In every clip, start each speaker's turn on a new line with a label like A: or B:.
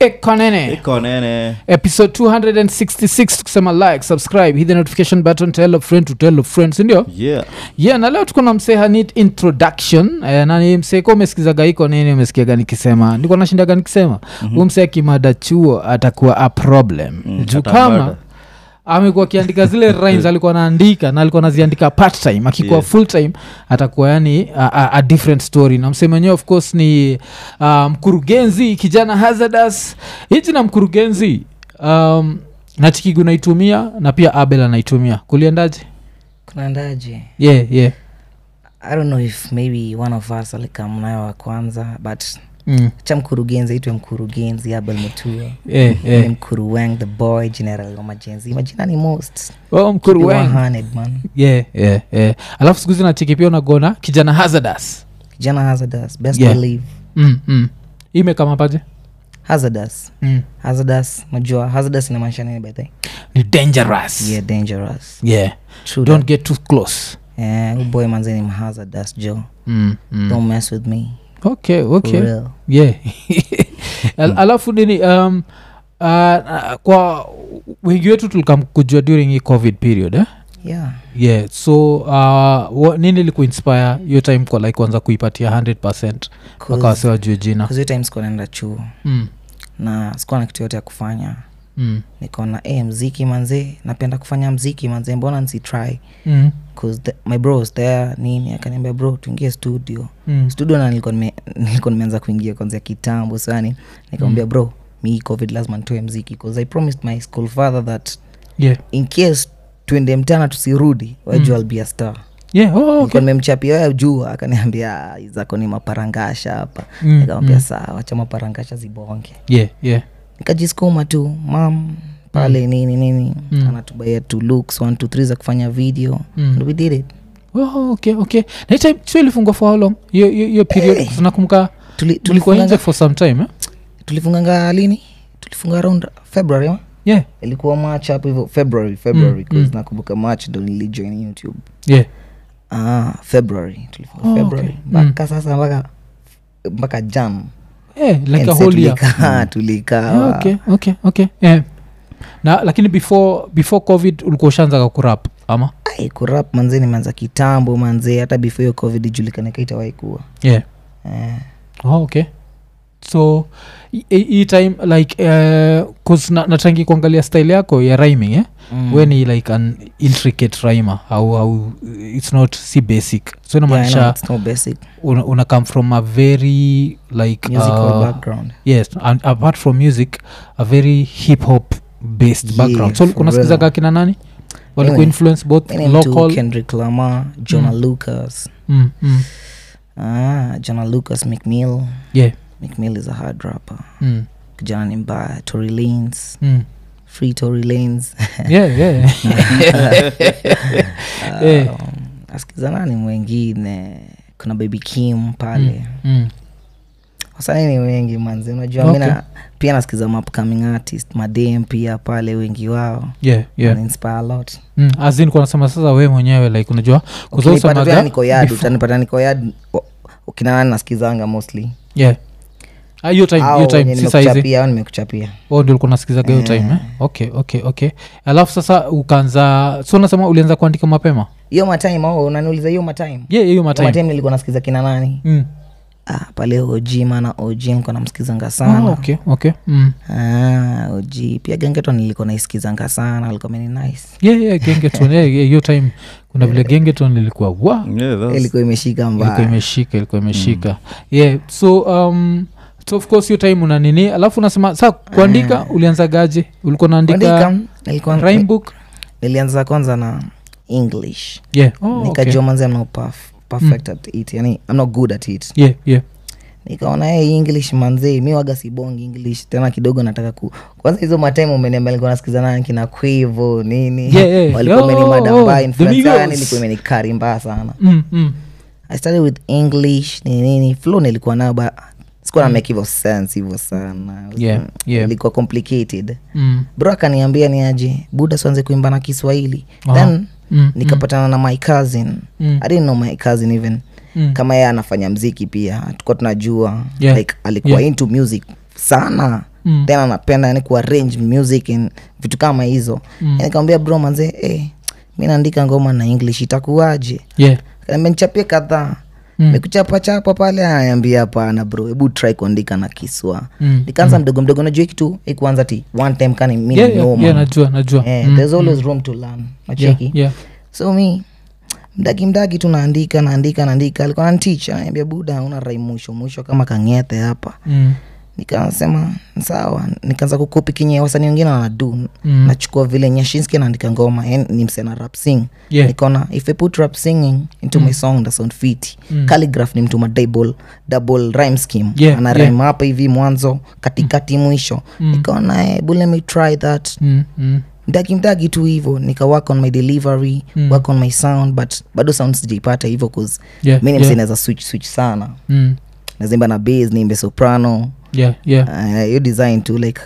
A: ekonene
B: iko nene
A: episode 266 tukisema like subscribe hit the notification button tell a friend to tell a friend sindio
B: yeah
A: yeah na leo tuko na msee hanit introduction eh, na ni msee ka umesikizaga iko nini umesikiaga nikisema niko nashindaga nikisema mm-hmm. umsee akimada chuo atakuwa a problem mm, juu
B: atamurder.
A: kama amekuwa akiandika zile rhymes alikuwa anaandika na alikuwa anaziandika part time akikuwa
B: Yeah.
A: yeah. full time atakuwa yani a, a, a different story na msee mwenyewe of course ni uh, mkurugenzi kijana hazardous hichi na mkurugenzi um, na chikigu naitumia na pia abel anaitumia kuliendaje
C: kunaandaje
A: yeah, yeah.
C: i don't know if maybe one of us alikam nayo wa kwanza but
A: Mm.
C: cha mkurugenzi aitwe mkurugenzi abel metua
A: Eh,
C: ni
A: eh.
C: mkuru wang the boy general wa majenzi majina ni most
A: Oh,
C: Be
A: Mkuru Weng.
C: 100 man
A: Yeah, yeah, yeah. alafu siku hizi nacheki pia unagona kijana hazardous
C: kijana hazardous best
A: Yeah.
C: believe
A: mm, mm. imekamapaje
C: hazardous
A: mm.
C: hazardous najua hazardous inamaanisha nini by the way?
A: ni dangerous
C: yeah dangerous
A: yeah.
C: true
A: don't get too close
C: eh huyu boy manzini mhazardous jo
A: mm, mm.
C: don't mess with me
A: okay
C: for
A: okay
C: real
A: yeah Al- alafu dini um, uh, uh, kwa wengi wetu tulikamkujua during hii covid period eh?
C: yeah
A: yeah so uh, wa, nini likuinspire hiyo time kwa like kuanza kuipatia 100
C: cause
A: wakawasewa juu jina
C: hiyo time sikuwa naenda chuo
A: mm,
C: na sikuwa na kitu yote ya kufanya
A: mm,
C: nikaona e mziki manzee napenda kufanya mziki manzee mbona nsitry
A: mm,
C: cause the, my bro was there nini akaniambia bro tuingie studio
A: mm.
C: studio na nilikuwa nime- nilikuwa nimeanza kuingia kwanzia kitambo sani
A: Mm.
C: nikamwambia bro mi hii covid lazima nitoe mziki cause i promised my school father that
A: yeah
C: in case tuende mtana tusirudi wajua mm. be a star
A: yeah oh, okay.
C: nilikuwa nimemchapia wewe juu akaniambia "Ah, zako ni maparangasha hapa
A: Mm,
C: nikamwambia sawa acha maparangasha zibonge
A: yeah yeah
C: nikajisukuma tu mam pale nini nini
A: Mm.
C: anatubaia two looks one two three za kufanya video
A: Mm.
C: and we did it
A: oh, okay okay na hii time chuo ilifungwa for how long hiyo hiyo- hiyo period hey. tunakumbuka
C: Tuli-
A: tulikuwa
C: tulifunganga-
A: nje for some time eh?
C: tulifunganga lini tulifunga around february ma?
A: yeah
C: ilikuwa march hapo hivyo february february
A: Mm,
C: 'cause
A: mm.
C: nakumbuka march ndo nilijoin youtube
A: yeah
C: ah, february tulifunga
A: Oh,
C: february
A: okay.
C: mpaka sasa mpaka mpaka jan
A: yeah like a
C: NC
A: whole year Mm.
C: tulikaa tulikaa
A: yeah, okay okay okay yeah na lakini before before covid ulikuwa ushaanzaga kurap ama
C: Ai, kurap manzee nimeanza kitambo manzee hata before hiyo covid ijulikane kaitawahi kuwa
A: yeah
C: eh.
A: oh, okay so hi- hi- hii time like uh, cause na, natangi kuangalia style yako ya rhyming eh?
C: Hmm.
A: mm. we ni like an intricate rhymer au, au it's not si basic so
C: Yeah, I
A: inamaanisha
C: know, it's no basic
A: una, una come from a very like
C: musical
A: uh,
C: background
A: yes and apart from music a very hip hop based
C: Yeah,
A: background so
C: for
A: unaskizaga kina nani waliku
C: Mimi-
A: influence both
C: Mi ni mtu
A: local
C: kendrick lamar jona lucas
A: mm, mm,
C: ah, jona lucas mcmill
A: yeah
C: mcmill is a hard rapper
A: mm,
C: kijana ni mbaya tory lanes
A: mm.
C: free tory lanes
A: yeah yeah Eh.
C: um, asikiza nani mwengine kuna baby kim pale
A: mm.
C: wasanii ni wengi manzi unajua
A: Okay.
C: mi na pia nasikiza mapcoming artist madem pia pale wengi wao
A: yeah yeah
C: Wanainspire a lot.
A: mm. azin kunasema sasa we mwenyewe like unajua
C: Ukinipata pia niko yad
A: before-
C: utanipata niko yad ukinanani nasikizanga mostly
A: yeah Ah, hiyo time hiyo
C: Hao
A: time
C: wenye
A: si saizi
C: nimekuchapia au nimekuchapia
A: Oh, ndio ulikuwa unasikizaga hiyo time eh? okay okay okay alafu sasa ukaanza so unasema ulianza kuandika mapema
C: hiyo matime au unaniuliza hiyo matime
A: yeah hiyo
C: Hiyo matime
A: matime
C: nilikuwa nasikiza kina nani
A: mm.
C: ah, pale og maana og nilikuwa namsikizanga
A: ah,
C: sana
A: okay okay mm.
C: ah, og pia gengeto nilikuwa naisikizanga sana alikuwa meni nice
A: yeah, yeah, gengeton yeah, yeah, hiyo time kuna vile gengeton ilikuwa wa ilikuwa
B: yeah that's
C: ilikuwa imeshika mbaya Mm.
A: imeshika ilikuwa imeshika yeah so um, so of course hiyo time una nini alafu unasema saa kuandika ulianzagaje ulikuwa unaandika
C: Mm. Kuandika, nilikuwa-
A: rhyme book
C: nilianza kwanza na english
A: yeah oh, okay. Mm.
C: nikajua manzi amno perfect at it yani I'm not good at it
A: yeah yeah
C: nikaona hey, english manzee mi waga sibongi english tena kidogo nataka ku kwanza hizo matime umeniambia nilikuwa nasikiza nani kina kwivo nini
A: Yeah, yeah.
C: walikuwa
A: Oh,
C: menimada
A: oh,
C: mbaya
A: the
C: influence yani
A: Migos.
C: ilikuwa imenikari mbaya sana
A: mm, mm.
C: i started with english nini nini flow nilikuwa nayo ba sikuwa na make hivyo sense hivyo sana
A: Mm. Yeah, yeah.
C: ilikuwa complicated
A: Mm.
C: bro akaniambia ni aje buda sianze kuimba na kiswahili
A: Ah.
C: then
A: Mm,
C: nikapatana na my cousin
A: Mm.
C: i didn't know my cousin even
A: Mm.
C: kama yeye anafanya mziki pia tukuwa tunajua
A: Yeah.
C: like alikuwa
A: Yeah.
C: into music sana
A: Mm.
C: then anapenda yani kuarrange music and vitu kama hizo mm. nikamwambia bro manze hey, mi naandika ngoma na english itakuwaje
A: yeah.
C: amenichapia kadhaa
A: Mm.
C: mekuchapachapa pale ananiambia hapana bro hebu try kuandika na kiswa
A: Mm.
C: nikaanza mdogo mdogo najua kitu ikuanza ti one time kani mi
A: Yeah, yeah, yeah,
C: noma
A: najua najua
C: Eh,
A: Mm,
C: there's always room to learn
A: yeah,
C: nacheki
A: yeah.
C: so mi mdaki mdaki tu naandika naandika naandika alikuwa nanticha ananiambia buda una rai mwisho mwisho kama kangete hapa
A: Mm,
C: nikasema sawa nikaanza kukopi kinye wasanii wengine wanadu
A: Mm.
C: nachukua vile nyashinski anaandika ngoma yani ni msena rap sing
A: Yeah.
C: nikaona if i put rap singing into my song the sound fit
A: Mm.
C: calligraph ni mtu ma double double rhyme scheme
A: Yeah,
C: ana
A: yeah.
C: rhyme hapa hivi mwanzo katikati mwisho nikaona eh, bu let me try that
A: mm, mm.
C: mdagi mdagi tu hivo nika work on my delivery
A: Mm.
C: mm. work on my sound but bado sound sijaipata hivo bcause
A: Yeah,
C: mi ni
A: yeah.
C: msee naeza switch switch sana
A: Mm,
C: nazimba na bas niimbe soprano
A: yeah, yeah.
C: Ah, hiyo design tu like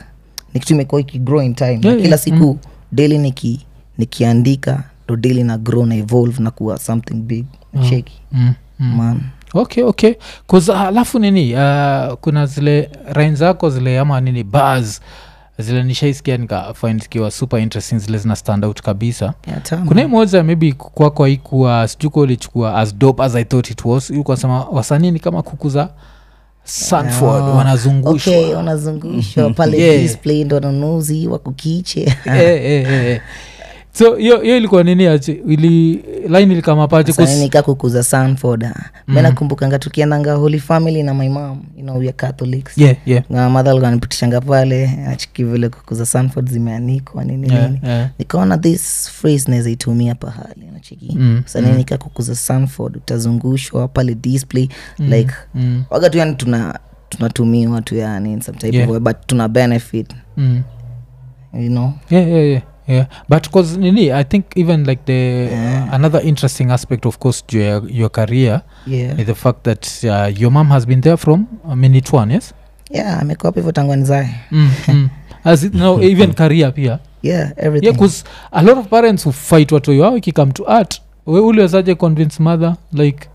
C: ni kitu imekuwa ikigrow in time Na
A: Yeah,
C: kila
A: yeah, Hmm.
C: siku daily niki nikiandika ndo daily na grow na evolve na kuwa something big cheki
A: Mm, mm.
C: man
A: okay okay Cause, ah, alafu nini ah, kuna zile rain zako zile ama nini bars zile nishaisikia nikafind zikiwa super interesting zile zina stand out kabisa
C: yeah, tamu.
A: kuna hii moja maybe kwako haikuwa sijuko ulichukua as dope as i thought it was ukasema wasanii ni kama kuku za sanford
C: Ah,
A: wanazungushwa
C: okay wanazungushwa pale
A: Yeah.
C: display ndo wanunuzi wakukiche
A: Eh, eh, eh, eh. so hiyo hiyo ilikuwa nini aje ili line ilikamapaje
C: Sasa mimi nika kukuza sanford
A: Mm.
C: mi nakumbukanga tukiendanga holy family na my mom you know, we are catholics
A: yeah, yeah.
C: na madha alikuwa anipitishanga pale achiki vile kukuza sanford zimeanikwa nini
A: Yeah,
C: nini
A: yeah.
C: nikaona this phrase naweza itumia pahali nachiki
A: Mm,
C: sanii nika kukuza sanford utazungushwa pale display like
A: Mm,
C: waga tu yani tuna tunatumiwa tu yani in some type
A: Yeah.
C: of way, but tuna benefit
A: mm.
C: you know
A: yeah, yeah, yeah. Yeah. but cause nini i think even like the uh, another interesting aspect of course to your, your career
C: yeah,
A: is the fact that uh, your mom has been there from uh, minute one yes
C: yeah amekuwa hivyo tangu nizae
A: mm, mm. as it, no, even career pia
C: yeah everything
A: yeah cause a lot of parents who fight watoyo wao ikikam to art we uliwezaje convince mother like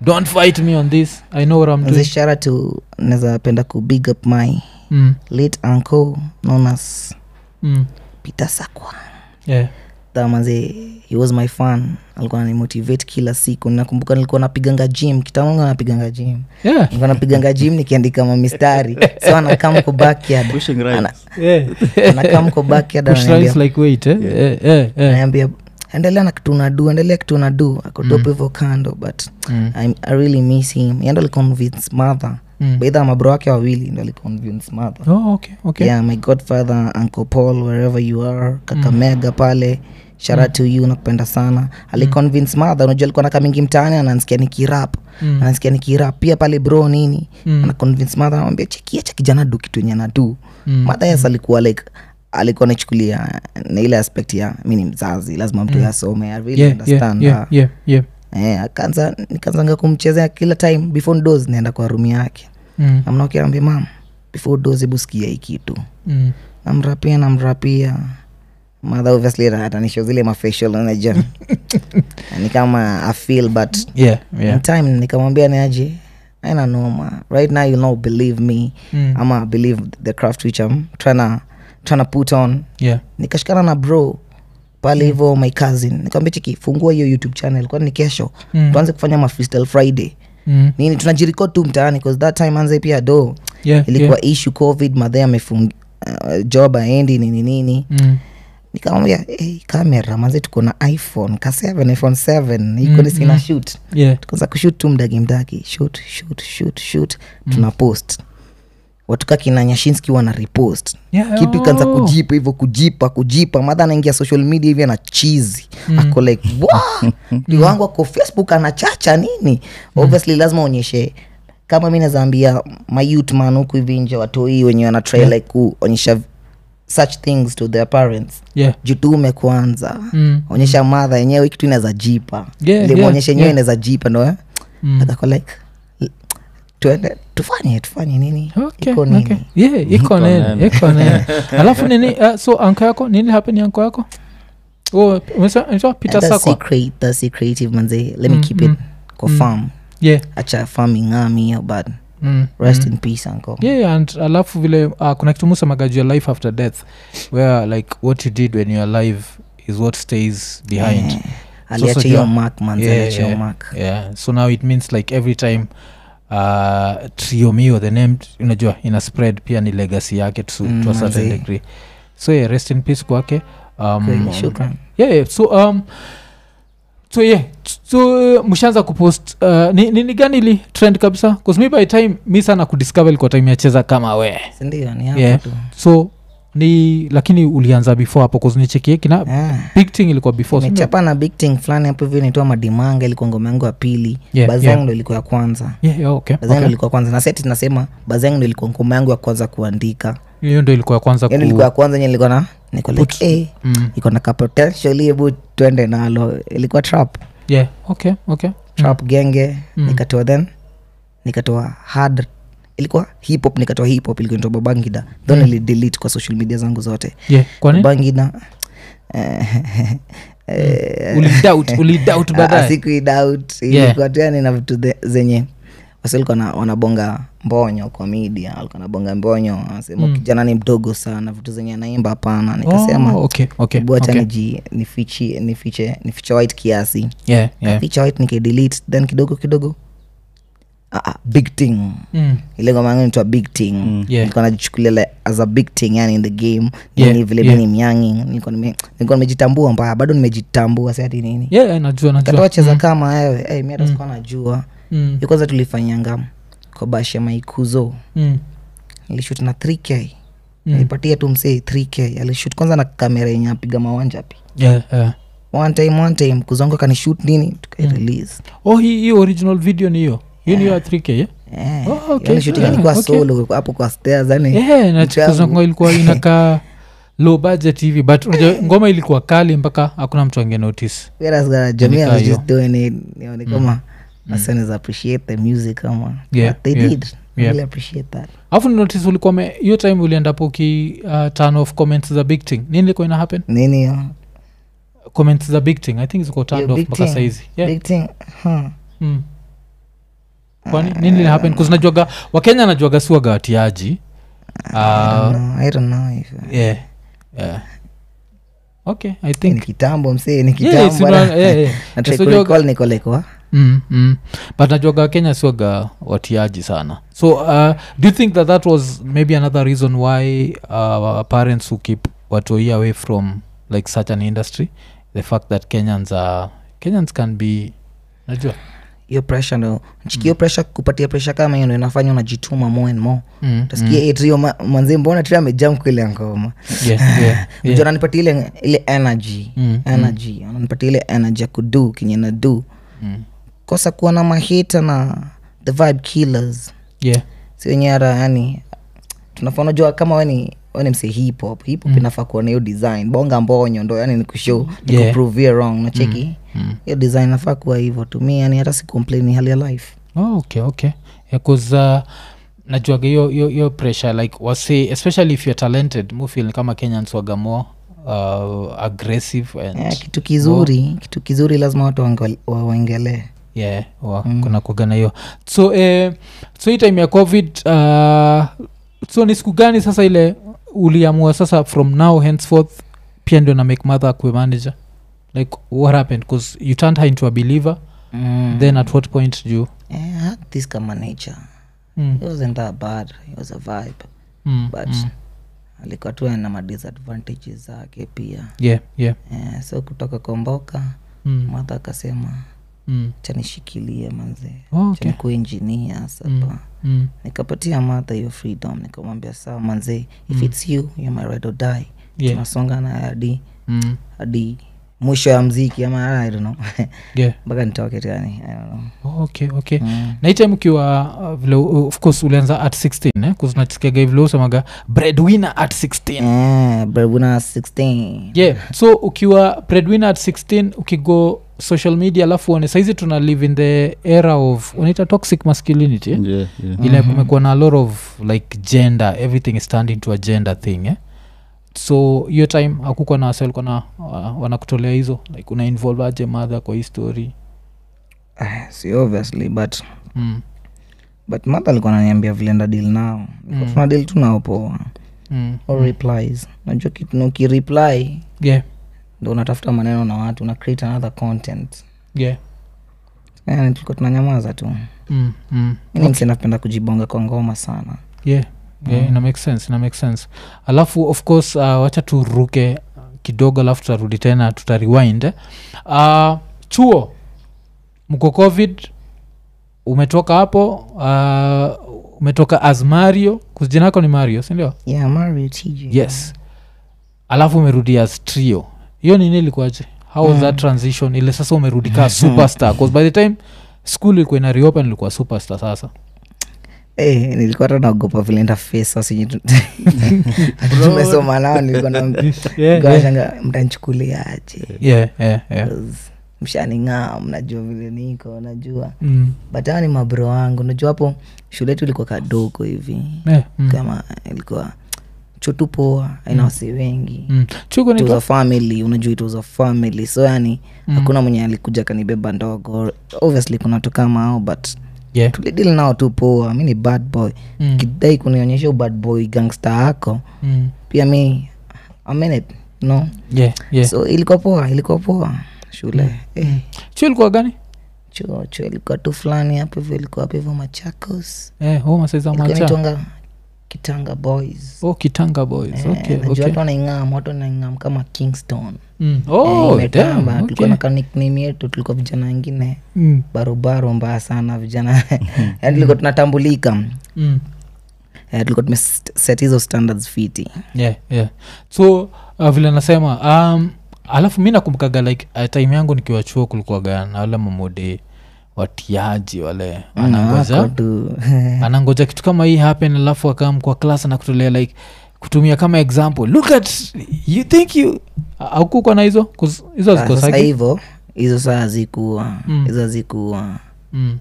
A: don't fight me on this i know what i'm
C: As a
A: doing
C: shout out to naweza penda ku big up my
A: mm,
C: late uncle known as
A: mm,
C: peter sakwa
A: yeah.
C: tamaze he was my fan alikuwa ananimotivate kila siku nakumbuka nilikuwa napiganga gym kitamanga napiganga gym
A: Yeah.
C: nilikuwa napiganga gym nikiandika mamistari so anakam ko backyard
B: pushing right
C: Ana-
A: Yeah.
C: anakam ko backyard
A: Push
C: ananiambia
A: rights like wait eh? Yeah, yeah, yeah.
C: anaambia endelea na kitu nadu endelea kitu nadu akodopo hivo kando but
A: Mm.
C: I'm, i really miss him yendo aliconvince mother
A: Mm.
C: baidha mabro wake wawili ndo aliconvince mother
A: Oh, okay, okay.
C: yeah my godfather uncle paul wherever you are
A: Mm.
C: kakamega pale shara to you nakupenda sana aliconvince mother unajua alikuwa naka mingi mtaani anansikia nikirap
A: Mm.
C: anansikia nikirap pia pale bro nini
A: Mm.
C: anaconvince mother anamwambia chekia cha kijana du kitu yenye nadu
A: Mm.
C: mother yes alikuwa like alikuwa nachukulia na ile aspect ya mi ni mzazi lazima mtu yasome i really
A: Mm. Yeah, yeah,
C: understand
A: yeah,
C: that.
A: yeah, yeah.
C: Eh, akaanza nikaanzanga kumchezea kila time before dos naenda kwa rumi yake
A: Mm,
C: amnakiambia mam before dos hebu sikia hii kitu
A: mm.
C: namrapia namrapia madha obviously atanisho zile mafacial unajua ni kama a feel but
A: Yeah, yeah.
C: in time nikamwambia niaje aina noma right now you not believe me
A: Mm.
C: ama believe the craft which i'm trying to, trying to put on
A: Yeah.
C: nikashikana na bro pale
A: Mm.
C: hivo my cousin nikamwambia chiki fungua hiyo youtube channel kwani ni kesho
A: Mm.
C: tuanze kufanya ma freestyle friday
A: Mm.
C: nini tunajiriko tu mtaani cause that time anze pia do
A: Yeah,
C: ilikuwa issue covid madhe amefung uh, job aendi nini nini
A: yeah. Mm.
C: nikamwambia hey, kamera manze tuko na iphone ka 7 iphone 7 iko ni sina shoot
A: Yeah.
C: tukaanza kushut tu mdagi mdagi shut shut shut shut tuna post watuka kina nyashinski wana repost
A: Yeah,
C: kitu ikaanza
A: oh.
C: kujipa hivyo kujipa kujipa madha anaingia social media hivi ana chizi
A: Mm.
C: ako like "Wah, mdi wangu ako facebook anachacha nini
A: Mm.
C: obviously lazima aonyeshe kama mi nazaambia mayutman huku hivi nje watoi wenye wanatry like kuonyesha such things to their parents
A: Yeah.
C: jutume kwanza
A: Mm.
C: onyesha madha yenyewe hii kitu inaweza jipa
A: Yeah,
C: Ile
A: yeah,
C: muonyeshe yenyewe
A: yeah.
C: inaweza jipa ndo eh?
A: Mm.
C: akako like tuende tufanye tufanye nini
A: Okay,
C: iko nini
A: okay. Yeah, iko nene iko nene alafu nini uh, so anko yako nini happen ya anko yako oh, umesema- umesema peter Mm,
C: And that's
A: sakwa
C: secret, that's the creative manze let me keep it kwa farm
A: yeah
C: acha farming ami but
A: mm.
C: rest in peace uncle
A: yeah and alafu vile uh, kuna kitu musemaga juu ya life after death where like what you did when you're alive is what stays behind
C: Yeah.
A: Sasa
C: aliacha hiyo
A: jua-
C: mark man
A: Yeah,
C: aliacha hiyo
A: yeah.
C: mark
A: yeah so now it means like every time uh, trio mio the name t- unajua ina spread pia ni legacy yake to,
C: Mm,
A: to a certain
C: manzee.
A: degree so yeah rest in peace kwake um,
C: Kweli, shukran.
A: yeah, yeah. so um, so yeah so uh, mshaanza kupost uh, ni, ni, ni gani ili trend kabisa bcause mi by time mi sana kudiscover ilikuwa time yacheza kama we
C: sindio ni hapo
A: Yeah.
C: tu
A: so ni lakini ulianza before hapo kuznichekie kina
C: Ah.
A: big thing ilikuwa before si ndio?
C: nimechapa na big thing fulani hapo hivi naitwa madimanga ilikuwa ngoma yangu ya pili
A: Yeah,
C: bazang
A: yeah.
C: ndo ilikuwa ya kwanza
A: yeah, yeah, okay,
C: bazang ndo
A: okay.
C: ilikuwa ya kwanza na seti tunasema bazang ndo ilikuwa ngoma yangu ya kwanza kuandika
A: hiyo ndo ilikuwa ya kwanza
C: yani
A: ku-
C: Yaani ilikuwa ya kwanza enye ilikuwa na niko like,
A: Put-
C: eh,
A: mm.
C: iko na ka potential hebu twende nalo ilikuwa trap
A: yeah okay okay
C: trap genge
A: Mm.
C: nikatoa then nikatoa hard ilikuwa hip hop nikatoa hip hop ilikuwa nitoa babangida then
A: Mm.
C: nilidelete kwa social media zangu zote
A: yeah kwani
C: babangida
A: Mm.
C: eh, eh,
A: ulidoubt ulidoubt
C: Ah,
A: baadaye
C: sikuidout
A: Yeah.
C: ilikuwa tena na vitu the- zenye wasilikuwa na wanabonga mbonyo kwa media walikuwa nabonga mbonyo wanasema
A: Mm.
C: kijana ni mdogo sana vitu zenye anaimba hapana nikasema
A: oh, okay okay
C: hebu acha
A: okay
C: niji- nifichi- nifiche nifiche white kiasi
A: yeah yeah
C: ficha white nikidelete then kidogo kidogo ah, ah, big thing
A: mm.
C: ile ngoma yangu inaitwa big thing
A: Yeah.
C: nilikuwa najichukulia like, as a big thing yani in the game
A: Yeah,
C: nini vile
A: yeah.
C: mimi ni myangi nilikuwa nime- nilikuwa nimejitambua mbaya bado nimejitambua siati nini
A: yeah Mm. yeah, najua najua
C: katoa cheza kama wewe hey, mi hata sikuwa najua
A: mm.
C: hiyo kwanza tulifanyanga kwa bash ya maikuzo
A: mm.
C: nilishut na 3k nilipatia tu msee 3k alishut kwanza na kamera yenye apiga mawanja pi
A: yeah yeah
C: one time one time kuzongo kanishut nini tukairelease
A: oh hii hii original video ni hiyo hiyo ni hiyo ya 3k yeah
C: Eh,
A: Oh, okay.
C: yani shooting
A: Yeah,
C: ilikuwa
A: okay.
C: solo hapo kwa stairs yani
A: yeah na
C: mtu yangu.
A: kuzongo ilikuwa inakaa low budget hivi but
C: Eh.
A: unajua ngoma ilikuwa kali mpaka hakuna mtu ange notice
C: whereas the jamii
A: Ilikaa
C: was
A: hiyo.
C: just doing it you know,
A: Mm.
C: ni kama wasanis appreciate the music kama
A: Yeah,
C: but they
A: yeah,
C: did I
A: yeah.
C: really appreciate that
A: alafu ni notice ulikuwa me- hiyo time uliendapo uki uh, turn off comments za big thing nini ilikuwa ina happen
C: nini hiyo?
A: comments za big thing i think ziko turned
C: Hiyo
A: off
C: big
A: mpaka
C: thing,
A: saizi yeah
C: big thing huh.
A: Mm. kwani nini happen najuaga wakenya najuaga si wagawatiaji uh,
C: No, I don't know if- eh,
A: yeah. yeah. okay i
C: ni
A: think
C: kitambo msee ni
A: Yeah, it's
C: kitambo
A: not-
C: na-
A: yeah, yeah.
C: na try
A: So
C: kurecall
A: joga-
C: niko like, wa?
A: Mm, mm. but najuaga wakenya si wagawatiaji sana so uh, do you think that that was maybe another reason why uh, our parents who keep watoi away from like such an industry the fact that kenyans are kenyans can be najua
C: hiyo pressure ndo chikio pressure kupatia pressure kama hiyo ndo inafanya unajituma more and more
A: mm,
C: utasikia mm. trio ma, manzi mbona trio amejam kwa ile ngoma
A: yeah, yeah,
C: yeah.
A: yeah.
C: ananipatia ile ile energy
A: Mm,
C: energy ananipatia ile energy ya kudu kenye na do
A: Mm.
C: kosa kuwa na mahita na the vibe killers
A: yeah.
C: si wenyewe hata yani tunafaa unajua kama weni weni mse hip hop hip
A: Mm.
C: hop inafaa kuwa na hiyo design bonga mbonyo ndo yani nikushow
A: Yeah.
C: nikuprove yeah. wrong nacheki
A: Mm.
C: hiyo design inafaa kuwa hivyo tu mi yani hata si complain hali ya life
A: oh, okay okay because uh, najuaga hiyo hiyo hiyo pressure like wase especially if you're talented mufil kama kenyans waga more uh, aggressive and
C: yeah, Eh, kitu kizuri kitu kizuri lazima watu wangal- waongelee
A: yeah wa,
C: Mm.
A: kuna kuagana hiyo so eh, so hii time ya covid uh, so ni siku gani sasa ile uliamua sasa from now henceforth pia ndio na make mother akue manager like what happened bcause you turned her into a believer
C: mm.
A: then at what point juu
C: yeah, I had this eh, kama nature
A: mm,
C: it wasn't that bad it was a vibe
A: mm,
C: but alikuwa tu na madisadvantages zake pia
A: yeah yeah
C: yeah, so kutoka komboka
A: mm,
C: madha akasema
A: mm.
C: chanishikilie manzee
A: Oh, okay.
C: chanikuwa injinia sapa
A: Mm, mm.
C: nikapatia madha hiyo freedom nikamwambia sawa manzee if its you you're my ride or die
A: Mm. Yeah.
C: tunasonga naye hadi
A: Mm.
C: hadi mwisho ya mziki ama I don't know
A: yeah
C: mpaka nitoke tani I don't know.
A: Oh, okay okay
C: Mm.
A: na hii time ukiwa uh, vile uh, of course ulianza at 16 eh? kuzinachisikiaga vile usemaga breadwinner at 16
C: Eh, breadwinner 16
A: yeah so ukiwa breadwinner at 16 ukigo social media alafu uone saizi tuna live in the era of unaita toxic masculinity eh?
B: Yeah, yeah.
A: ile kumekuwa na a lot of like gender everything is turned into a gender thing eh? so hiyo time akukwa na wase walikuwa na wa- wanakutolea hizo like una involve aje madha kwa hii story
C: Ah, si obviously but
A: mm.
C: but madha alikuwa ananiambia vile ndadil nao mm. tuna dil tu nao poa
A: mm.
C: All replies najua kitu na ukireply
A: yeah.
C: ndo unatafuta maneno na watu una create another content
A: Yeah.
C: yani tulikuwa tunanyamaza tu
A: Mm. Mm.
C: mini msi napenda kujibonga kwa ngoma sana
A: yeah. yeah. ina make sense ina make sense alafu of course uh, wacha turuke kidogo alafu tutarudi tena tutariwind eh. uh, chuo mko covid umetoka hapo uh, umetoka as mario kuzijina yako ni mario sindio
C: yeah, Mario TJ.
A: yes alafu umerudi as trio hiyo nini ilikuwaje how was that transition ile sasa umerudi kaa superstar cause by the time school ilikuwa ina reopen ilikuwa superstar sasa
C: Eh, nilikuwa hata naogopa vile interface au sijui tu- tumesoma nao nilikuwa na- nilikuwa nashanga mtanchukuliaje
A: yeah, yeah, yeah.
C: mshaning'aa mnajua vile niko najua
A: Mm.
C: but hawa ni mabro wangu najua hapo shule yetu ilikuwa kadogo hivi
A: Eh, mm.
C: kama ilikuwa chutupoa aina wasi wengi
A: Mm. chuko
C: It
A: ni
C: was a family unajua it was a family so yani
A: Mm.
C: hakuna mwenye alikuja kanibeba ndogo obviously kuna watu kama hao but
A: yeah.
C: tulidili nao tu poa mi ni bad boy
A: Mm.
C: kidai kunionyesha ubad boy gangster yako
A: Mm.
C: pia mi amenet no
A: yeah, yeah. Mm.
C: so ilikuwa poa ilikuwa poa shule eh,
A: chuo ilikuwa gani
C: chuo chuo ilikuwa tu fulani hapo hivyo ilikuwa hapo hivyo machakos
A: eh, oh, masai za
C: ilikuwa
A: macha
C: inaitwanga kitanga boys Eh,
A: oh, kitanga boys okay,
C: najua
A: okay.
C: watu wanaing'am watu wanaing'am kama kingston
A: Mm.
C: Eh,
A: Oh, damn,
C: imetamba tulikuwa
A: okay.
C: na kanikname yetu tulikuwa vijana wengine
A: Mm.
C: barobaro mbaya sana vijana yani tulikuwa tunatambulika
A: Mm.
C: Eh, tulikuwa tumeset hizo standards fiti
A: yeah, yeah. so uh, vile nasema um, alafu mi nakumbukaga like uh, time yangu nikiwa chuo kulikuwaga na wale mamode watiaji
C: Mm,
A: wale
C: ah,
A: anangoja
C: tu
A: anangoja kitu kama hii happen alafu akam kwa class na kutolea like kutumia kama example look at you think you aukukwa na hizo 'Cause hizo
C: Ah, sasa
A: zikosagi
C: hivyo hizo saa hazikuwa
A: Mm.
C: hizo hazikuwa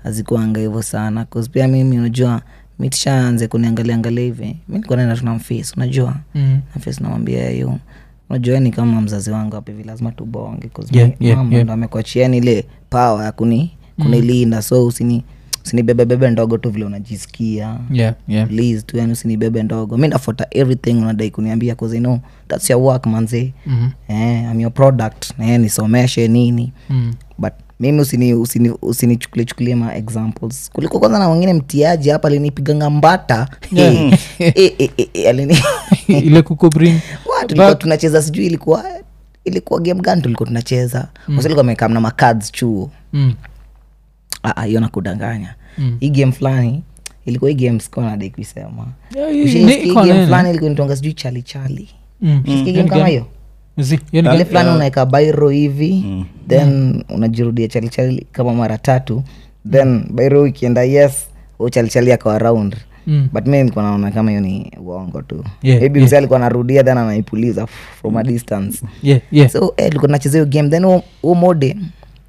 C: hazikuanga hivyo sana 'Cause pia mimi unajua mitishaanze kuniangalia angalia hivi mi nikuwa naenda tuna mfis unajua
A: Mm.
C: nafis namwambia yu unajua ni kama mzazi wangu hapa hivi lazima tubonge
A: Yeah, yeah, yeah.
C: ndo amekuachiani ile pawa ya kuni kunilinda so usini usinibebebebe ndogo tu vile unajisikia
A: yeah, yeah.
C: please tu yani usinibebe ndogo mi nafuata everything unadai kuniambia cause you know that's your work manze
A: Mhm.
C: eh, I'm your product eh, nisomeshe nini
A: Mm.
C: but mimi usini usini usinichukulie chukulie ma examples kuliko kwanza na wengine mtiaji hapa alinipiganga mbata Eh, eh, eh, eh, eh, alini-
A: ile kukobrin
C: Wa, tulikuwa tunacheza sijui ilikuwa ilikuwa game gani tulikuwa tunacheza usilikuwa amekaa na makads chuo
A: mm.
C: Ah, ah, hiyo nakudanganya
A: Mm.
C: hii game fulani ilikuwa hii game sikuwa nadai kuisema
A: Yeah, yeah,
C: Ushaisikia
A: ni-
C: hii
A: iko
C: game
A: nene.
C: fulani ilikuwa nitonga sijui chali chali
A: Mm.
C: Ushaisikia game kama hiyo
A: Zi, hiyo ni
C: ile
A: gani?
C: fulani unaweka bairo hivi
B: Mm.
C: then
A: Hmm.
C: unajirudia chalichali kama mara tatu then bairo ikienda yes uchalichali akawa round
A: Mm.
C: but mi nilikuwa naona kama hiyo ni uongo tu
A: Yeah,
C: maybe mzee alikuwa anarudia then anaipuliza from a distance
A: Yeah, yeah.
C: so eh, tulikuwa tunacheza hiyo game then huo- huo mode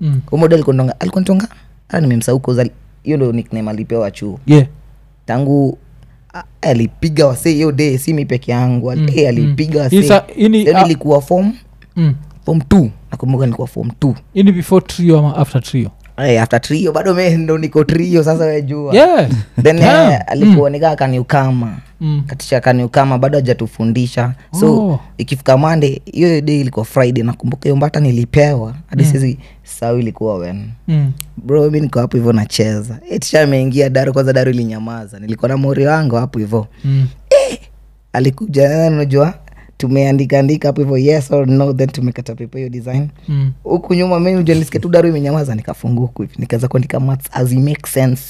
A: Mm.
C: huo mode alikuwa ndonga alikuwa nitonga hata nimemsahau cause hiyo ndio nickname alipewa chuo
A: Yeah.
C: tangu a- alipiga wasee hiyo day si mi peke yangu mm, alipiga
A: Hmm, Hii sa- hii ni- ah.
C: waseeilikuwa form
A: Mm.
C: form t nakumbuka nilikuwa form t
A: Hii ni before trio ama after trio
C: hey, Eh, after trio bado me ndo niko trio sasa wejua
A: yeah. Mm.
C: then
A: Damn.
C: eh, alikuwa nikaa kaniukama
A: Mm.
C: katisha kaniukama bado hajatufundisha so
A: Oh.
C: ikifika mande hiyo day ilikuwa friday nakumbuka hiyo mbata nilipewa hadi sisi sau ilikuwa wen
A: Mm.
C: bro mi niko hapo hivyo nacheza Eh, tisha ameingia daru kwanza daru ilinyamaza nilikuwa na mori wangu hapo hivyo
A: Mm.
C: alikuja eh, unajua tumeandika andika hapo hivyo yes or no then tumekata pepa hiyo design
A: Mm.
C: huku nyuma mi unajua nilisikia tu daru imenyamaza nikafungua huku hivi nikaanza kuandika mats as it makes sense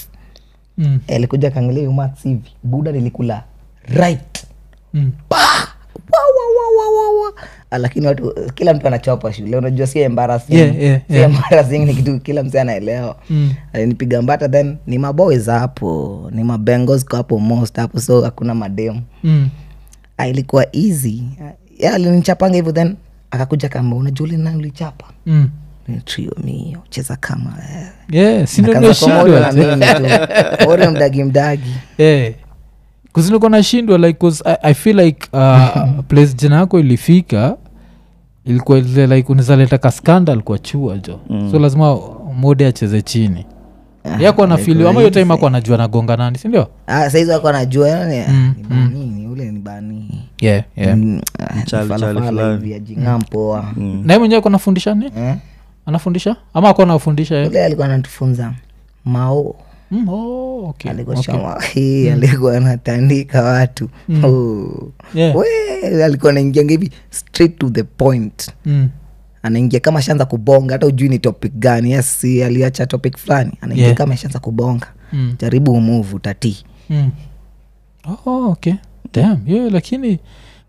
A: Mm.
C: Eh, alikuja akaangalia hiyo mats hivi buda nilikula right
A: Mm.
C: Wa, wa, wa, wa, wa, wa. Ah, lakini watu kila mtu anachapa shule unajua si embarrassing
A: Yeah, yeah,
C: si embarrassing ni kitu kila msee anaelewa
A: Mm.
C: alinipiga mbata then ni maboys hapo ni mabengos kwa hapo most hapo so hakuna mademu
A: Mm.
C: Ah, ilikuwa easy Ah, yeah, alinichapanga hivyo then akakuja kama unajua ule nani ulichapa
A: Mm.
C: Ni trio mio cheza kama eh, wewe."
A: Yeah, si ndio
C: Akaanza kwa moyo na
A: nashindwa
C: mimi tu Moyo mdagi mdagi
A: kuzinikuwa eh, nashindwa like cause I, i feel like uh, place jina yako ilifika ilikuwa ile like unaweza leta ka scandal kwa chua jo mm. so lazima mode acheze chini yako anafili ama hiyo time ako anajua nagonga nani sindio
C: Ah, saizi wako anajua yani,
A: Mm,
C: ni banini ule ni bani
A: yeah, yeah. mm.
C: Mm, ah, ni
B: Charlie,
C: falafala
B: Charlie fulani.
C: hivi ajing'aa mpoa
A: naye mwenyewe ako anafundisha ni
C: Eh,
A: anafundisha ama ako anafundisha yeye?
C: ule alikuwa anatufunza mao
A: mm, oh, okay.
C: alikuwa
A: okay. Mm.
C: shama hii alikuwa anatandika watu Oh.
A: Yeah.
C: We, alikuwa anaingianga hivi straight to the point
A: Mm.
C: anaingia kama shaanza kubonga hata ujui ni topic gani yes si aliacha topic fulani anaingia
A: Yeah.
C: kama shaanza kubonga
A: Mm.
C: jaribu umuvu tatii
A: Mm. Oh, okay. Damn, yeah, lakini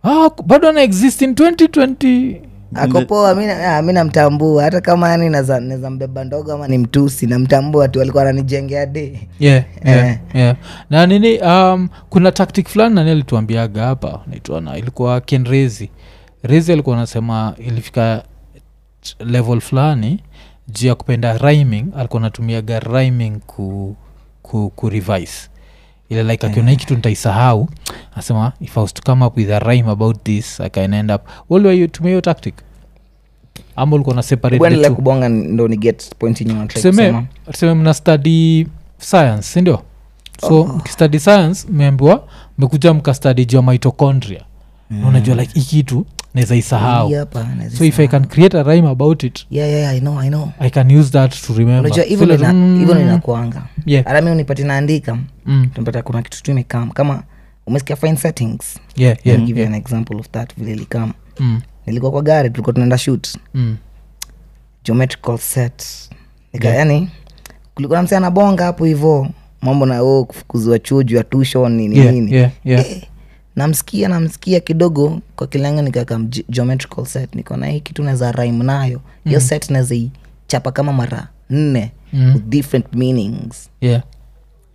A: ah, ku- bado ana exist in 2020
C: akopoa mi na- ah, mi namtambua hata kama yani naza mbeba ndogo ama ni mtusi namtambua tu alikuwa ananijengea de
A: yeah, yeah,
C: Eh.
A: yeah. na nini um, kuna tactic fulani nani alituambiaga hapa naitwana ilikuwa ken rezi rezi alikuwa anasema ilifika ch- level fulani juu ya kupenda rhyming alikuwa anatumiaga rhyming ku, ku, ku revise ile like akiona hii kitu nitaisahau asema if i was to come up with a rhyme about this i can end up waliwaitumia hiyo tactic ama ulikuwa na separate the
C: bwanile
A: two?
C: kubonga ndo ni get point yenye wanataka
A: tuseme
C: kusema.
A: tuseme mna study science sindio so
C: Ah.
A: mkistudy science mmeambiwa mmekuja mkastudy juu ya mitochondria Na unajua like hii kitu naweza
C: Hii
A: isahau
C: hapa, nazi-
A: so if i can create a rhyme about it
C: Yeah, yeah, yeah, I know, I know.
A: i can use that to remember
C: unajua hivyo
A: So
C: ndo
A: like,
C: ina-
A: mm,
C: hivyo ndo inakuanga
A: yeah.
C: hata mi unipati naandika
A: Mm.
C: tunapata kuna kitu tu imekam kama umesikia fine settings
A: yeah, yeah,
C: I'll give you
A: yeah.
C: an example of that vile ilikam
A: Mm,
C: nilikuwa kwa gari tulikuwa tunaenda shoot
A: mm,
C: geometrical set Nika, yani kulikuwa na msee anabonga hapo hivo mambo na oh, kufukuzwa chuju ya tushon nini
A: yeah,
C: nini
A: yeah, yeah.
C: Eh, namsikia namsikia kidogo kwa kilanga nikakam geometrical set niko na hii kitu naweza rime nayo hiyo set naweza ichapa kama mara nne
A: Mm.
C: with different meanings
A: yeah.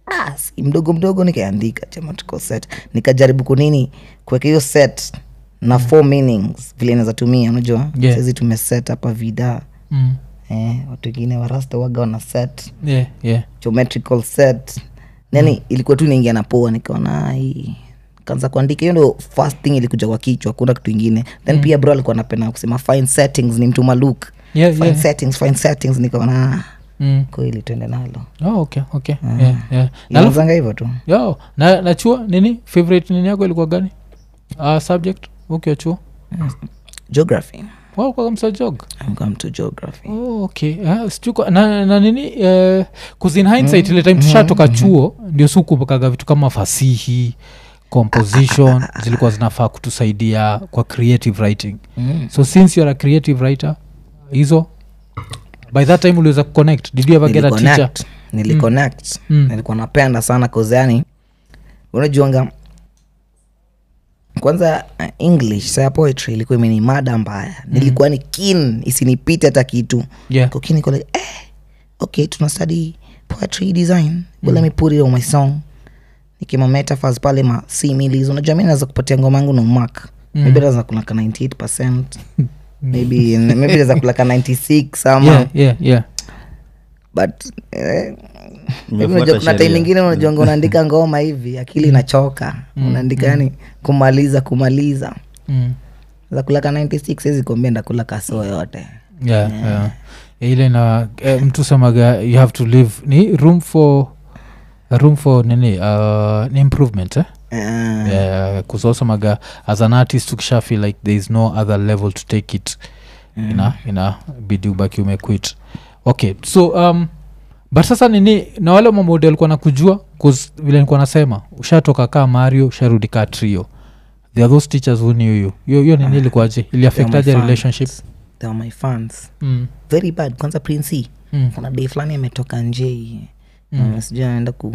C: Ah, si mdogo mdogo nikaandika geometrical set nikajaribu kunini kuweka hiyo set na four meanings vile naweza tumia unajua
A: Mm. Yeah.
C: saizi tumeset hapa vida
A: Mm,
C: eh, watu wengine warasta waga wana set
A: yeah, yeah.
C: geometrical set yani ilikuwa tu naingia na poa nikaona "Ah, hii kaanza kuandika hiyo ndo first thing ilikuja kwa kichwa kuna kitu ingine then pia bro alikuwa anapenda kusema fine settings ni mtu maluk
A: Yeah,
C: fine
A: yeah.
C: settings fine settings nikaona "Ah,
A: Mm.
C: kweli tuende nalo
A: Oh, okay, okay. Yeah,
C: Ah.
A: yeah. Na alafu-
C: inazanga hivyo tu
A: yo na, na chuo nini favorite nini yako ilikuwa gani uh, subject ukiwa chuo
C: geography
A: Wow, kwa kamsa jog
C: I'm going to geography
A: oh, okay Ah, sijui kwa- na, na nini eh, 'cause in hindsight ile time tushatoka chuo ndio sukumbukaga vitu kama fasihi composition zilikuwa zinafaa kutusaidia kwa creative writing
C: Mm.
A: so since youare a creative writer hizo by that time uliweza kuconnect did you ever get a teacher
C: Niliconnect. Niliconnect.
A: Mm.
C: nilikuwa napenda sana kozani unajuanga kwanza eh, english saa ya poetry ilikuwa imeni mada mbaya nilikuwa ni kin isinipite hata kitu
A: Mm. yeah
C: kokini kole eh, okay tuna study poetry design well
A: Mm.
C: let me put it on my song nikima metaphors pale ma similes unajua mi naweza kupatia ngoma yangu na umak mm. maybe naweza kulaka 98 percent maybe maybe naweza kulaka 96 ama
A: yeah yeah yeah
C: but eh,
B: Imefuata
C: unajua kuna time
B: sheria.
C: ingine
A: Mm.
C: unajonga unaandika ngoma hivi akili inachoka unaandika yani kumaliza kumaliza
A: mm.
C: za kulaka 96 hizi kuambia ndakula kasoo yote Eh,
A: yeah, yeah. ile na eh, mtu semaga you have to leave ni room for room for nini uh, ni improvement eh?
C: Eh,
A: yeah, kusosemaga as an artist ukisha feel like there is no other level to take it mm. ina ina bidi ubaki umequit okay so um, but sasa nini na wale mamode alikuwa nakujua 'cause vile nikuwa nasema ushatoka kaa mario usharudi kaa trio there are those teachers who knew you hiyo hiyo nini ilikuwaje iliafektaje
C: fans.
A: relationship
C: they were my fans
A: mm.
C: very bad kwanza prince E.
A: Mm.
C: kuna day fulani ametoka nje Na sijui anaenda ku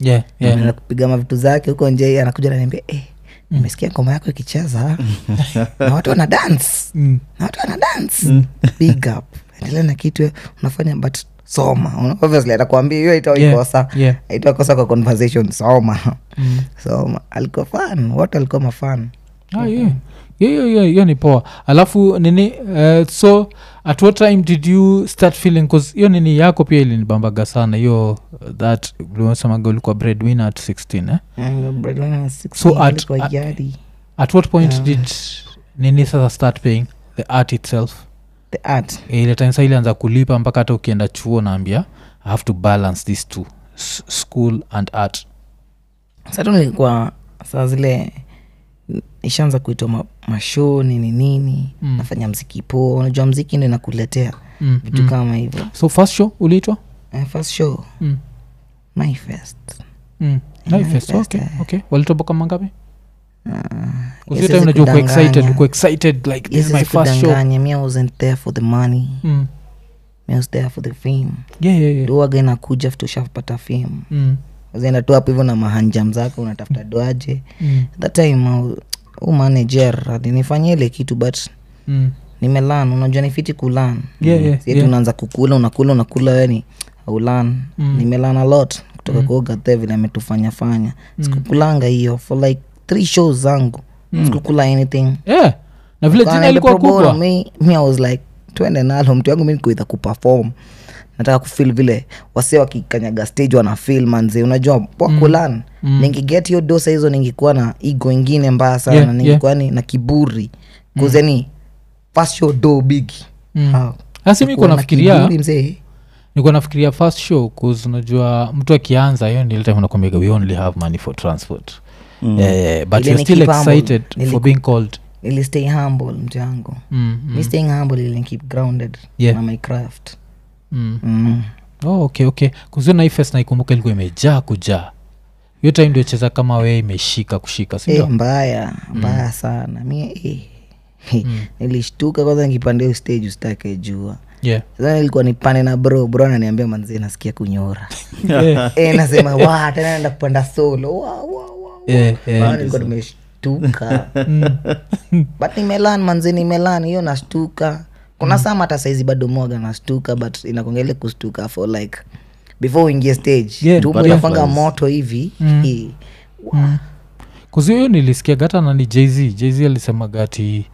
A: yeah, yeah.
C: anaenda kupiga mavitu zake huko nje anakuja naniambia eh,
A: Mm.
C: nimesikia ngoma yako ikicheza na watu wana dance
A: Mm.
C: na watu wana dance big up endelea na kitu unafanya but soma Una- obviously atakuambia hiyo
A: Yeah,
C: itaikosa
A: yeah. Mm.
C: itakosa kwa conversation soma soma alikuwa fan watu alikuwa mafan
A: Ah, yeah. Yeah, yeah, yeah, hiyo ni poa alafu nini eh, so at what time did you start feeling cause hiyo nini yako pia ilinibambaga sana hiyo uh, that uliosemaga ulikuwa breadwinner at 16 eh? So at- at-
C: jadi
A: at what point did nini sasa start paying the art itself Eh,
C: the art
A: ile time saa ilianza kulipa mpaka hata ukienda chuo naambia i have to balance these two S- school and art
C: satu nilikuwa saa zile ishaanza kuitwa ma, masho nini nini mm. nafanya mziki po unajua mziki ndo inakuletea
A: Mm,
C: vitu kama hivyo
A: so first show uliitwa
C: Eh, first show
A: mm.
C: my first
A: mm. Manifest,
C: Manifest,
A: okay,
C: eh.
A: okay. walitoboka mangapi
C: Ah, yes, yes,
A: unajua uko excited
C: kudanganya.
A: uko excited like this
C: yes,
A: is my
C: yes,
A: first show
C: kudanganya mi I wasn't there for the money
A: mm.
C: mi I was there for the fame
A: yeah, yeah, yeah.
C: duaga inakuja after ushapata fame
A: Mm.
C: uzienda tu hapo hivyo na mahanjam zako unatafuta doaje
A: Mm.
C: that time uh, u manager alinifanyia ile kitu but
A: Mm.
C: nimelan unajua ni fiti kulan
A: Yeah, yeah,
C: Sietu
A: yeah.
C: unaanza kukula unakula unakula yani aulan
A: Mm.
C: nimelan a lot kutoka mm. kuogathe vile ametufanya fanya
A: Mm.
C: sikukulanga hiyo for like three shows zangu
A: Mm.
C: sikukula anything
A: Yeah. na vile jina
C: Kana
A: ilikuwa
C: nilipobola,
A: kubwa
C: mi- mi I was like twende nalo mtu yangu mi nikuita kuperform nataka kufil vile wase wakikanyaga stage wana fil manzi unajua wakulan mm. ningiget hiyo dosa hizo ningikuwa na igo ingine mbaya sana
A: Yeah,
C: yeah, ningikuwa yeah. ni na kiburi kuzeni pasho do bigi
A: Mm.
C: Ah,
A: hasi mi
C: nikuwa na
A: nafikiria
C: kiburi mzee
A: nikuwa nafikiria first show cause unajua mtu akianza hiyo ndio ile time unakwambiaga we only have money for transport mm. yeah, yeah. but
C: Hmm. Ile
A: you're
C: ni
A: still
C: keep humble.
A: excited for
C: Niliku-
A: being called
C: ili stay humble mtu yangu
A: mm.
C: mi staying humble ili keep grounded
A: Yeah.
C: na my craft
A: Mm.
C: mm.
A: Oh, okay okay kuzio na hii fest naikumbuka ilikuwa imejaa kujaa hiyo time ndio cheza kama wee imeshika kushika
C: Eh,
A: sindio
C: mbaya
A: Mm.
C: mbaya sana mi eh, eh, nilishtuka kwanza nikipandia hiyo stage usitake jua
A: yeah.
C: sasa nilikuwa nipande na bro bro ananiambia manzi nasikia kunyora eh, nasema wa tena naenda kupanda solo wa, wa, wa.
A: Eh, eh.
C: Maana nilikuwa nimeshtuka
A: Mm.
C: but nimelan manzi nimelan hiyo nashtuka kuna
A: Mm.
C: saa hata saizi bado mwaga nashtuka but inakongele kushtuka for like before uingie stage
A: Yeah, Mm.
C: tumbo inafanga moto hivi Eh, wa,
A: kuzio hiyo nilisikia gata nani jz jz alisemaga ati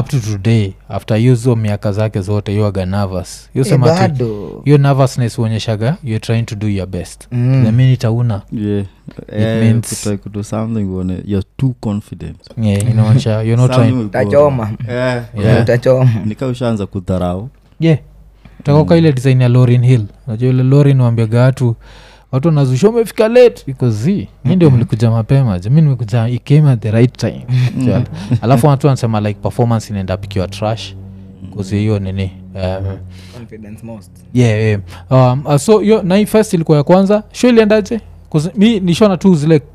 A: up to today after hiyozo miaka zake zote hiyo aga nervous hiyo
C: eh,
A: sema ati
C: bado
A: hiyo nervousness huonyeshaga you're trying to do your best mm. the minute auna
B: yeah.
A: means-
B: kutry to do something uone you're too confident
A: yeah, inaonyesha you're not
B: Something
A: trying
B: will go
C: Tachoma.
B: wrong. Eh,
A: Yeah.
C: utachoma
B: nika ushaanza kudharau
A: yeah takoka ile design ya lorin hill najua ile lorin wambiaga watu watu wanazusha umefika late because z mi ndio mlikuja mapema je mi nimekuja it came at the right time Actually. alafu watu wanasema like performance inaenda pikiwa trash kuzi hiyo nini um, yeah, yeah. Um, uh, so hiyo nai first ilikuwa ya kwanza sho iliendaje 'Cause mi nishona tu zile k-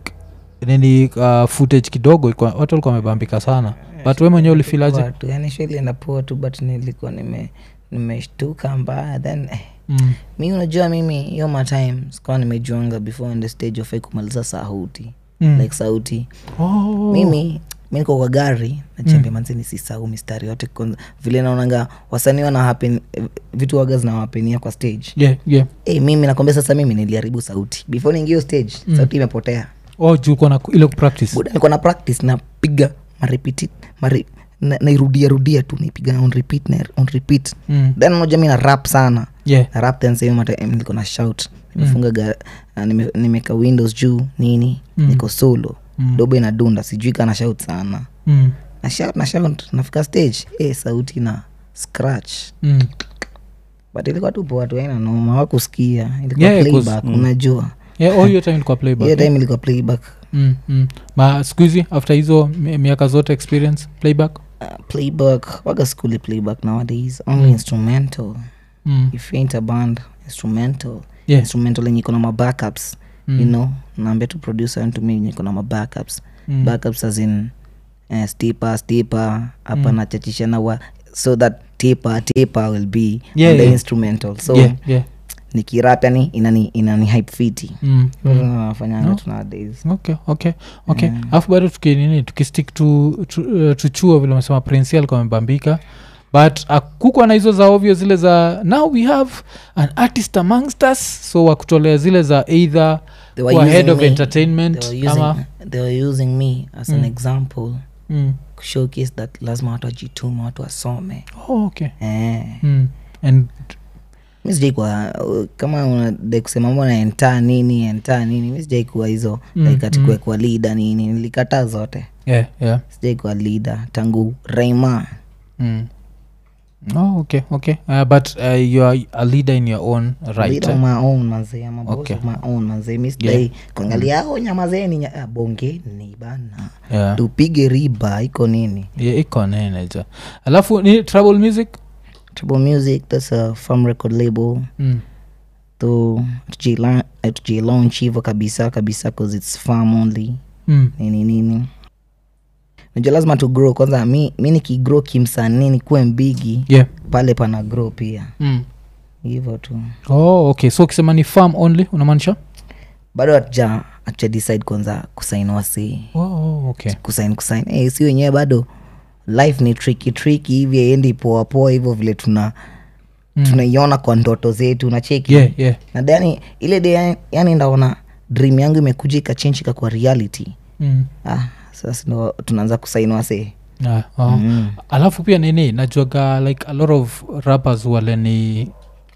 A: nini uh, footage kidogo ilikuwa- watu walikuwa wamebambika sana but we mwenyewe ulifilaje
C: watu yani sho ilienda poa tu but nilikuwa nime nimeshtuka mbaya then eh,
A: mm.
C: mi unajua mimi hiyo matime sikuwa nimejuanga before in the stage ofai kumaliza sauti
A: Mm.
C: like sauti
A: oh. Mm.
C: mimi mi niko kwa gari nachambia manzini sisau mistari yote kwanza vile naonanga wasanii wana happen vitu waga zinawapenia kwa stage
A: yeah, yeah.
C: hey, mimi nakwambia sasa mimi niliharibu sauti before niingie hiyo stage
A: Mm.
C: sauti imepotea
A: oh, juu ulikuwa na ku- ile kupractice
C: buda niko na practice napiga maripiti mari, na- nairudia rudia tu naipiga on repeat na on repeat
A: Mm.
C: then unajua mi na rap sana
A: yeah.
C: na rap then same matime niko na shout nimefunga
A: Mm.
C: ga, uh, nime, nimeka windows juu nini niko solo dobo inadunda sijui kana shout sana
A: mm.
C: na shout na shout nafika stage eh sauti na scratch
A: Mm.
C: but ilikuwa tu poa tu aina noma wakusikia ilikuwa
A: Yeah, 'cause-
C: playback unajua
A: yeah, oh, hiyo time ilikuwa playback
C: hiyo time ilikuwa playback
A: mm, mm. ma skuhizi after hizo mi- miaka zote experience playback
C: uh, playback waga skuli playback nowadays
A: Hmm.
C: only instrumental
A: mm.
C: if you ain't a band instrumental
A: Yeah. Hmm.
C: instrumental yenye iko na mabackups mm. you know naambia tu producer and to me yenye iko na mabackups
A: Hmm.
C: mm. backups as in uh, stipa stipa
A: Hmm.
C: hapa mm. nachachishana wa so that tipa tipa will be
A: Yeah,
C: on the
A: yeah.
C: instrumental so
A: yeah, yeah.
C: nikirap yani inani inani hype fiti
A: Mm.
C: nafanyanga tu nowadays
A: okay okay okay
C: Mm.
A: alafu bado tukinini tukistick tu, tu, uh, tu chuo vile amesema prince alikuwa amebambika but akukwa na hizo za ovyo zile za now we have an artist amongst us so wakutolea zile za either
C: They were
A: kuwa
C: using
A: head of
C: me.
A: entertainment
C: they were using,
A: ama Hmm.
C: they were using me as an example
A: mm.
C: showcase that lazima watu wajituma watu wasome
A: oh, okay
C: eh.
A: mm. and
C: mi sijai kuwa uh, kama unadai kusema mbona entaa nini entaa nini mi sijai kuwa hizo mm, katikue kuwa lida nini nilikataa zote
A: yeah, yeah.
C: sijai kuwa lida tangu reima
A: Mm. oh, okay okay uh, but uh, you are a leader in your own right
C: Leader
A: eh?
C: of my own manzee ama boss
A: Okay.
C: of my own manzee mi sidai kuangalia "Oh, nyamazeni nya-" ah, bongeni bana
A: yeah.
C: tupige riba iko nini
A: yeah, iko nene ja alafu ni trouble music
C: Trouble music that's a farm record label
A: mm.
C: to eh, tujilaunch hivyo kabisa kabisa cause its farm only
A: Mm.
C: nini nini najua lazima tu grow kwanza mi, mi nikigrow kimsanii nikuwe mbigi
A: yeah
C: pale pana grow pia
A: mm.
C: hivyo tu
A: oh okay so ukisema ni farm only unamaanisha
C: bado hatuja hatuja decide kwanza kusain wasii
A: oh, oh, okay
C: kusain kusain hey, Eh, si wenyewe bado life ni tricky tricky hivi aendi poapoa hivyo vile tuna
A: Mm.
C: mm. tunaiona kwa ndoto zetu nacheki
A: yeah yeah
C: na dani ile de yani ndaona dream yangu imekuja ikachenji ikakuwa reality
A: mm.
C: ah, sasa ndo tunaanza kusainwa see
A: Ah, oh. mm. alafu pia nini najuaga like a lot of rappers wale ni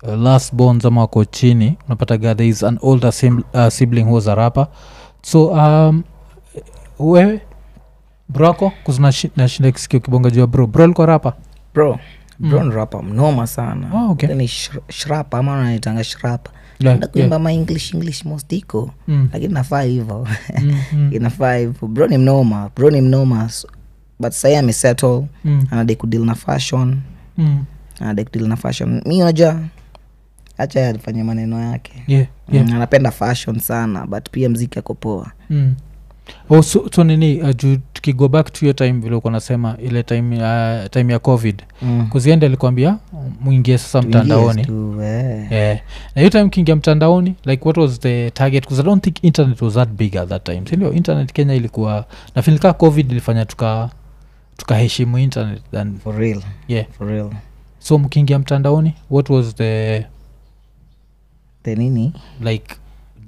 A: uh, last borns ama wako chini unapataga there is an older sim, uh, sibling who was a rapper so um, wewe brako kuzinashinda kisikia ukibonga juu ya bro bro alikuwa rapa
C: bro bron mm. rapa mnoma sana
A: Oh, okay.
C: Yule ni shr- shrapa ama wanaitanga shrapa
A: Yeah,
C: enda kuimba ma english english mostiko
A: Mm.
C: lakini nafaa hivo
A: Mm,
C: inafaa hivo bro ni mnoma bro ni mnoma s- but sahii amesettle
A: Mm.
C: anadai kudeal na fashion
A: mm.
C: anadai kudeal na fashion mi unajua hacha alifanya maneno yake
A: yeah, yeah.
C: Mm, anapenda fashion sana but pia mziki ako poa
A: Mm. Oh, so, so nini uh, juu tukigo back to hiyo time vile uko nasema ile time, uh, time ya covid
C: Mm.
A: kuziende alikwambia mwingie sasa
C: Tuingie
A: mtandaoni
C: tu, eh.
A: yeah. na hiyo time kingia mtandaoni like what was the target because i don't think internet was that big at that time sindio internet kenya ilikuwa nafilika covid ilifanya tuka tukaheshimu internet than
C: for real
A: yeah
C: for real
A: so mkiingia mtandaoni what was the
C: the nini
A: like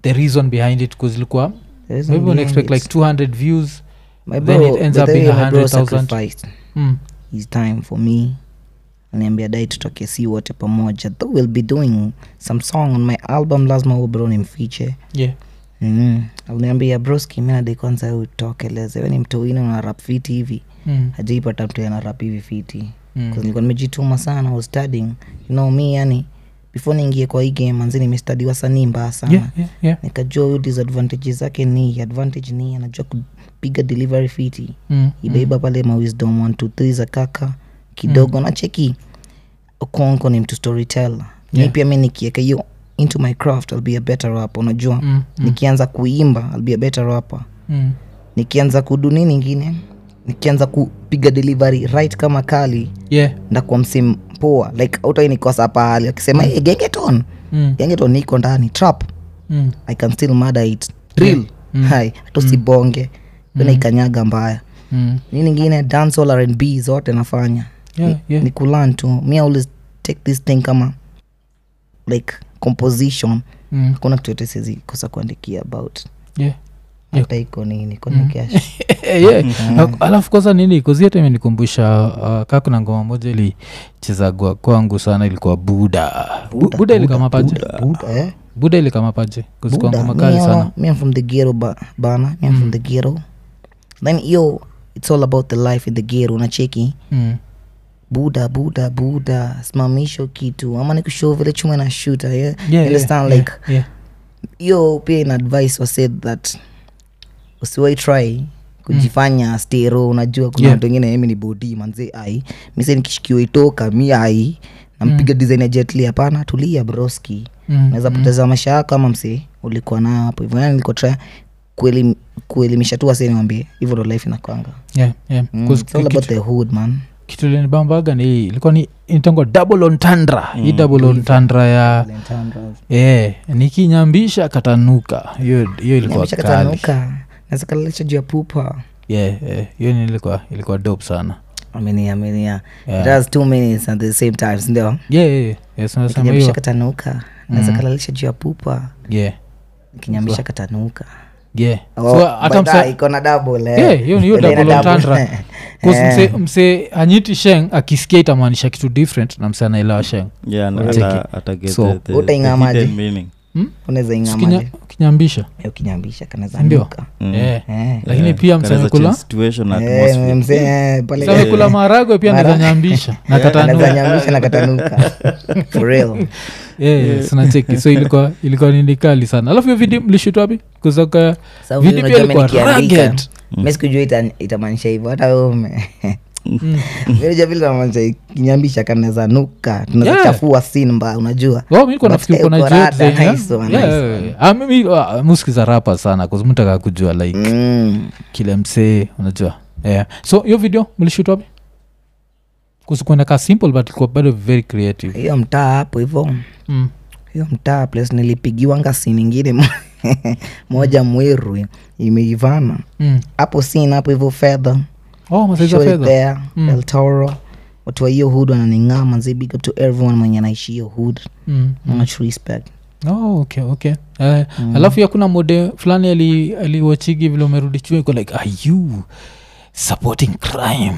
A: the reason behind it bcause ilikuwa
C: There isn't
A: maybe
C: the
A: una
C: end,
A: expect like
C: it's-
A: 200 views
C: my
A: then
C: bro-
A: it ends
C: by
A: up
C: the
A: being
C: way, my bro
A: 100,000.
C: sacrificed
A: mm.
C: his time for me niambia dai tutoke si wote pamoja though we'll be doing some song on my album lazima huo bro nimfiche
A: yeah
C: mm. aliniambia broski minadai kwanza we utoke leze we ni mtu wine una rap fiti hivi
A: mm.
C: hajaipata mtu ana rap hivi fiti
A: Mm.
C: 'Cause nilikuwa nimejituma sana I was studying you know me yani before niingie kwa hii game manzi nimestadi wasanii mbaya sana
A: yeah yeah yeah
C: nikajua huyu disadvantage zake ni advantage ni anajua kupiga delivery fiti
A: mm. Mm.
C: ibaiba pale mawisdom 123 za kaka kidogo na cheki okonko ni mtu storyteller mi
A: Yeah.
C: pia mi nikieka hiyo into my craft I'll be a better rapper unajua
A: Mm.
C: nikianza kuimba I'll be a better rapper
A: Mm.
C: nikianza kuduni ningine nikianza kupiga delivery right kama kali
A: yeah
C: ndakuwa msimu poa like autai nikosa pahali akisema hey, gengeton
A: mm.
C: gengeton niko ndani trap
A: Mm.
C: i can still murder it drill mm. hai hatusibonge mm. naikanyaga mbaya
A: Mm.
C: ni ningine dancehall rnb zote nafanya
A: yeah yeah
C: ni kulan tu mi always take this thing kama like composition
A: mm.
C: hakuna kitu yote siwezi kosa kuandikia about
A: yeah Mm.
C: hata iko nini konikeash
A: yeah.
C: Mm-hmm.
A: Al- alafu kwanza nini kuziete imenikumbusha uh, kaa kuna ngoma moja ilichezagwa kwangu sana ilikuwa buda Bu- buda ilikamapaje buda ilikamapaje kuzikuwa ngoma kali sana Mm.
C: miam from the gero ba, bana miam from the gero then hiyo it's all about the life in the gero unacheki
A: mm.
C: buda buda buda simamisho kitu ama nikushow vile chuma na shuta yeah?
A: yeah,
C: You understand
A: yeah,
C: like
A: yeah.
C: hiyo pia ina advice was said that usiwai try kujifanya mm. stero unajua kuna
A: Yeah.
C: watu wengine mimi ni bodi manze ai mise nikishikiwa itoka mi ai nampiga mm. design ya jetli hapana tulia broski
A: Mm,
C: naweza poteza maisha yako ama msee ulikuwa nao hapo hivyo yani nilikuwa try kuelim, kuelimisha tu wase niwambie hivyo ndo life inakwanga
A: yeah, yeah.
C: mm.
A: 'Cause
C: It's all about the hood man
A: kitu linibambaga ni hii ilikuwa ni intangwa double ontandra
C: Mm.
A: hii double ontandra ya yeah. nikinyambisha katanuka hiyo hiyo ilikuwa
C: Nyamisha
A: kali
C: katanuka naweza kalalisha juu ya pupa
A: yeah, yeah. hiyo ni ilikuwa ilikuwa dope sana
C: amini amini yeah.
A: Yeah.
C: it has two minutes at the same time sindio
A: yeah, yeah, yeah. Yes, nasema
C: kinyamisha
A: hiyo
C: katanuka naweza
A: Mm.
C: kalalisha juu ya pupa
A: yeah.
C: kinyamisha katanuka
A: yeah.
C: Oh,
A: so, hata
C: but,
A: msa-
C: ah, iko na double, eh.
A: Yeah, hiyo hiyo
C: Ina
A: double
C: double.
A: entendre.
C: Eh.
A: 'Cause mse- mse anyiti sheng akisikia itamaanisha kitu different na mse anaelewa sheng
B: yeah, na
A: Cheki.
B: ata- ata get
A: So,
B: the- the- the
C: utaingamaje?
B: hidden meaning.
A: Hmm?
C: unaweza ingama
A: Kinya- kinyambisha
C: ukinyambisha
A: Ndio.
C: kanazamka
A: Eh.
C: Eh.
A: lakini pia
B: Kanaweza change
A: msemekula
B: situation na
C: Eh,
B: atmosphere.
C: mzee eh, pale
A: msemekula maharagwe pia
C: Mara-
A: nizanyambisha nakatanua
C: anazanyamisha na katanuka For real.
A: sinacheki so ilikuwa ilikuwa nini kali sana alafu hiyo vidi mlishoot wapi kuzoka
C: Sasa
A: Video
C: vile
A: pia
C: unajua mimi
A: ilikuwa
C: nikiandika,
A: rugged.
C: mimi sikujua ita- itamaanisha hivyo hata wewe ume
A: Mm.
C: Mimi najua vile inamaanisha kinyambisha kanaweza nuka tunaweza
A: Yeah.
C: chafua simba unajua
A: Oh, mi nilikuwa
C: But
A: nafikiri
C: eh,
A: uko na
C: uko
A: joke
C: rada,
A: zenye-
C: nice one,
A: Yeah,
C: nice
A: yeah, yeah. Ah, mimi ah, musikiza rapa sana kuzimtaka kujua like
C: Mm.
A: kile msee unajua yeah. so hiyo video mlishoot wapi kusikwenda ka simple but ilikuwa bado very creative
C: hiyo mtaa hapo hivo
A: mm.
C: hiyo mtaa place nilipigiwanga si ingine mo- moja mwiru imeivana
A: Mm.
C: hapo sin hapo hivo fedha
A: oh masaiza
C: Show it
A: fedha
C: there,
A: Mm.
C: El Toro. watu wa hiyo hood wananing'aa manzi big up to everyone mwenye anaishi hiyo hood
A: mm.
C: much respect
A: oh, okay okay Eh,
C: Mm.
A: alafu ya kuna mode fulani ali- aliwachigi vile umerudi chuo iko like are you supporting crime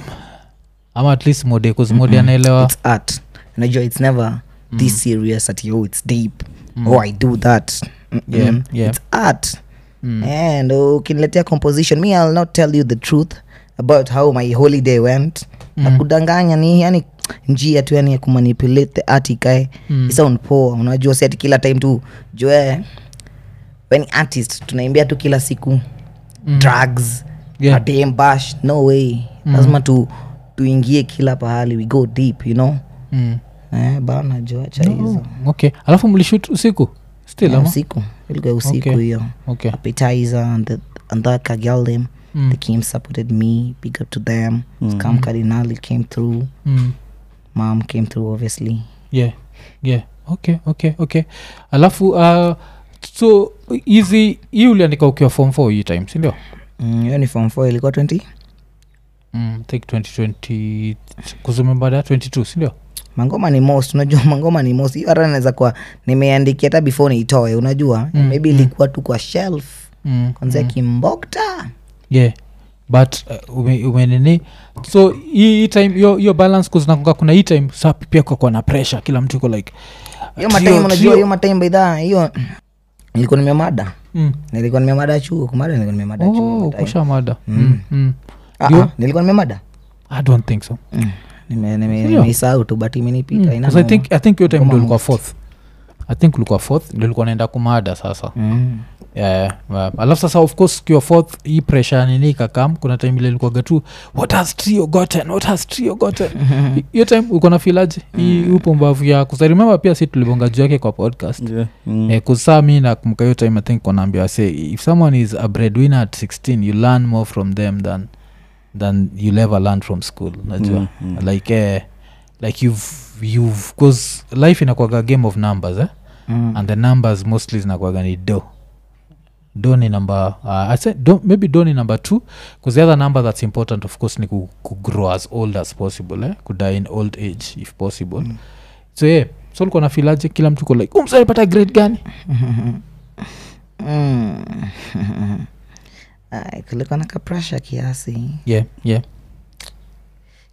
A: ama at least mode kause mode anaelewa
C: it's art unajua it's never
A: Mm.
C: this serious at yo it's deep oh i do that Mm-mm.
A: Yeah, yeah. Mm.
C: it's art and oh, ukiniletea composition me i'll not tell you the truth about how my holiday went
A: Mm.
C: na kudanganya ni yani njia tu yani ya kumanipulate the art ikae
A: Mm.
C: isound poa unajua si ati kila time tu joe when artist tunaimbia tu kila siku
A: Mm.
C: drugs
A: Yeah. Mm.
C: yeah. bash no way lazima tu tuingie kila pahali we go deep you know
A: mm.
C: eh, bana joacha hizo
A: Oh, okay alafu mlishut usiku still
C: Eh,
A: ama
C: usiku ilikuwa usiku
A: Okay.
C: hiyo
A: okay
C: appetizer and the, and that kagel them
A: Mm.
C: they came supported me big up to them scam cardinali came through
A: mm.
C: mom came through obviously
A: yeah yeah okay okay okay alafu uh, so hizi hii uliandika ukiwa form 4 hii time sindio
C: Mm, hiyo ni form 4 ilikuwa 20
A: mm, think 2020 kuzumembada 22 sindio
C: mangoma ni most unajua mangoma ni most hiyo hata naweza kuwa nimeandikia hata before niitoe unajua
A: Mm,
C: maybe ilikuwa tu kwa shelf
A: mm.
C: kwanzia kimbokta
A: yeah but uh, ume- umenini so hii hii time hiyo hiyo balance kuzinakunga kuna hii time sa pia kwakuwa na pressure kila mtu iko like trio,
C: hiyo matime
A: trio.
C: unajua hiyo matime baidhaa hiyo nilikuwa nimemada
A: mm.
C: nilikuwa nimemada chuo kumada nilikuwa nimemada
A: oh,
C: chuo
A: kusha mada mm. mm.
C: Ah,
A: ndio.
C: ah, nilikuwa nimemada
A: i don't think so
C: Mm, nime- nime-
A: Ndio.
C: nimeisahau tu but imenipita ina
A: Mm, 'Cause I think, I think hiyo time
C: Ngoma
A: ndo ulikuwa fourth i think ulikuwa fourth ndo ulikuwa naenda kumada sasa
C: Mm.
A: Yeah, yeah. alafu sasa of course ukiwa fourth hii pressure ya nini ikakam kuna time ile ilikuwaga tu what has trio gotten what has trio gotten hiyo time uko na filaji hii upumbavu ya kusarimemba pia si tulibonga juu yake kwa podcast
B: Yeah. Mm.
A: Eh, 'cause saa mi nakumbuka hiyo time i think konaambia say if someone is a breadwinner at 16 you learn more from them than than you'll ever learn from school najua
B: Mm, mm.
A: like eh, like you've you've cause life inakwaga game of numbers eh?
C: Mm.
A: and the numbers mostly zinakuwaga ni do do ni number uh, I said do, maybe do ni number two because the other number that's important of course ni ku, ku grow as old as possible eh? kudie in old age if possible mm. so yeah so ulikuwa na filaje kila mtu uko like umsalipata grade gani
C: Mm. Ay, kulikuwa na kaprasha kiasi
A: yeah yeah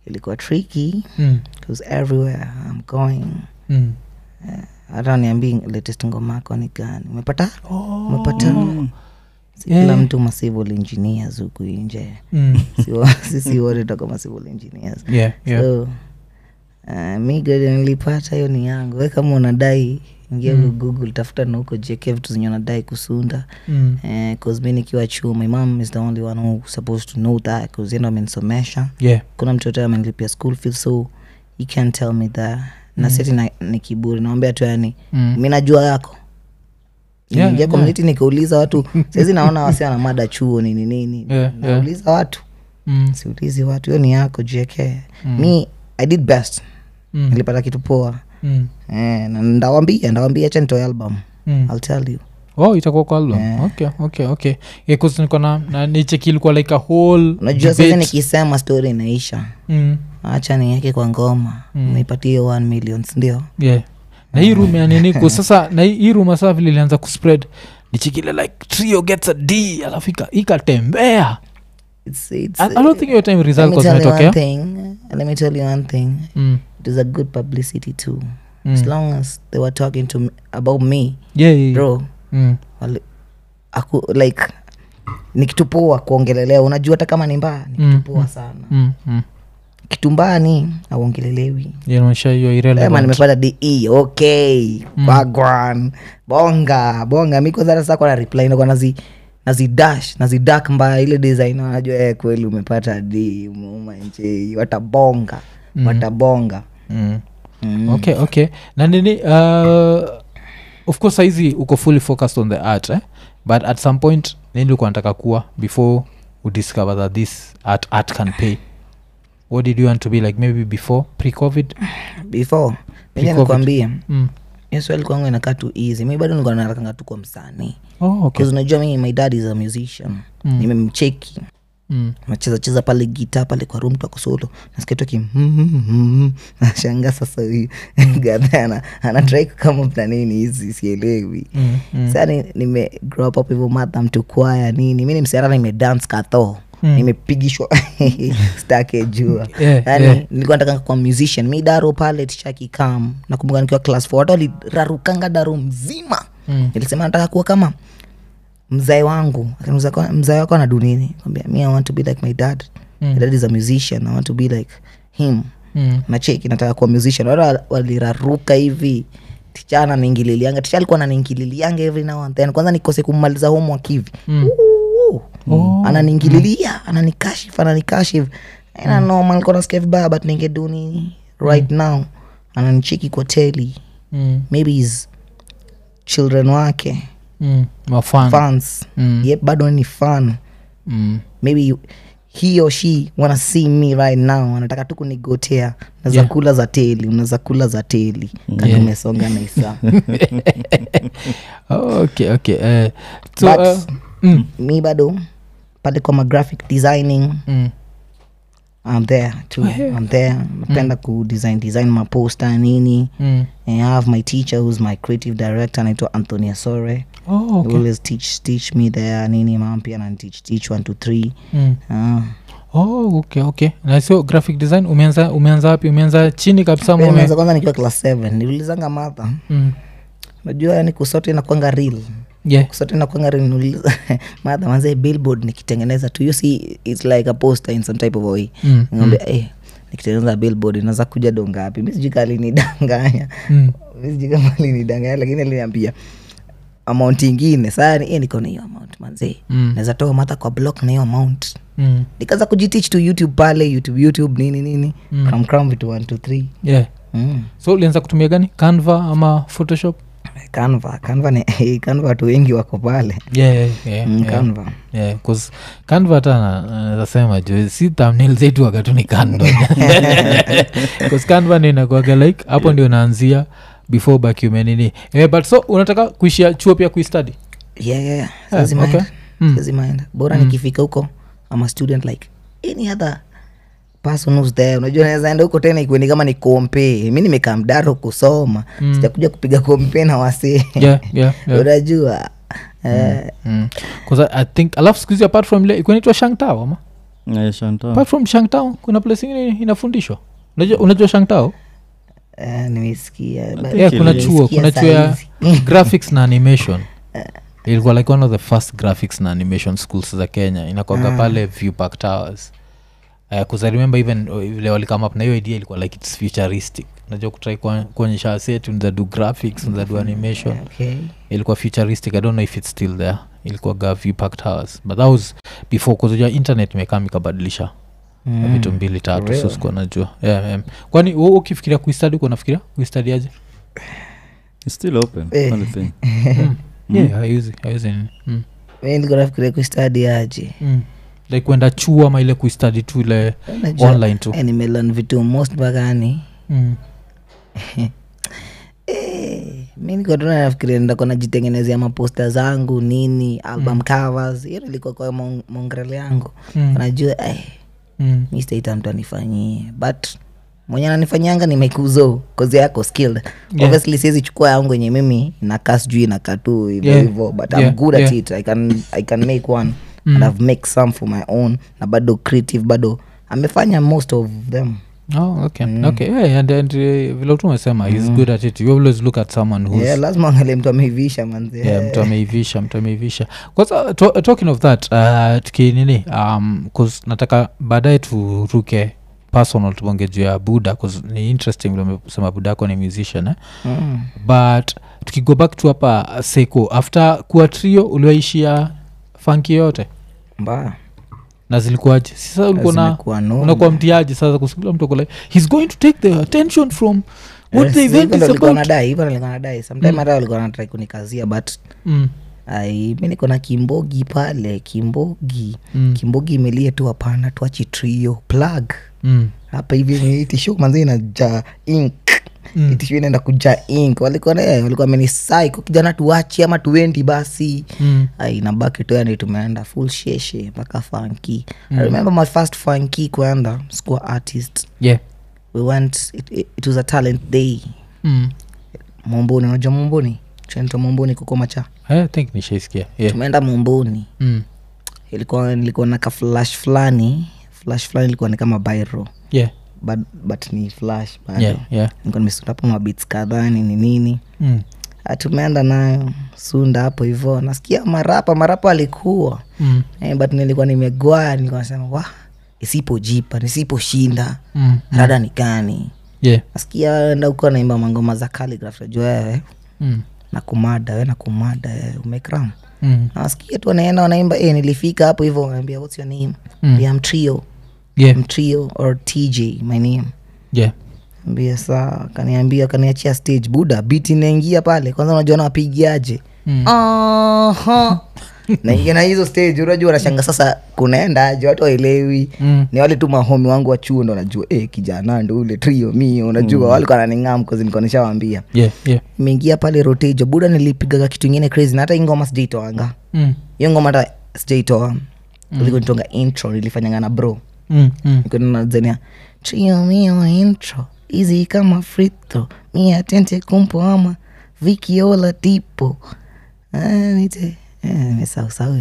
C: ilikuwa tricky
A: mm.
C: 'cause everywhere I'm going
A: Mm.
C: hata niambii latest ngoma yako ni gani umepata
A: Oh.
C: umepata si
A: Yeah.
C: kila mtu masivil engineers huku nje
A: Mm.
C: Sio- sisi wote toka masivil engineers
A: yeah yeah
C: so uh, mi grade nilipata hiyo ni yangu we kama unadai ingia google tafuta na huko jk vitu zenye unadai kusunda
A: mm.
C: Eh, 'cause mi nikiwa chuo my mom is the only one who supposed to know that 'cause yeye ndo amenisomesha
A: yeah
C: kuna mtoto amenilipia school fees so you can't tell me that na seti na- ni kiburi naombea tu yani
A: Mm.
C: mi najua yako
A: Yeah,
C: ingia
A: yeah.
C: community nikiuliza watu saizi naona wasi wana mada chuo nini nini
A: Yeah, yeah.
C: nauliza watu Hmm,
A: Mm.
C: siulizi watu hiyo ni yako jk mi i did best
A: Mm.
C: nilipata kitu poa
A: Mm.
C: eh, na ndawambia ndawambia acha nitoe album
A: Mm.
C: i'll tell you
A: oh itakuwa kwa album
C: Yeah.
A: okay okay okay yeah, 'cause niko na, na nicheki ilikuwa like a whole
C: unajua sasa
A: debate.
C: nikisema story inaisha
A: mm.
C: acha niweke kwa ngoma mm. nipatie 1 million ndio
A: yeah na hii room
C: Ah.
A: ya nini ku sasa na hii- hii room hasa vile ilianza kuspread nichikile like trio gets a d alafu ika- ikatembea
C: It's-
A: I,
C: it's-
A: i don't think your time
C: let
A: result
C: me tell you one
A: zimetokea
C: thing let me tell you one thing
A: Mm.
C: it is a good publicity too mm. as long as they were talking to me, about me
A: hmm. yeah, yeah, yeah.
C: bro
A: Mm.
C: wali- aku, like ni kitu poa kuongelelea unajua hata kama ni mbaya ni kitu
A: Mm,
C: poa sana
A: Mm, mm.
C: kitu mbaya ni auongelelewi
A: Yeah, maisha hiyo
C: Sema
A: irrelevant.
C: nimepata de okay bagwan bonga bonga mi kwanza hata sasa kwa na reply nakuwa nazi nazidash nazidak mbaya ile design wanajua eh, kweli umepata d mumanjei watabonga mm. watabonga
A: mm. okay okay na nini uh, of course saizi uko fully focused on the art eh? but at some point nini ulikuwa nataka kuwa before you discover that this art, art can pay what did you want to be like maybe before pre covid
C: before
A: Pre-covid.
C: pia nikwambie
A: mm.
C: hiyo swali kwangu inakaa tu easy mi bado nikuwa narakanga tu kwa msanii
A: oh, okay.
C: bcause unajua mimi my dad is a musician mm. nimemcheki
A: mm.
C: nachezacheza pale gita pale kwa room twako solo nasikia "Hmm, toki nashanga hmm." sasa huyu gadhana anatrai kukama na nini hizi sielewi
A: Mm,
C: saa ni- nime grow up hivyo madham tukwaya nini mi ni msichana nimedance katho nimepigishwa stake jua
A: Mm. Yeah,
C: yani
A: yeah.
C: nilikuwa nataka kwa musician mi daro pale tishakikam nakumbuka nikiwa class four watu walirarukanga daro mzima
A: Mm.
C: nilisema nataka kuwa kama mzae wangu akaniuliza, "Kwa- mzae wako ana dunini kwambia mi i want to be like my dad
A: Mm.
C: my dad is a musician i want to be like him
A: Mm.
C: na cheki nataka kuwa musician wala waliraruka hivi ticha ananiingililianga ticha alikuwa ananiingililianga every now and then kwanza nikose kummaliza homework hivi
A: Mm. Oh.
C: Uu, ananiingililia ananikashif ananikashif
A: Mm.
C: inanoma nilikuwa nasikia vibaya but ningedu nini right now ananicheki kwa teli
A: Mm.
C: maybe his children wake
A: Mm. Mafan.
C: fans
A: Mm.
C: yep bado ni fan
A: Mm.
C: maybe he or she wanna see me right now anataka tu kunigotea naza
A: Yeah.
C: kula za teli unaza kula za teli kani umesonga na isaa
A: Oh, okay okay eh, so,
C: But-
A: uh, mm.
C: mi bado pale kwa magraphic designing
A: Mm.
C: I'm there too. I'm there. Napenda ku design design maposta nini.
A: Mm.
C: And I have my teacher who's my creative director anaitwa Antonia Sore.
A: Oh,
C: Okay.
A: okay.
C: Always teach teach me there nini mama pia ananiteach teach 1 2 3.
A: Mm.
C: Ah.
A: oh okay okay na sio graphic design umeanza umeanza wapi umeanza chini kabisa ama
C: Mimi
A: ume...
C: nimeanza kwanza Yaani nikiwa class 7. Niliulizanga Martha.
A: mm.
C: Unajua yani kusote inakuanga real.
A: yeah.
C: Kusote inakuanga real niuliza Martha manze billboard nikitengeneza tu you see it's like a poster in some type of a way.
A: Mm.
C: Ngombe eh nikitengeneza billboard inaweza kuja dongapi? Mimi sijui kali nidanganya.
A: Mm.
C: sijui kama alinidanganya lakini aliniambia amount ingine saa ni- eh, niko na hiyo amount manzee
A: Mm.
C: naweza toa mata kwa block na hiyo amount
A: Mm.
C: nikaanza kujitich to youtube pale youtube youtube nini nini mm. cram cram vitu 1 2 3
A: yeah
C: mm.
A: so ulianza kutumia gani canva ama photoshop
C: canva canva ni canva watu wengi wako pale
A: yeah, yeah, yeah,
C: mm,
A: yeah.
C: canva
A: Yeah, 'cause canva hata na- naweza sema juu si thumbnail zetu wakati ni canva 'Cause canva ndio inakuwaga like hapo ndio naanzia before bakumenini yeah, Eh, but so unataka kuishia chuo pia kuistadi
C: yeah, yeah, yeah.
A: Yeah,
C: Siwezi mind.
A: Ah, okay. Mm.
C: Siwezi mind. bora nikifika huko ama student like any other person who's there unajua naweza enda huko tena ikueni kama ni kompe mi nimekaa mdaro kusoma sijakuja kupiga kompe na wasee
A: Mm. yeah, yeah, yeah.
C: unajua eh,
A: mm. 'Cause I- i think alafu sikuhizi apart from ile ilikuwa inaitwa shangtao ama
B: Eh, Shanta.
A: apart from shangtao kuna place ingine inafundishwa unajua, unajua shangtao
C: eh, nimesikia but-
A: yeah, kuna
B: Kili-
A: chuo
C: Sikia
A: kuna chuo ya
C: saizi.
A: graphics na animation ilikuwa like one of the first graphics na animation schools za kenya inakwaga pale viewpark towers kuza remember even uh, vile walikam up na hiyo idea ilikuwa like its futuristic najua kutrai kuonyesha asetu nza do graphics nza do animation
C: okay.
A: ilikuwa futuristic i don't know if it's still there ilikuwaga viewpark towers but that was before kuzajua internet imekam ikabadilisha mm. vitu mbili tatu so sikuwa najua yeah, yeah. kwani wewe ukifikiria kuistadi uko nafikiria kuistadi aje
B: It's still open.
C: Eh.
B: funny thing.
A: Mm.
C: Mm.
A: yeah, haiwezi haiwezi nini mm.
C: Mi nilikuwa nafikiria kustadi aje
A: mm. like kuenda chuo ama ile kuistadi tu ile
C: Unajua,
A: online tu
C: eh, nimelearn vitu most bagani
A: mm.
C: Eh, mi nikotuna nafikiria ndako najitengenezea maposta zangu nini album covers hiyo nilikuwa kwa mong- mongrele yangu
A: Mm.
C: unajua eh,
A: Mm.
C: mi sitaita mtu anifanyie but mwenye ananifanyianga ni maikuzo kozi yako skilled
A: Yeah.
C: obviously siwezi chukua yangu yenye mimi inakaa sijui inakaa tu hivyo
A: Yeah.
C: hivyo but
A: Yeah.
C: I'm good at
A: Yeah. Mm.
C: it I can, I can make one and I've make some for my own na bado creative bado amefanya most of them
A: oh, okay.
C: Mm.
A: okay. yeah, and, and, eh, vile tu umesema he's good at it you always look at someone who's
C: yeah, lazima angalie mtu ameivisha
A: yeah,
C: manze
A: mtu ameivisha mtu ameivisha kwanza to, talking of that uh, tukinini um, 'cause nataka baadaye turuke personal tuonge juu ya buda 'cause ni interesting vile umesema buda yako ni musician eh?
C: Mm.
A: but tukigo back to hapa seiko after kuwa trio uliwaishia fanki yote
C: mbaya
A: na zilikuwaje Si sasa ulikuwa na
C: Zimekuwa noma.
A: unakuwa mtiaji sasa kusikila mtu akula he's going to take the attention from what
C: Yes,
A: the
C: hivyo
A: event
C: ndo
A: is
C: walikuwa
A: about
C: wanadai, hivyo ndo walikuwa wanadai. Sometime hata walikuwa wanatry kunikazia but
A: mm.
C: ai mi niko na kimbogi pale kimbogi
A: Mm.
C: kimbogi imelie tu hapana tuachi trio plug
A: Mm.
C: hapa hivi ni tishu manzi inajaa ink
A: Mm.
C: tishu inaenda kujaa ink walikuwa na- eh, walikuwa wamenisaiko kijana tuachi ama tuendi basi
A: Mm.
C: inabaki tu yani tumeenda full sheshe mpaka funky
A: Mm.
C: i remember my first funky kwenda sikuwa artist
A: yeah
C: we went it, it, it was a talent day
A: mm.
C: momboni unajua momboni tunaita momboni kuko macha
A: I think eh, nishaisikia yeah.
C: tumeenda momboni
A: mm.
C: ilikuwa nilikuwa na kaflash fulani flash fulani ilikuwa ni kama bairo
A: yeah.
C: but, but ni flash bado
A: yeah. yeah.
C: nilikuwa nimesunda hapo mabits kadhaa nini nini
A: mm.
C: Ah, tumeenda nayo sunda hapo hivo nasikia marapa marapa alikuwa
A: mm.
C: eh, but nilikuwa nimegwaa nilikuwa nasema wa isipojipa nisiposhinda
A: mm.
C: rada ni gani
A: yeah.
C: nasikia enda huko naimba mangoma za calligraph najua wewe
A: mm.
C: na kumada we na kumada wewe, umekram
A: mm.
C: nawasikia tu wanaenda wanaimba eh, nilifika hapo hivo wanaambia what's your name
A: Mm.
C: yeah, I'm trio
A: yeah.
C: I'm trio or tj my name
A: yeah.
C: ambia saa kaniambia kaniachia stage buda biti naingia pale kwanza unajua nawapigiaje
A: Mm.
C: Aha. naingia na hizo stage unajua wanashanga sasa kunaendaje watu waelewi
A: Mm.
C: ni wale tu mahomi wangu wa chuo ndo najua eh kijana ndo ule trio mio unajua mm. walikuwa naning'aa mkozi nilikuwa nishawambia
A: yeah. yeah.
C: imeingia pale rotejo buda nilipigaga kitu ingine crazy na hata hii ngoma sijaitoanga
A: mm.
C: hiyo ngoma hata sijaitoa ilikuwa nitonga intro nilifanyanga na bro
A: mm. mm.
C: nikanazania trio mio intro hizi kama frito mi atente kumpo ama vikiola tipo Ah, nite nisausau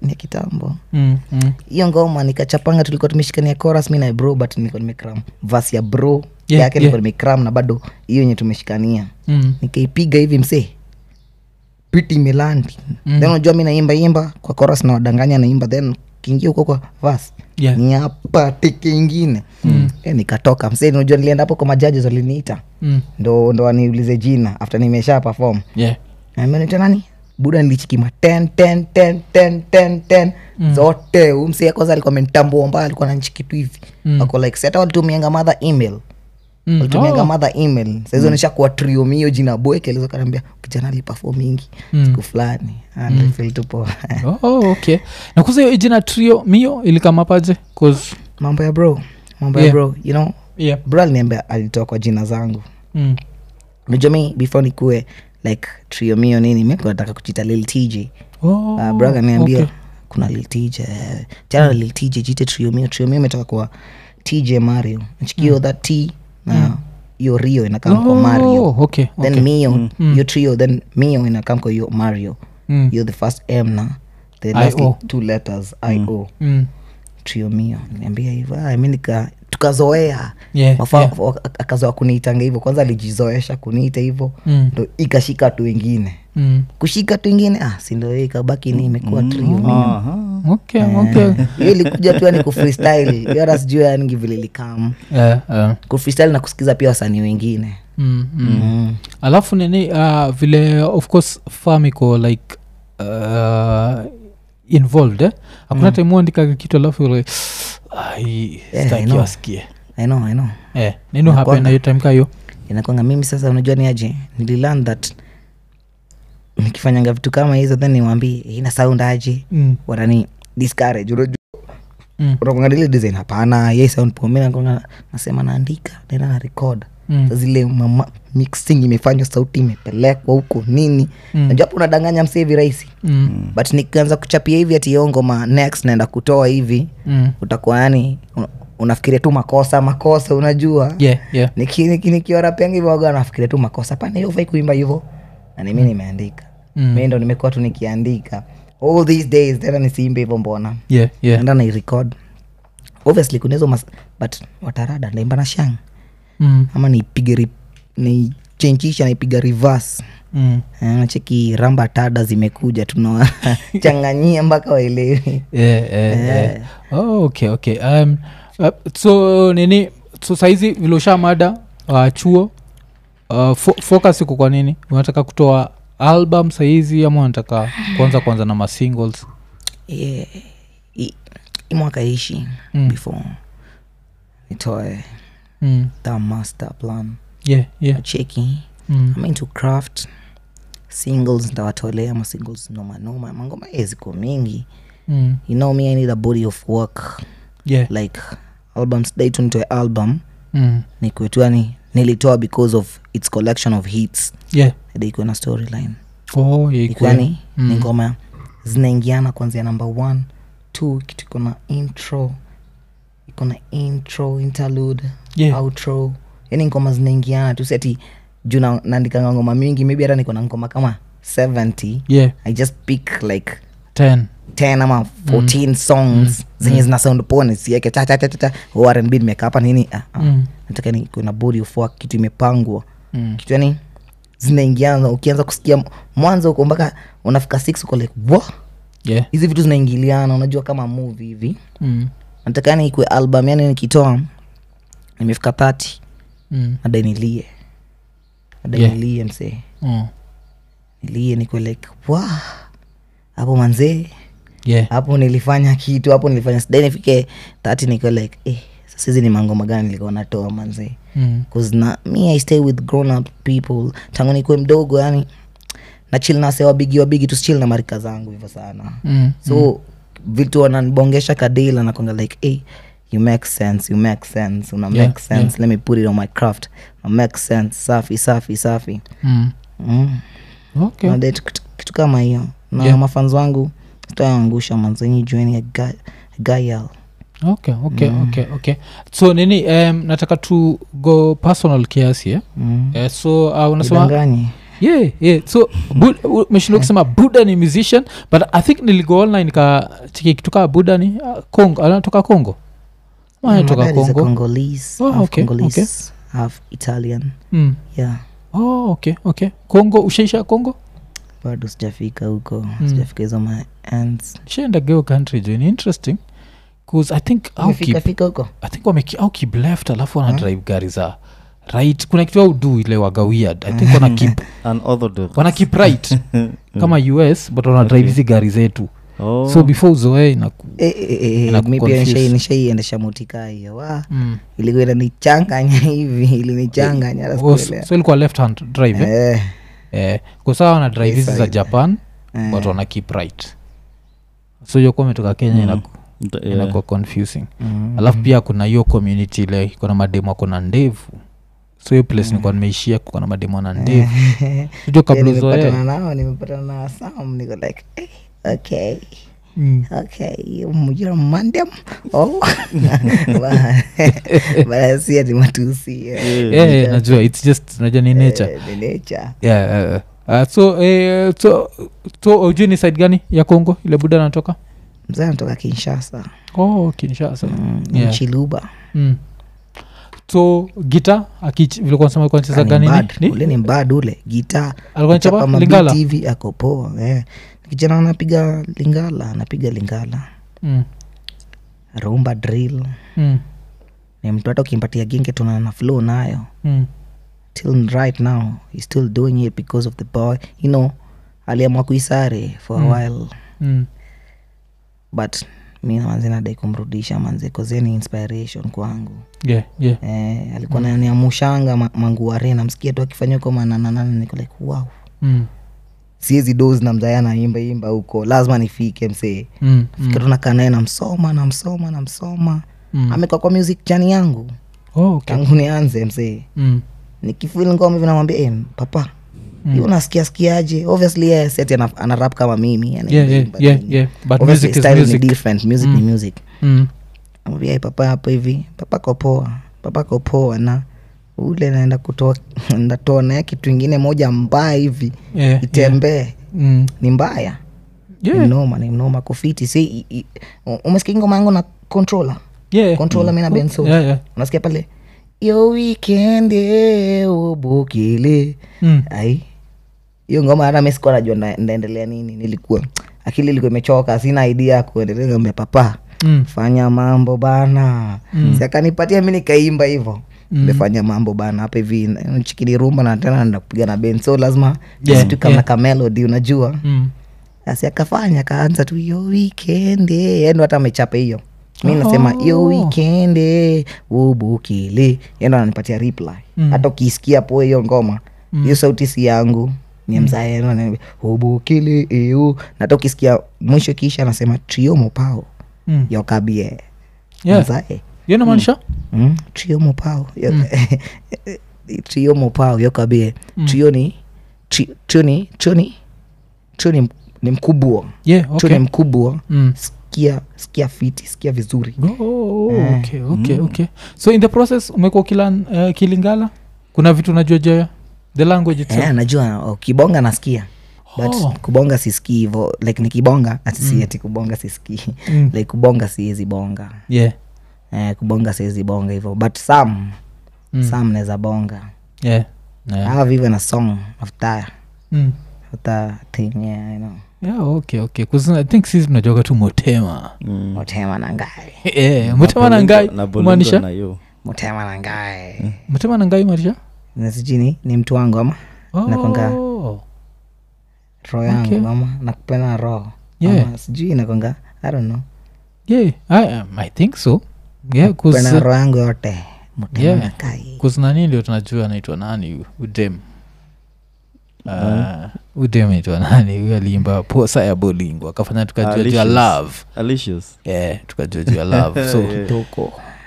C: ni kitambo
A: mm. mm.
C: hiyo ngoma nikachapanga tulikuwa tumeshikania chorus mi na bro but nilikuwa nimekram vas ya bro
A: Yeah,
C: yake nilikuwa nimekram na bado hiyo yenye tumeshikania
A: mm.
C: nikaipiga hivi msee piti imelandi mm. then unajua mi naimba imba kwa chorus na wadanganya naimba then kiingia huko kwa vas
A: Yeah.
C: ni hapa teke ingine mm. e, nikatoka msee unajua nilienda hapo kwa majaji waliniita
A: mm.
C: ndo ndo waniulize jina after nimesha perform
A: yeah.
C: amenita nani buda nilichikima ten, ten, ten, ten, ten, ten. zote Huyu msee kwanza alikuwa amenitambua mbaya alikuwa nanchikitu hivi
A: Mm.
C: ako like si hata walitumianga madha email
A: Mm.
C: walitumianga madha email saizi onyesha kuwa triomio jina bweke lizo kanaambia kijana alipafo mingi
A: Mm.
C: siku fulani Ah, nilifeel tu poa
A: Oh, oh, okay na kwanza hiyo jina trio mio ilikamapaje 'Cause-
C: mambo ya bro mambo ya
A: Yeah.
C: bro you know
A: yeah.
C: bro aliniambia alitoa kwa jina zangu
A: mm.
C: unajua mi before nikue like triomio nini mi nataka kuchita lil tj
A: oh,
C: uh, bro akaniambia
A: okay.
C: kuna liltije jana mm. liltije jite triomio triomio imetoka kwa tj mario nchikio mm. that t na hiyo rio inakam kwa mario
A: Mm. Oh, okay,
C: then
A: okay.
C: mio hiyo trio then mio inakam kwa hiyo mario
A: Mm.
C: hiyo the first m na the
A: I
C: last
A: O.
C: two letters io
A: Mm.
C: trio mio niambia hivyo ah, mi nika tukazoea
A: Yeah,
C: Mafa-
A: yeah.
C: wa- akazoa kuniitanga hivyo kwanza alijizoesha kuniita hivyo
A: Mm.
C: ndo ikashika watu wengine
A: Mm.
C: kushika tu ingine ah, sindo ikabaki ni imekuwa trio mio Eh.
B: Aha.
A: okay Mm. okay
C: hiyo ilikuja tu yani kufreestyle Hiyo hata sijui yani vile ilikam
A: Eh, eh.
C: kufreestyle na kusikiza pia wasanii wengine
A: Mm, mm.
C: mm.
A: alafu nini uh, vile of course famiko like uh, involved eh? hakuna mm. timuandika kitu alafu like, "Ai,
C: Yeah, I
A: sitaki
C: know.
A: wasikie
C: I know, I know.
A: eh, nini happen na hiyo time kayo
C: inakwanga mimi sasa unajua ni aje nililan that nikifanyanga vitu kama hizo then niwambie ina sound aje
A: mm.
C: wanani discourage unajua
A: mm.
C: unakwanga nile design hapana ye sound poa. Mimi nakwanga nasema naandika naenda na record
A: Mm.
C: Sasa zile mama mixing imefanywa sauti imepelekwa huko nini
A: Mm.
C: najua hapo unadanganya msevi rahisi
A: Mm.
C: but nikianza kuchapia hivi ati hiyo ngoma next naenda kutoa hivi
A: Mm.
C: utakuwa yani un, unafikiria tu makosa makosa unajua
A: yeah, yeah.
C: Niki- niki- nikiwarapianga hivyo waga nafikiria tu makosa pana hiyo ufai kuimba hivyo na nimi nimeandika
A: Mm.
C: mi ndo nimekuwa tu nikiandika all these days tena nisiimbe hivyo mbona
A: yeah, yeah.
C: enda nairekod obviously kuna hizo mas- but watarada ndaimba na shang
A: mm,
C: ama niipige ri- naichenchisha naipiga reverse
A: mm.
C: Eh, nacheki ramba tada zimekuja tunawachanganyia mpaka waelewe
A: Eh, eh, eh. Oh, okay okay um, uh, so nini so saizi vilosha mada uh, chuo uh, fo- focus iko kwa nini unataka kutoa album saizi ama unataka kwanza kwanza na masingles
C: yeah. i, i mwaka ishi
A: Mm.
C: before nitoe
A: mm.
C: the master plan
A: yeah, yeah.
C: cheki
A: Mm.
C: I'm into craft singles ntawatolea ma singles nomanoma mangoma eh, ziko mingi
A: Mm.
C: you know me i need a body of work
A: Yeah.
C: like albums dai tu nitoe album
A: Mm.
C: nikuetwani nilitoa because of its collection of hits
A: Yeah.
C: daikiwe na storyline
A: Oh, yeah,
C: ikiwani
A: Mm.
C: Yaani, ni ngoma zinaingiana kuanzia number one two kitu iko na intro iko na intro interlude
A: Yeah.
C: outro yani ngoma zinaingiana tu siati juu na- naandikanga ngoma mingi maybe hata niko na ngoma kama 70
A: Yeah.
C: i just pick like
A: Ten.
C: 10 ama 14
A: Mm.
C: songs zenye zina sound pone sieke chachachacha rnb nimekaa hapa nini ah, ah.
A: Mm.
C: nataka ni kuna body of work kitu imepangwa
A: Mm.
C: kitu yani zinaingiana ukianza kusikia m- mwanzo uko mpaka unafika six uko like wa
A: Yeah.
C: hizi vitu zinaingiliana unajua kama movie hivi
A: Mm.
C: nataka yani ikwe album yani nikitoa nimefika 30
A: Mm.
C: adainilie
A: Yeah.
C: adainilie yeah. msee
A: Oh.
C: nilie nikwe like wa hapo manzee
A: Yeah.
C: hapo nilifanya kitu hapo nilifanya sidai nifike 30 nikwe like eh, sasa hizi ni mangoma gani nilikuwa natoa manzee
A: Mm.
C: Cause na mi i stay with grown up people tangu nikuwe mdogo yani nachil nase wabigi wabigi tusichil na marika zangu hivyo sana
A: Mm.
C: so vitu wananibongesha kadila nakwanga like hey, you make sense you make sense una
A: Yeah,
C: make sense let me put it on my craft na make sense safi safi safi
A: Mm.
C: mm.
A: Okay.
C: Na that kitu- kitu kama hiyo na
A: Yeah.
C: mafans wangu sitaangusha manzenyi jueni agayal
A: okay okay
C: Mm.
A: okay okay so nini um, nataka tu go personal kiasi eh?
C: mm.
A: Eh, so uh, unasema
C: Idanganye.
A: yeah, yeah. so
C: Mm.
A: Bu- u- umeshinda kusema buda ni musician but i think niligo online nikachiki kitu kaa buda ni uh, congo anatoka congo Ma
C: My
A: anatoka
C: dad is a
A: congo
C: Mm, Congolese,
A: Oh,
C: half
A: okay,
C: Congolese,
A: okay.
C: half Italian.
A: mm.
C: Yeah,
A: oh, okay okay congo ushaisha congo
C: bado sijafika huko,
A: Mm.
C: sijafika hizo my ends.
A: shaendageo country jo ni interesting bcause i think au
C: Umefika-
A: keep,
C: fika Mm. huko?
A: i think wameki au keep left alafu wana drive gari za right kuna kitu au do ile waga weird i think wana keep
B: An orthodox.
A: wana keep right kama us but wana drive hizi gari zetu
B: Mm. Oh.
A: so before uzoee inaku
C: Eh, eh, eh, eh,
A: Inaku-
C: mi pia
A: confuse.
C: nishai- nishaiendesha motika hiyo Wa,
A: mm.
C: ilikuwa inanichanganya hivi ilinichanganya hata
A: Oh,
C: sikuelewa.
A: so ilikuwa left hand drive eh?
C: Eh,
A: eh, kwa saa wana drive hizi za japan
C: eh.
A: but uh, wana keep right so yokuwa umetoka kenya inaku
B: Nta- Mm. yeah.
A: inakuwa confusing
C: Mm.
A: alafu pia kuna hiyo community ile iko na mademo ako na ndevu so hiyo place
B: Mm.
A: nikuwa nimeishia kuko na mademo na ndevu sijua
C: Pia
A: kabla uzoee
C: Yaani nimepatana nao nimepatana na sam niko like eh, okay
A: Mm.
C: okay you- you're mandem oh barasi ati matusi eh,
A: Eh, eh, najua its just najua ni nature
C: eh, ni nature
A: yeah, eh, eh. Ah, so eh, so so ujui ni side gani ya congo ile buda anatoka
C: mzee anatoka kinshasa
A: oh kinshasa
C: mm,
A: Yeah.
C: mchiluba
A: mm. so gita vilikuwa nasema alikuwa anacheza
C: Ah,
A: gani
C: ni
A: ni-
C: mbad.
A: ni-
C: ule ni mbad ule gitaa
A: Alikuwa anachapa
C: Kuchapa
A: Lingala?
C: mabiti hivi ako poa eh. kijana anapiga lingala anapiga lingala
A: Mm,
C: rumba drill
A: mm,
C: ni mtu hata ukimpatia ginge tunana flow nayo
A: mm.
C: till right now he's still doing it because of the boy you know aliamua kuisare for a while
A: Mm.
C: but mi manzi nadai kumrudisha manzi kozeni inspiration kwangu
A: Yeah, yeah.
C: eh, alikuwa mm. naniamushanga ma, manguare namsikia tu akifanya huko manananana niko like wow
A: Mm,
C: siezi dos na mzaya naimba imba huko lazima nifike msee
A: mm,
C: fika tu nakaa naye namsoma namsoma namsoma
A: mm.
C: amekuwa kwa music chani yangu
A: Oh, okay.
C: tangu nianze msee
A: Mm,
C: nikifil ngoma hivi namwambia "Eh, papa mm. unasikia sikiaje obviously yeye seti ana, ana rap kama mimi anaimba
A: yeah, yeah,
C: imba
A: yeah,
C: nini.
A: yeah. But
C: Obviously
A: music is
C: style
A: music.
C: ni different music ni music
A: Mm,
C: ambia papa hapo hivi papa kopoa papa kopoa na ule naenda kutoa ndatoa naye kitu ingine moja mbaya hivi
A: yeah, Eh, yeah.
C: itembee
A: Mm,
C: ni mbaya
A: yeah.
C: ni noma ni noma kufiti si i- i- u- umesikia ngoma yangu na controller
A: yeah. Oh,
C: controller mina benso
A: yeah, yeah.
C: unasikia pale yo wikende obokele
A: Mm.
C: ai hiyo ngoma hata mi sikuwa najua nda- ndaendelea nini nilikuwa akili ilikuwa imechoka sina idea ya kuendelea ngambia papa
A: Mm.
C: fanya mambo bana mm. akanipatia mi nikaimba hivo mefanya mambo bana hapa hivi chikini rumba na tena nakupiga na ben so lazima
A: Yeah,
C: yeah, yeah. na kamelody unajua
A: Mm.
C: asi akafanya akaanza tu yo eh." wikende yendo hata amechapa hiyo mi nasema yo wikende ubukile yendo ananipatia reply
A: Mm.
C: hata ukiisikia po hiyo ngoma hiyo sauti si yangu ni mzaeno ubukile eu na hata ukisikia mwisho kisha anasema triomo pao
A: Mm.
C: yokabie
A: Yeah. Hmm?
C: mzae
A: Hiyo inamaanisha
C: mm? trio mopao mm.
A: Hmm.
C: trio mopao yokabie mm. trio ni tri- trio ni trio ni trio ni m- ni mkubwa
A: yeah,
C: okay. trio
A: okay.
C: ni mkubwa
A: mm.
C: sikia sikia fiti sikia vizuri
A: Oh, okay, okay, okay. so in the process umekuwa ukilan- eh, kilingala kuna vitu unajua jaya the language itself.
C: Eh, najua oh, kibonga nasikia but
A: Oh. Hmm.
C: kubonga sisikii hivo like nikibonga asisieti kubonga sisikii
A: Mm.
C: like kubonga siwezi bonga
A: yeah.
C: eh, kubonga siwezi bonga hivo but sam mm. sam naweza bonga
A: Yeah. Hmm. Yeah.
C: yeah. vive na song after
A: Mm.
C: after thing yeah, you know.
A: Yeah, okay, okay. 'Cause I think sisi tunajoga tu motema
C: mutema na ngae
A: Eh, motema Mm. na ngai maanisha
C: mutema na ngae
A: motema na ngai maanisha
C: nasijini ni mtu wangu ama Nakwanga.
A: Oh.
C: roho yangu ama nakupenda na roho
A: Yeah.
C: Ama sijui nakwanga I don't know
A: Yeah, I, um, I think so yeah, 'cause,
C: kupenda na roho yangu yote mutema
A: Yeah.
C: na ngai
A: 'cause nani ndio tunajua anaitwa nani u- udem Ah, udem anaitwa nani huyu aliimba posa ya bolingo akafanya tukajua juu ya
B: Alicious.
A: love yeah, tukajua juu ya love so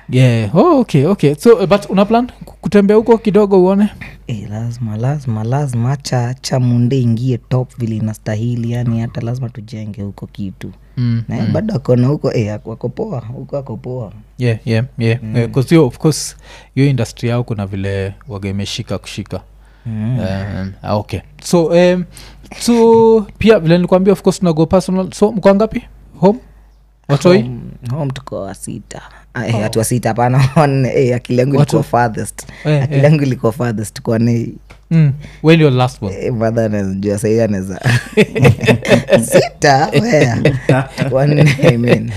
A: yeah. oh, okay, okay. so uh, but una plan ku- kutembea huko kidogo uone
C: Eh, lazima lazima lazima acha acha munde ingie top vile inastahili yani hata lazima tujenge huko kitu
A: mm.
C: na mm. bado akona huko eh, ako- ako poa huko ako poa
A: yeah, yeah, yeah.
C: Mm.
A: Eh, 'cause hiyo, of course hiyo industry yao kuna vile waga imeshika kushika
C: mm.
A: Um, ah, okay so um, so pia vile nikuambia of course tunago personal so mko ngapi home watoi
C: Home- home tuko wasita Ah, eh, hatu wasita hapana one, eh, akili yangu ilikuwa farthest
A: Eh,
C: akili yangu ilikuwa farthest tukuwa ni
A: mm. when your last one
C: eh, madha anajua sahii anaeza sita wea. One, I mean,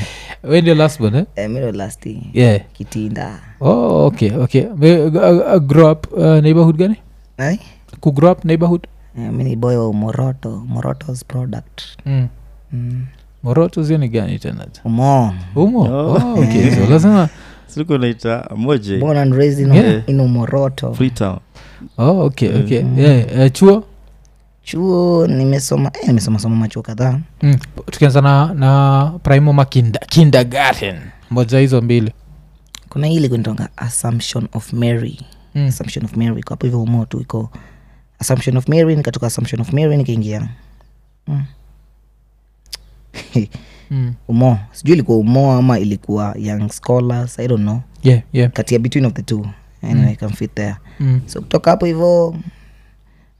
A: when your last one eh?
C: eh, middle last thing,
A: yeah
C: kitinda
A: oh okay okay Me- uh, uh, grow up uh, neighborhood gani
C: Ai?
A: ku grow up neighborhood
C: Eh, mi ni boy wa moroto morotos product
A: mm. moroto zio ni gani tena
C: umo
A: humo
B: Oh.
A: oh, okay so lazima
B: sikunaita moje
C: born and raised in,
B: Yeah.
C: in umoroto
B: freetown
A: oh okay okay
C: Mm.
A: yeah eh, chuo
C: chuo nimesoma eh, nimesoma soma machuo kadhaa
A: mm. tukianza na na primoma kinda, kindergarten moja hizo mbili
C: kuna hii ilikuitonga assumption of mary
A: Mm.
C: assumption of mary kwa hapo hivyo umo tu iko assumption of mary nikatoka assumption of mary nikaingia mm.
A: mm.
C: umo sijui ilikuwa umo ama ilikuwa young scholars i don't know
A: yeah yeah
C: kati ya between of the two anyway mm. can fit there
A: mm.
C: so kutoka hapo hivyo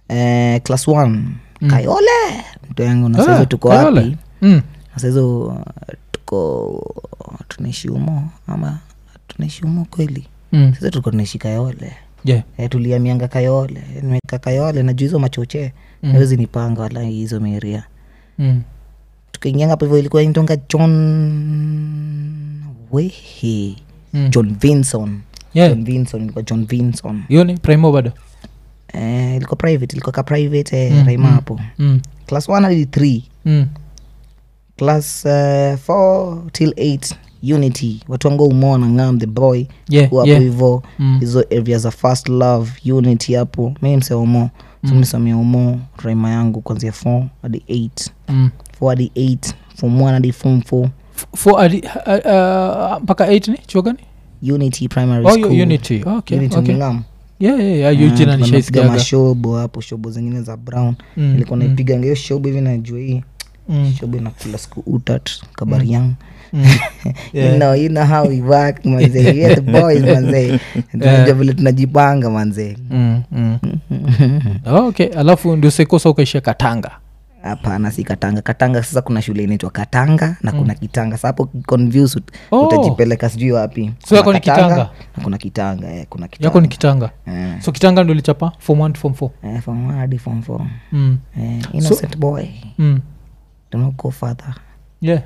C: eh, class one mm. kayole mtu yangu na sahizo
A: Ah,
C: tuko
A: Kayole.
C: wapi
A: Mm.
C: na sahizo uh, tuko tunaishi umo ama tunaishi umo kweli
A: Mm.
C: sasa tulikuwa tunaishi kayole
A: Yeah.
C: e, tuliamianga kayole nimeka kayole najuu hizo machoche mm. nawezi nipanga wala hizo meria
A: Mm.
C: tukaingianga hapo hivyo ilikuwa intonga john wehe
A: Mm.
C: john vinson
A: Yeah.
C: john vinson ilikuwa john vinson
A: hiyo ni primo bado
C: eh, ilikuwa private ilikuwa ka private eh, mm, raima hapo
A: mm.
C: class 1 hadi 3
A: Mm.
C: class uh, 4 till 8 unity watu wangu umo na ngam the boy
A: Yeah,
C: Kwa hapo
A: yeah.
C: hivo
A: Mm.
C: hizo area za first love unity hapo mi mse umo
A: Mm.
C: so misomia umo raima yangu kwanzia 4 hadi 8
A: Mm.
C: 4 hadi 8 form 1 hadi form 4
A: F- four hadi- uh, uh, mpaka 8 ni chuo gani
C: unity primary
A: oh,
C: school
A: yo- unity Oh, okay,
C: unity Mm.
A: okay. Ah,
C: ngam
A: Yeah, yeah, yeah, Eugene
C: napiga
A: alishaisikiaga.
C: mashobo hapo shobo zingine za brown
A: Mm,
C: ilikuwa naipiganga hiyo shobo hivi najua hii
A: Mm.
C: shobe nakula siku utat kabariang
A: Mm. Yeah.
C: you know, you know how we work manze we are the boys manze tunajua vile tunajipanga manze
A: Ah, Mm, mm. Oh, okay alafu ndio usekosa ukaishia katanga
C: hapana si katanga katanga sasa kuna shule inaitwa katanga na kuna kitanga Sasa hapo confuse ut-
A: Mm. Oh.
C: utajipeleka sijui wapi
A: So yako
C: Kuna
A: ni Kitanga?
C: na kuna kitanga eh, kuna
A: yako
C: kitanga
A: ni kitanga
C: Eh,
A: so kitanga ndo lichapa form one to form four
C: eh, form one hadi form four.
A: mm.
C: Eh, innocent boy
A: Mm.
C: do not go further
A: yeah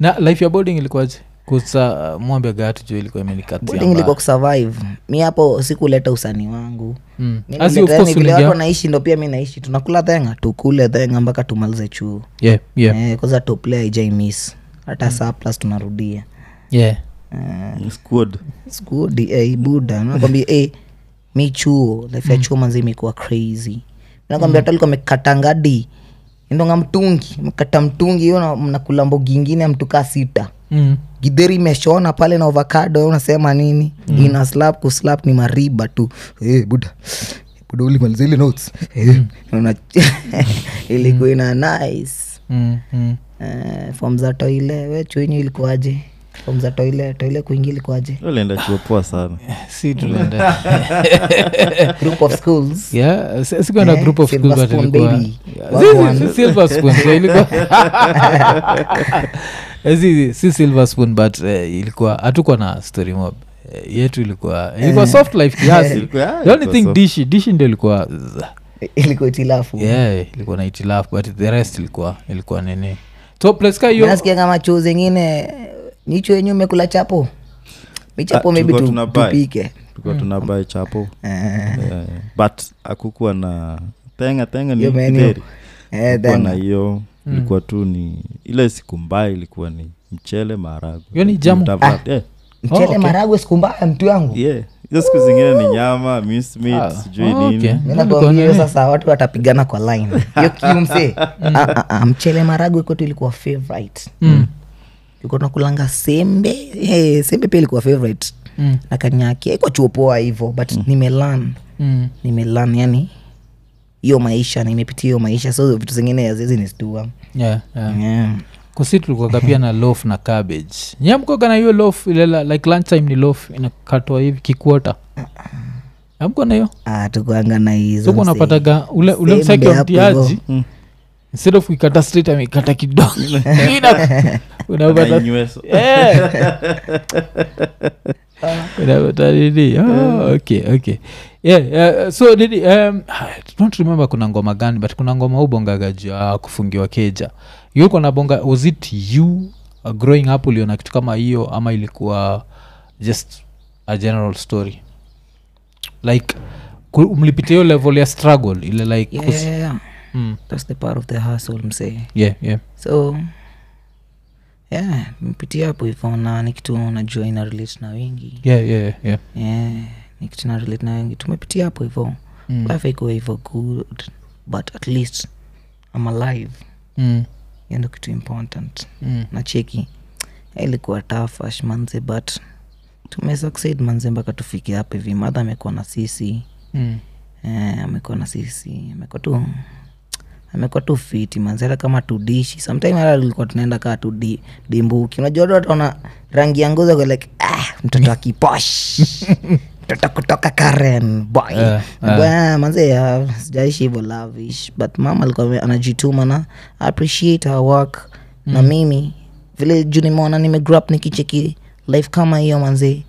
A: na life ya boarding ilikuwaje kusa mwambia gatu juu ilikuwa
C: boarding ilikuwa
A: imenikatia
C: kusurvive mi hapo sikuleta usani wangu
A: mm.
C: Mi
A: As you, of
C: nilileta
A: course
C: yani vile watu
A: uliingia
C: wanaishi ndo pia mi naishi tunakula thenga tukule thenga mpaka tumalize chuo
A: yeah, yeah, Mm.
C: Eh, kwanza toplea ijaimis hata saa plus tunarudia
A: yeah.
C: Eh,
B: squad
C: it's good, eh, buda nakwambia eh, mi chuo life ya chuo manzi imekuwa crazy nakwambia hata likuwa mekatangadi ndonga mtungi mekata mtungi hiyo na- mnakula mbogi ingine ya mtukaa sita
A: Mm.
C: gidheri imeshona pale na ovakado unasema nini mm. ina slap kuslap ni mariba tu Eh, hey, buda buda ulimaliza ile notes hey. mm. ilikuwa ina nice
A: Mm. Mm.
C: uh, fom za toile we chuenyu ilikuwaje fom za toile toile kuingi ilikuwaje
B: ulienda chuo poa sana
A: si tulienda
C: group of schools
A: Yeah, si- sikuenda
C: Eh,
A: group of
C: silver
A: schools but
C: spoon,
A: ilikuwa-
C: baby.
A: Yeah,
C: Wag
A: si- si-
C: one.
A: si silver spoon, so ilikuwa- Eh, si- si silver spoon but eh, ilikuwa hatukuwa na story mob Eh, yetu ilikuwa ilikuwa
C: Eh.
A: soft life kiasi
B: Ilikuwa- ah,
A: the only
B: ilikuwa
A: thing
B: soft.
A: dishi dishi ndio ilikuwa z-
C: ilikuwa itilafu
A: yeah, ilikuwa na itilaf but the rest ilikuwa ilikuwa nini so place ka hiyo
C: nasikia kama chuo zingine nicho yenyewe umekula chapo michapo
B: Ah,
C: maybe
B: tulikuwa
C: tu-
B: tunabuy.
C: tupike
B: tulikuwa tunabai chapo
C: Eh,
B: Eh, but akukuwa na tenga tenga ni
C: hiyo menu.
B: githeri.
C: Eh,
B: Hakukuwa
C: then-
B: na hiyo
A: Hmm.
B: ilikuwa tu ni ile siku mbaya ilikuwa ni mchele maharagwe
A: Hiyo ni jamu?
B: Mtava-
C: Ah.
B: eh,
C: mchele
A: Oh, okay.
C: maragwe siku mbaya mtu yangu
B: yeah. hizo siku zingine ni nyama minced meat,
A: Ah,
B: sijui
A: okay.
B: nini
C: Mi
A: Nani
C: nakwambia
A: kwa nini?
C: sasa watu watapigana kwa line hiyo kiumse Ah, ah, ah, mchele maragwe kwetu ilikuwa favorite
A: Mm,
C: ilikuwa tunakulanga sembe Eh, sembe pia ilikuwa favorite
A: mm,
C: na kanyaki ikwa chuopoa hivyo but nimelan
A: mm.
C: nimelan yani hiyo maisha na imepitia hiyo maisha so vitu zingine azizi nistua
A: Yeah, yeah.
C: yeah.
A: kusi tulikuwaga pia na loaf na cabbage nyamkoga na hiyo loaf ile la- like lunch time ni loaf inakatwa hivi kikuota amko na hiyo
C: ah, tukuanga na hizo
A: soko
C: mse.
A: unapataga ule, ule
C: Sembe
A: msaki wa
C: hapo hivyo. Hmm.
A: mtiaji instead of kuikata straight ameikata kidogo Ina- unapata
B: Nainywe so-
A: Eh. unapata nini
C: Eh.
A: Ah, okay okay yeah, yeah, so nini um, I don't remember kuna ngoma gani but kuna ngoma ubongaga juu ya uh, kufungiwa keja yuko na bonga was it you uh, growing up uliona kitu kama hiyo ama ilikuwa just a general story like ku- mlipitia hiyo level ya struggle ile like
C: yeah,
A: kus-
C: yeah, yeah.
A: Mm,
C: That's the part of the hustle msee
A: yeah, yeah.
C: so yeah mpitia hapo hivyo na ni kitu najua ina relate na wengi
A: Yeah, yeah, yeah, yeah.
C: yeah, ni kitu ina relate na wengi tumepitia hapo hivyo
A: Mm.
C: mm. life iko hivyo good but at least am alive
A: Mm,
C: hiyo ndo kitu important
A: mm.
C: na cheki ilikuwa tough ash manze but tumesucceed manze mpaka tufike hapa hivi madha amekuwa na sisi
A: Mm.
C: eh, amekuwa na sisi amekuwa tu amekuwa tu fiti manzi hata kama tudishi sometime hata tulikuwa tunaenda kaa tu di- dimbuki unajua watu wataona rangi ya ngozi wako like ah, mtoto wa kiposh mtoto kutoka karen boy
A: Eh,
C: yeah. manze ah, sijaishi hivyo lavish but mama alikuwa ame- anajituma na appreciate her work
A: Mm.
C: na mimi vile juu nimeona nimegrow up nikicheki life kama hiyo manzee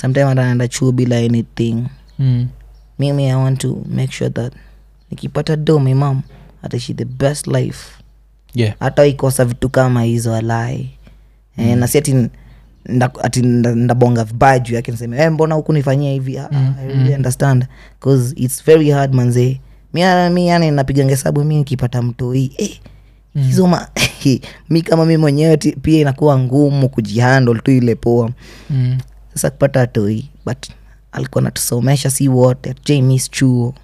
C: sometime hata naenda chuo bila anything
A: Mm.
C: mimi i want to make sure that nikipata do my mom ataishi the best life
A: Yeah.
C: hata ikosa vitu kama hizo alai mm. e, na si ati n- nda- ati nda- ndabonga vibaya juu yake niseme hey, mbona huku nifanyia hivi Ah, i really understand cause its very hard manze mi ya- mi yani napiganga hesabu mi nikipata mtoi eh, hizo ma mi kama mi mwenyewe ti- pia inakuwa ngumu kujihandle tu ile poa
A: Mm.
C: sasa kupata toi but alikuwa natusomesha si wote jamis chuo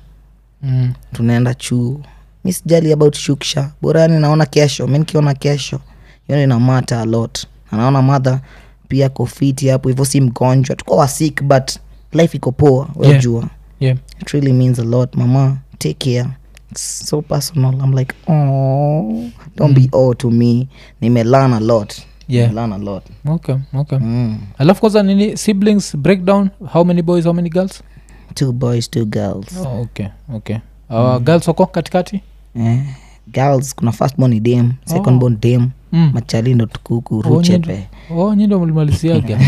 A: Mm.
C: tunaenda chuo mi sijali about shuksha borani yaani naona kesho mi nikiona kesho hiyo ina mata a lot Na naona madha pia kofiti hapo hivyo si mgonjwa tuko wa sick but life iko poa
A: Yeah.
C: wajua
A: Yeah.
C: it really means a lot mama take care It's so personal i'm like oh don't be all to me nimelearn a lot
A: Mm. Yeah.
C: Nimelearn a lot
A: Okay, okay.
C: mm.
A: alafu kwanza nini siblings breakdown how many boys how many girls
C: two boys two girls
A: oh, okay okay uh, girls wako katikati
C: eh, girls kuna first born ni dem second
A: Oh.
C: born dem
A: Mm.
C: machali ndo tukuku
A: Oh,
C: ruche
A: nyindo-
C: twe
A: oh, nyindo mlimaliziaga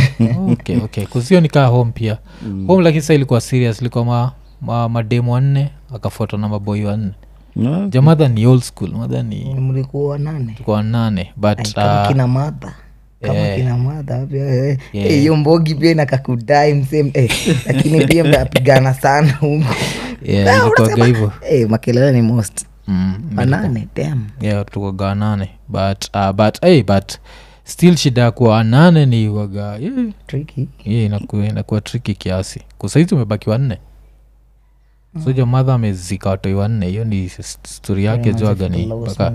A: okay, okay. kusio nikaa home pia home lakini sa ilikuwa serious ilikuwa ma, ma, mademu wanne akafuatwa na maboi wanne
B: No,
A: jamadha ni old school madha
C: Mm.
A: ni
C: mlikuwa nane
A: kwa nane
C: Ai,
A: but
C: kama
A: uh,
C: kina madha kama
A: eh.
C: kina madha pia eh,
A: Yeah.
C: eh, hiyo mbogi pia inakakudai msem eh, lakini pia mnapigana sana huko
A: yeah, ilikuwaga hivyo
C: eh, makelele ni most
A: Mm,
C: wanane dem
A: yeah, tukagaa nane but, uh, but, hey, but still shida ya kuwa nane ni waga yeah,
C: triki
A: yeah, inakuwa, inakuwa triki kiasi kusahii tumebaki wanne so jamadha amezika watoi wanne hiyo ni s- stori yake jwaga ni mpaka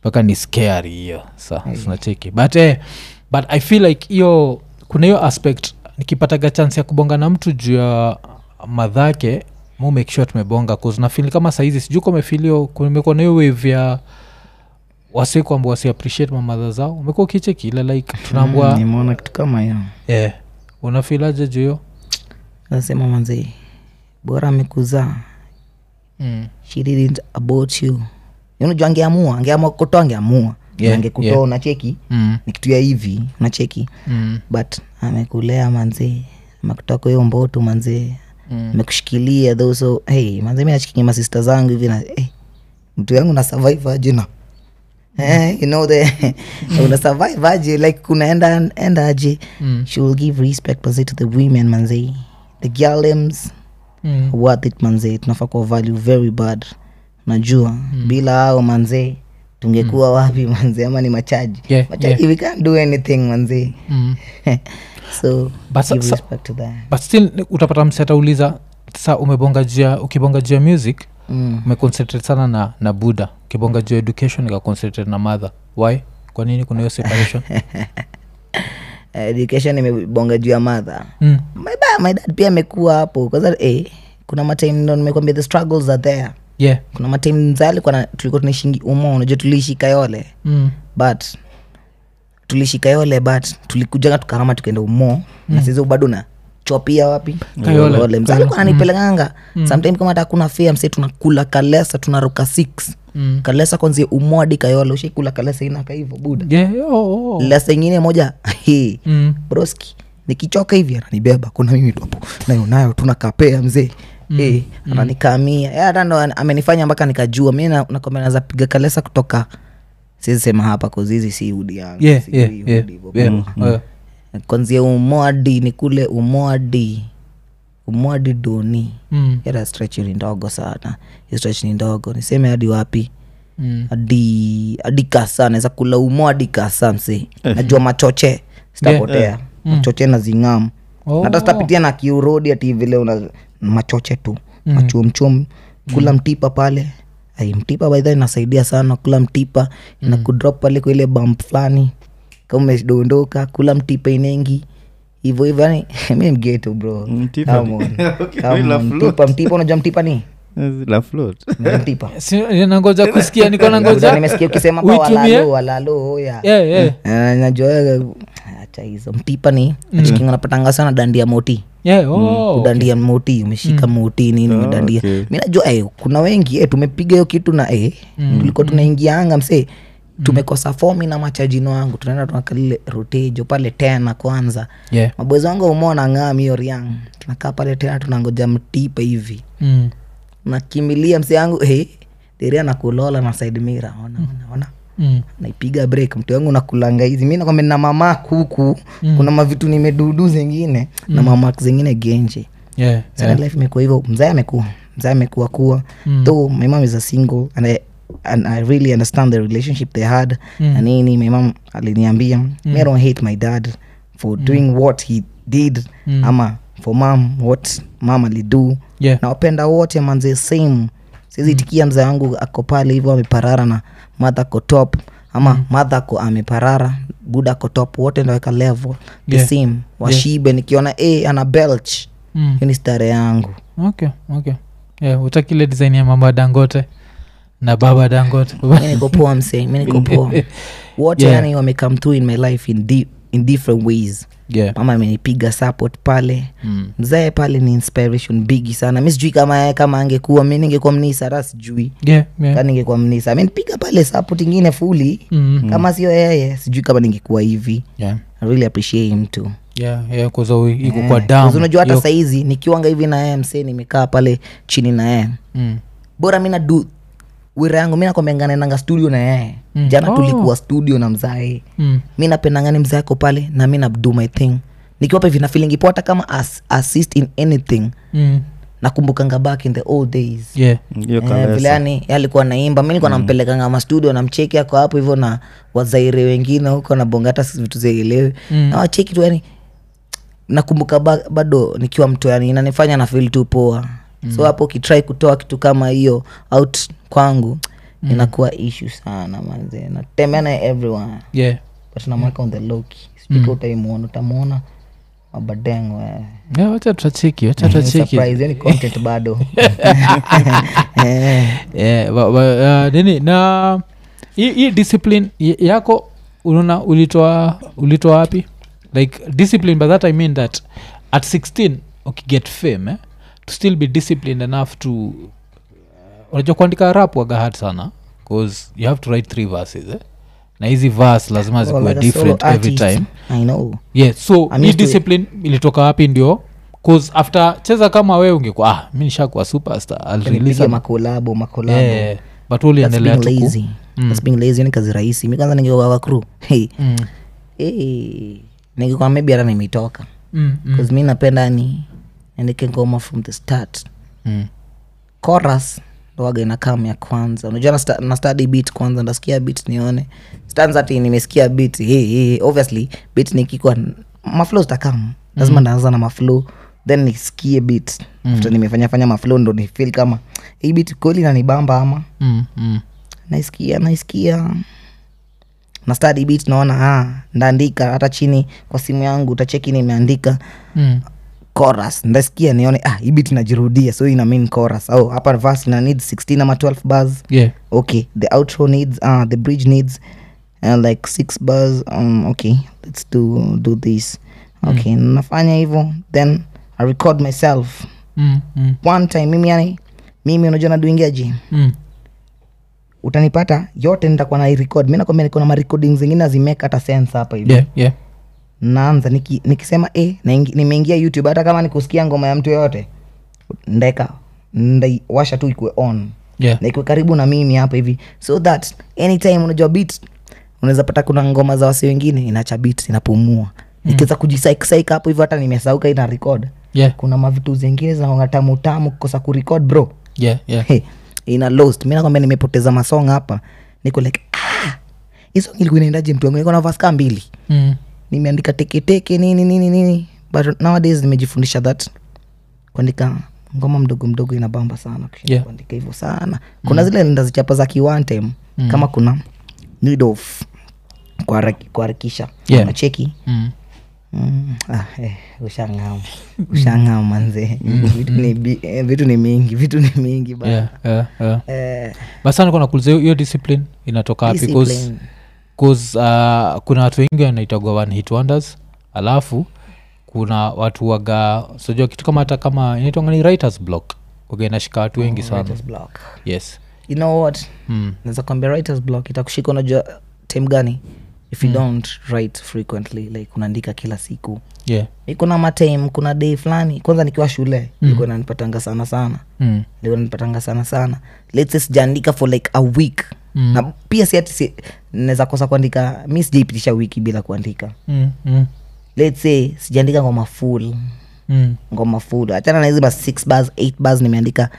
A: mpaka ni scary hiyo sa sinacheki but eh, but i feel like hiyo kuna hiyo aspect nikipataga chance ya kubonga na mtu juu ya madhake mu make sure tumebonga kuzinafil kama sahizi sijuu kamefilio kumekuwa na hiyo wave ya wasi kwamba wasi appreciate mamadha zao umekuwa ukicheki ile like tunaambwa mm,
C: nimeona kitu kama hiyo
A: eh, unafilaje juu hiyo
C: nasema manzee bora amekuzaa
A: mm.
C: she didn't about you unajua angeamua angeamua kutoa angeamua
A: Yeah,
C: Na angekutoa
A: yeah.
C: unacheki
A: Mm.
C: ni kitu ya hivi unacheki
A: Mm.
C: but amekulea manzee amekutoa kwa hiyo mboto manzee
A: Mm.
C: amekushikilia though so hey manzee mi nachikinya masista zangu hivi na hey, mtu yangu na survive aje na Eh, you know the una survive aje like kunaenda enda aje
A: Mm.
C: she will give respect manzee to the women manzee the girlems
A: Mm.
C: worth it manzee tunafaa kuwa value very bad najua mm. bila hao manzee tungekuwa mm. wapi manzee ama ni machaji
A: Yeah,
C: machaji
A: yeah.
C: we can't do anything manzee
A: Mm.
C: so
A: But sa-
C: give
A: sa-
C: respect to that
A: but still utapata msi atauliza sa umebonga juu ya ukibonga juu ya music
C: mm.
A: umeconcentrate sana na na buda kibonga juu ya education ikaconcentrate na mother why kwa nini kuna hiyo separation
C: education imebonga juu ya madha
A: mm.
C: my, ba- my dad pia amekuwa hapo kwanza eh, kuna matime ndo nimekwambia the struggles are there
A: yeah
C: kuna matime mzali kwana tulikuwa tunaishingi umo unajua tuliishi kayole
A: mm.
C: but tuliishi kayole but tulikujanga tukahama tukaenda umo mm. na sizo bado na chopia wapi
A: Kayole.
C: mzali kwa nanipelekanga mm. sometime kama hata hakuna fea mse tunakula kalesa tunaruka six
A: Mm.
C: kalesa kwanzia umo hadi kayole ushaikula kalesa inaka hivyo buda
A: yeah oh, oh.
C: lesa ingine moja hii
A: Mm.
C: broski nikichoka hivi ananibeba kuna mimi tu hapo nayo nayo tunakapea mzee Mm. E, ananikamia Eh, hata ndo ana- amenifanya mpaka nikajua mi na- nakwambia naweza piga kalesa kutoka siwezi sema hapa kozizi si udi yangu
A: yeah
C: si
A: yeah
C: hudi,
A: yeah
C: hudi, bo-
A: yeah yeah
C: kwanzia umoadi ni kule umoadi umoadi doni
A: Mm.
C: yara stretch ni ndogo sana Hiyo stretch ni ndogo niseme hadi wapi
A: Mm.
C: hadi hadi kasa naweza kula umo hadi kasa msi najua machoche sitapotea Mm. machoche na zingamu
A: Oh.
C: Na hata sitapitia na kiurodi ati vile una machoche tu mm. machumchum kula mtipa pale Ai, mtipa baidha inasaidia sana kula mtipa na kudrop pale kwa ile bump fulani kama umedondoka kula mtipa inengi hivyo hivyo yani mi mgeto bro
B: Mtipa
C: Come
B: ni-
C: on.
B: Okay,
C: Come
B: la
C: on.
B: float.
C: mtipa mtipa unajua mtipa ni
B: Eh, la float
C: Unajua mtipa
A: Si- nangoja kusikia niko
C: Buda,
A: nangoja
C: nimesikia ukisema pa
A: uitumie.
C: walalo walalo oya
A: yeah yeah
C: Eh, najua eh, acha hizo mtipa ni chikinga napatanga sana dandia moti
A: yeah Mm. oh Mm.
C: kudandia moti umeshika moti nini umedandia
B: okay.
C: mi najua eh, kuna wengi eh, tumepiga hiyo kitu na eh,
A: Mm.
C: tulikuwa tunaingianga msee tumekosa fomi na machajino wangu tunaenda tunakalile rotejo pale tena kwanza
A: yeah
C: mabwezi wangu umeona ngam hiyo riang tunakaa pale tena tunangoja mtipa hivi
A: mm.
C: nakimilia msee yangu eh, deria nakulola na side mira ona, ona, ona
A: Mm.
C: naipiga break mtu wangu nakulanga hizi mi nakwambia na mama kuku mm. kuna mavitu nimedudu zingine mm. na mama zingine genje
A: yeah
C: sana life imekuwa hivyo mzae amekuwa mzae amekuwa kuwa mm. though my mom is a single and I, and i really understand the relationship they had mm. na nini my mom aliniambia mm. i don't hate my dad for mm. doing what he did mm. ama for mom what mom alidu
A: yeah Mm.
C: nawapenda wote manze same siwezi itikia mzee wangu ako pale hivyo ameparara na madha ko top ama mm. madha ko ameparara buda ko top wote ndaweka level the
A: Yeah.
C: same washibe nikiona e ana belch
A: mm.
C: hiyo ni stare yangu
A: okay okay yeah utaki ile design ya mama dangote na baba dangote
C: mi niko poa msee mi niko poa wote
A: Yeah.
C: yani wamecome through in my life in deep in different ways
A: yeah.
C: mama amenipiga support pale
A: mm.
C: mzae pale ni inspiration bigi sana mi sijui kama yeye kama angekuwa mi ningekuwa mnisara sijui
A: yeah, yeah.
C: ka Yaani ningekuwa mnisa amenipiga pale support ingine fuli
A: Mm.
C: kama sio yeye sijui kama ningekuwa hivi
A: yeah.
C: I really appreciate him too
A: yeah, yeah, 'cause we- iko
C: Eh,
A: kwa
C: because
A: damu
C: unajua hata
A: Yo-
C: saizi nikiwanga hivi na yeye msee nimekaa pale chini na yeye
A: mm.
C: bora mi nadu wira yangu mi nakwambianga naendanga studio na yeye
A: Mm.
C: jana
A: Oh.
C: tulikuwa studio na mzae
A: Mm.
C: mi napendangani mzee yako pale na mi nabdu my thing nikiwapa hivi nafilingi po hata kama as, assist in anything
A: Mm.
C: nakumbukanga back in the old days
A: yeah.
B: hiyo
C: Eh, vile
B: kalesa
C: yani yeye alikuwa naimba mi nilikuwa nampelekanga mastudio namcheki ako hapo hivyo na wazaire wengine huko nabonga hata si vitu zielewe
A: Mm.
C: na wacheki tu yani nakumbuka ba, bado nikiwa mtu yani inanifanya na fil tu poa so hapo ukitrai kutoa kitu kama hiyo out kwangu inakuwa ishu sana manze natembea naye everyone
A: yeah.
C: but namweka on the low key sijui kama utaimwona utamwona mabadengo eh.
A: yeah, wacha tutacheki wacha
C: Ni
A: tutacheki
C: Mm, surprise, yani content bado Eh.
A: yeah, wa- wa- uh, nini na hii hii discipline y- yako unaona ulitoa ulitoa wapi like discipline by that i mean that at 16 ukiget fame eh, to still be disciplined enough to uh, unajua kuandika rap waga hard sana bcause you have to write three verses eh? na hizi verse lazima
C: Oh,
A: zikuwe
C: like a
A: different
C: solo
A: every
C: artist.
A: time
C: I know.
A: yeah so
C: I'm
A: hii
C: used to it.
A: discipline ilitoka wapi ndio cause after cheza kama wewe ungekuwa ah mi nishakuwa superstar I'll release
C: Nipige
A: a
C: makolabo makolabo
A: Eh, but
C: That's
A: uliendelea
C: being
A: tu ku-
C: lazy. That's being lazy, yani kazi rahisi mi kwanza ningekuwa crew hey.
A: Mm,
C: hey. ningekuwa maybe hata nimetoka
A: mm, mm,
C: 'Cause mi napenda ni niandike ngoma from the start
A: mm.
C: chorus ndo waga inakam ya kwanza unajua nasta- na study beat kwanza ndasikia beat nione stanza ti nimesikia beat hey, hey. obviously beat nikikwa maflow zitakam lazima mm. ndaanza na maflow then nisikie beat mm. after nimefanyafanya maflow ndo nifil kama hii beat kweli nanibamba ama
A: Mm, mm.
C: naisikia naisikia na study beat naona ah, ndaandika hata chini kwa simu yangu utacheki nimeandika
A: Mm,
C: chorus ndasikia nione ah, hii beat inajirudia so ina mean chorus au hapa verse ina need 16 ama 12 bars
A: yeah.
C: okay the outro needs uh, the bridge needs uh, like six bars um, okay let's do, do this okay nafanya hivyo then i record myself
A: Mm, mm,
C: one time mimi yani mimi unajua naduingiaje
A: mm.
C: utanipata yote nitakuwa na record mi nakwambia niko na marecording zingine azimeka hata sense hapa hivi
A: Yeah, yeah.
C: naanza niki, nikisema e, naingi, nimeingia youtube hata kama nikusikia ngoma ya mtu yoyote ndeka ndaiwasha tu ikue on
A: Yeah.
C: na ikue karibu na mimi hapa hivi so that anytime unajua beat unaweza pata kuna ngoma za wasi wengine inacha beat inapumua
A: Mm.
C: nikiweza kujisaiksaika hapo hivyo hata nimesauka ina record
A: Yeah,
C: kuna mavitu zingine zinaonga tamu tamu kukosa kurecord bro
A: yeah, yeah.
C: Hey, ina lost mi nakwambia nimepoteza masong hapa niko like ah, isong ilikuwa inaendaje mtu wangu niko na verse kaa mbili
A: Mm,
C: nimeandika teketeke nini nini nini but nowadays nimejifundisha that kuandika ngoma mdogo mdogo inabamba sana kushinda
A: Yeah. Mm.
C: kuandika hivyo sana kuna zile ndazichapa za kiwantem mm. kama kuna need of kuharaki- kuharakisha
A: Yeah.
C: nacheki
A: mm.
C: Mm, ah, eh, ushang'ama ushang'ama manze vitu, ni, bi- eh, vitu ni mingi vitu ni mingi ba
A: Mm-hmm. Yeah, yeah, yeah.
C: eh,
A: But sana kuna kuliza hiyo discipline inatoka wapi? 'Cause-
C: discipline.
A: 'cause, uh, kuna watu wengi wanaitagwa one hit wonders alafu kuna watu waga sijua kitu kama hata kama inaitwanga ni writers block waga inashika watu wengi sana
C: Oh, Writer's block.
A: yes
C: you know what
A: mm.
C: naweza kwambia writers block itakushika unajua time gani if you mm. don't write frequently like unaandika kila siku
A: yeah
C: Mi kuna matime kuna day fulani kwanza nikiwa shule mm. ilikuwa nanipatanga sana sana
A: mm.
C: ilikuwa nanipatanga sana sana let's say sijaandika for like a week
A: Mm.
C: na pia si ati si, naweza kosa kuandika mi sijaipitisha wiki bila kuandika
A: Mm. Mm.
C: let's say sijaandika ngoma full
A: Mm.
C: ngoma full achana na hizi ma six bars eight bars nimeandika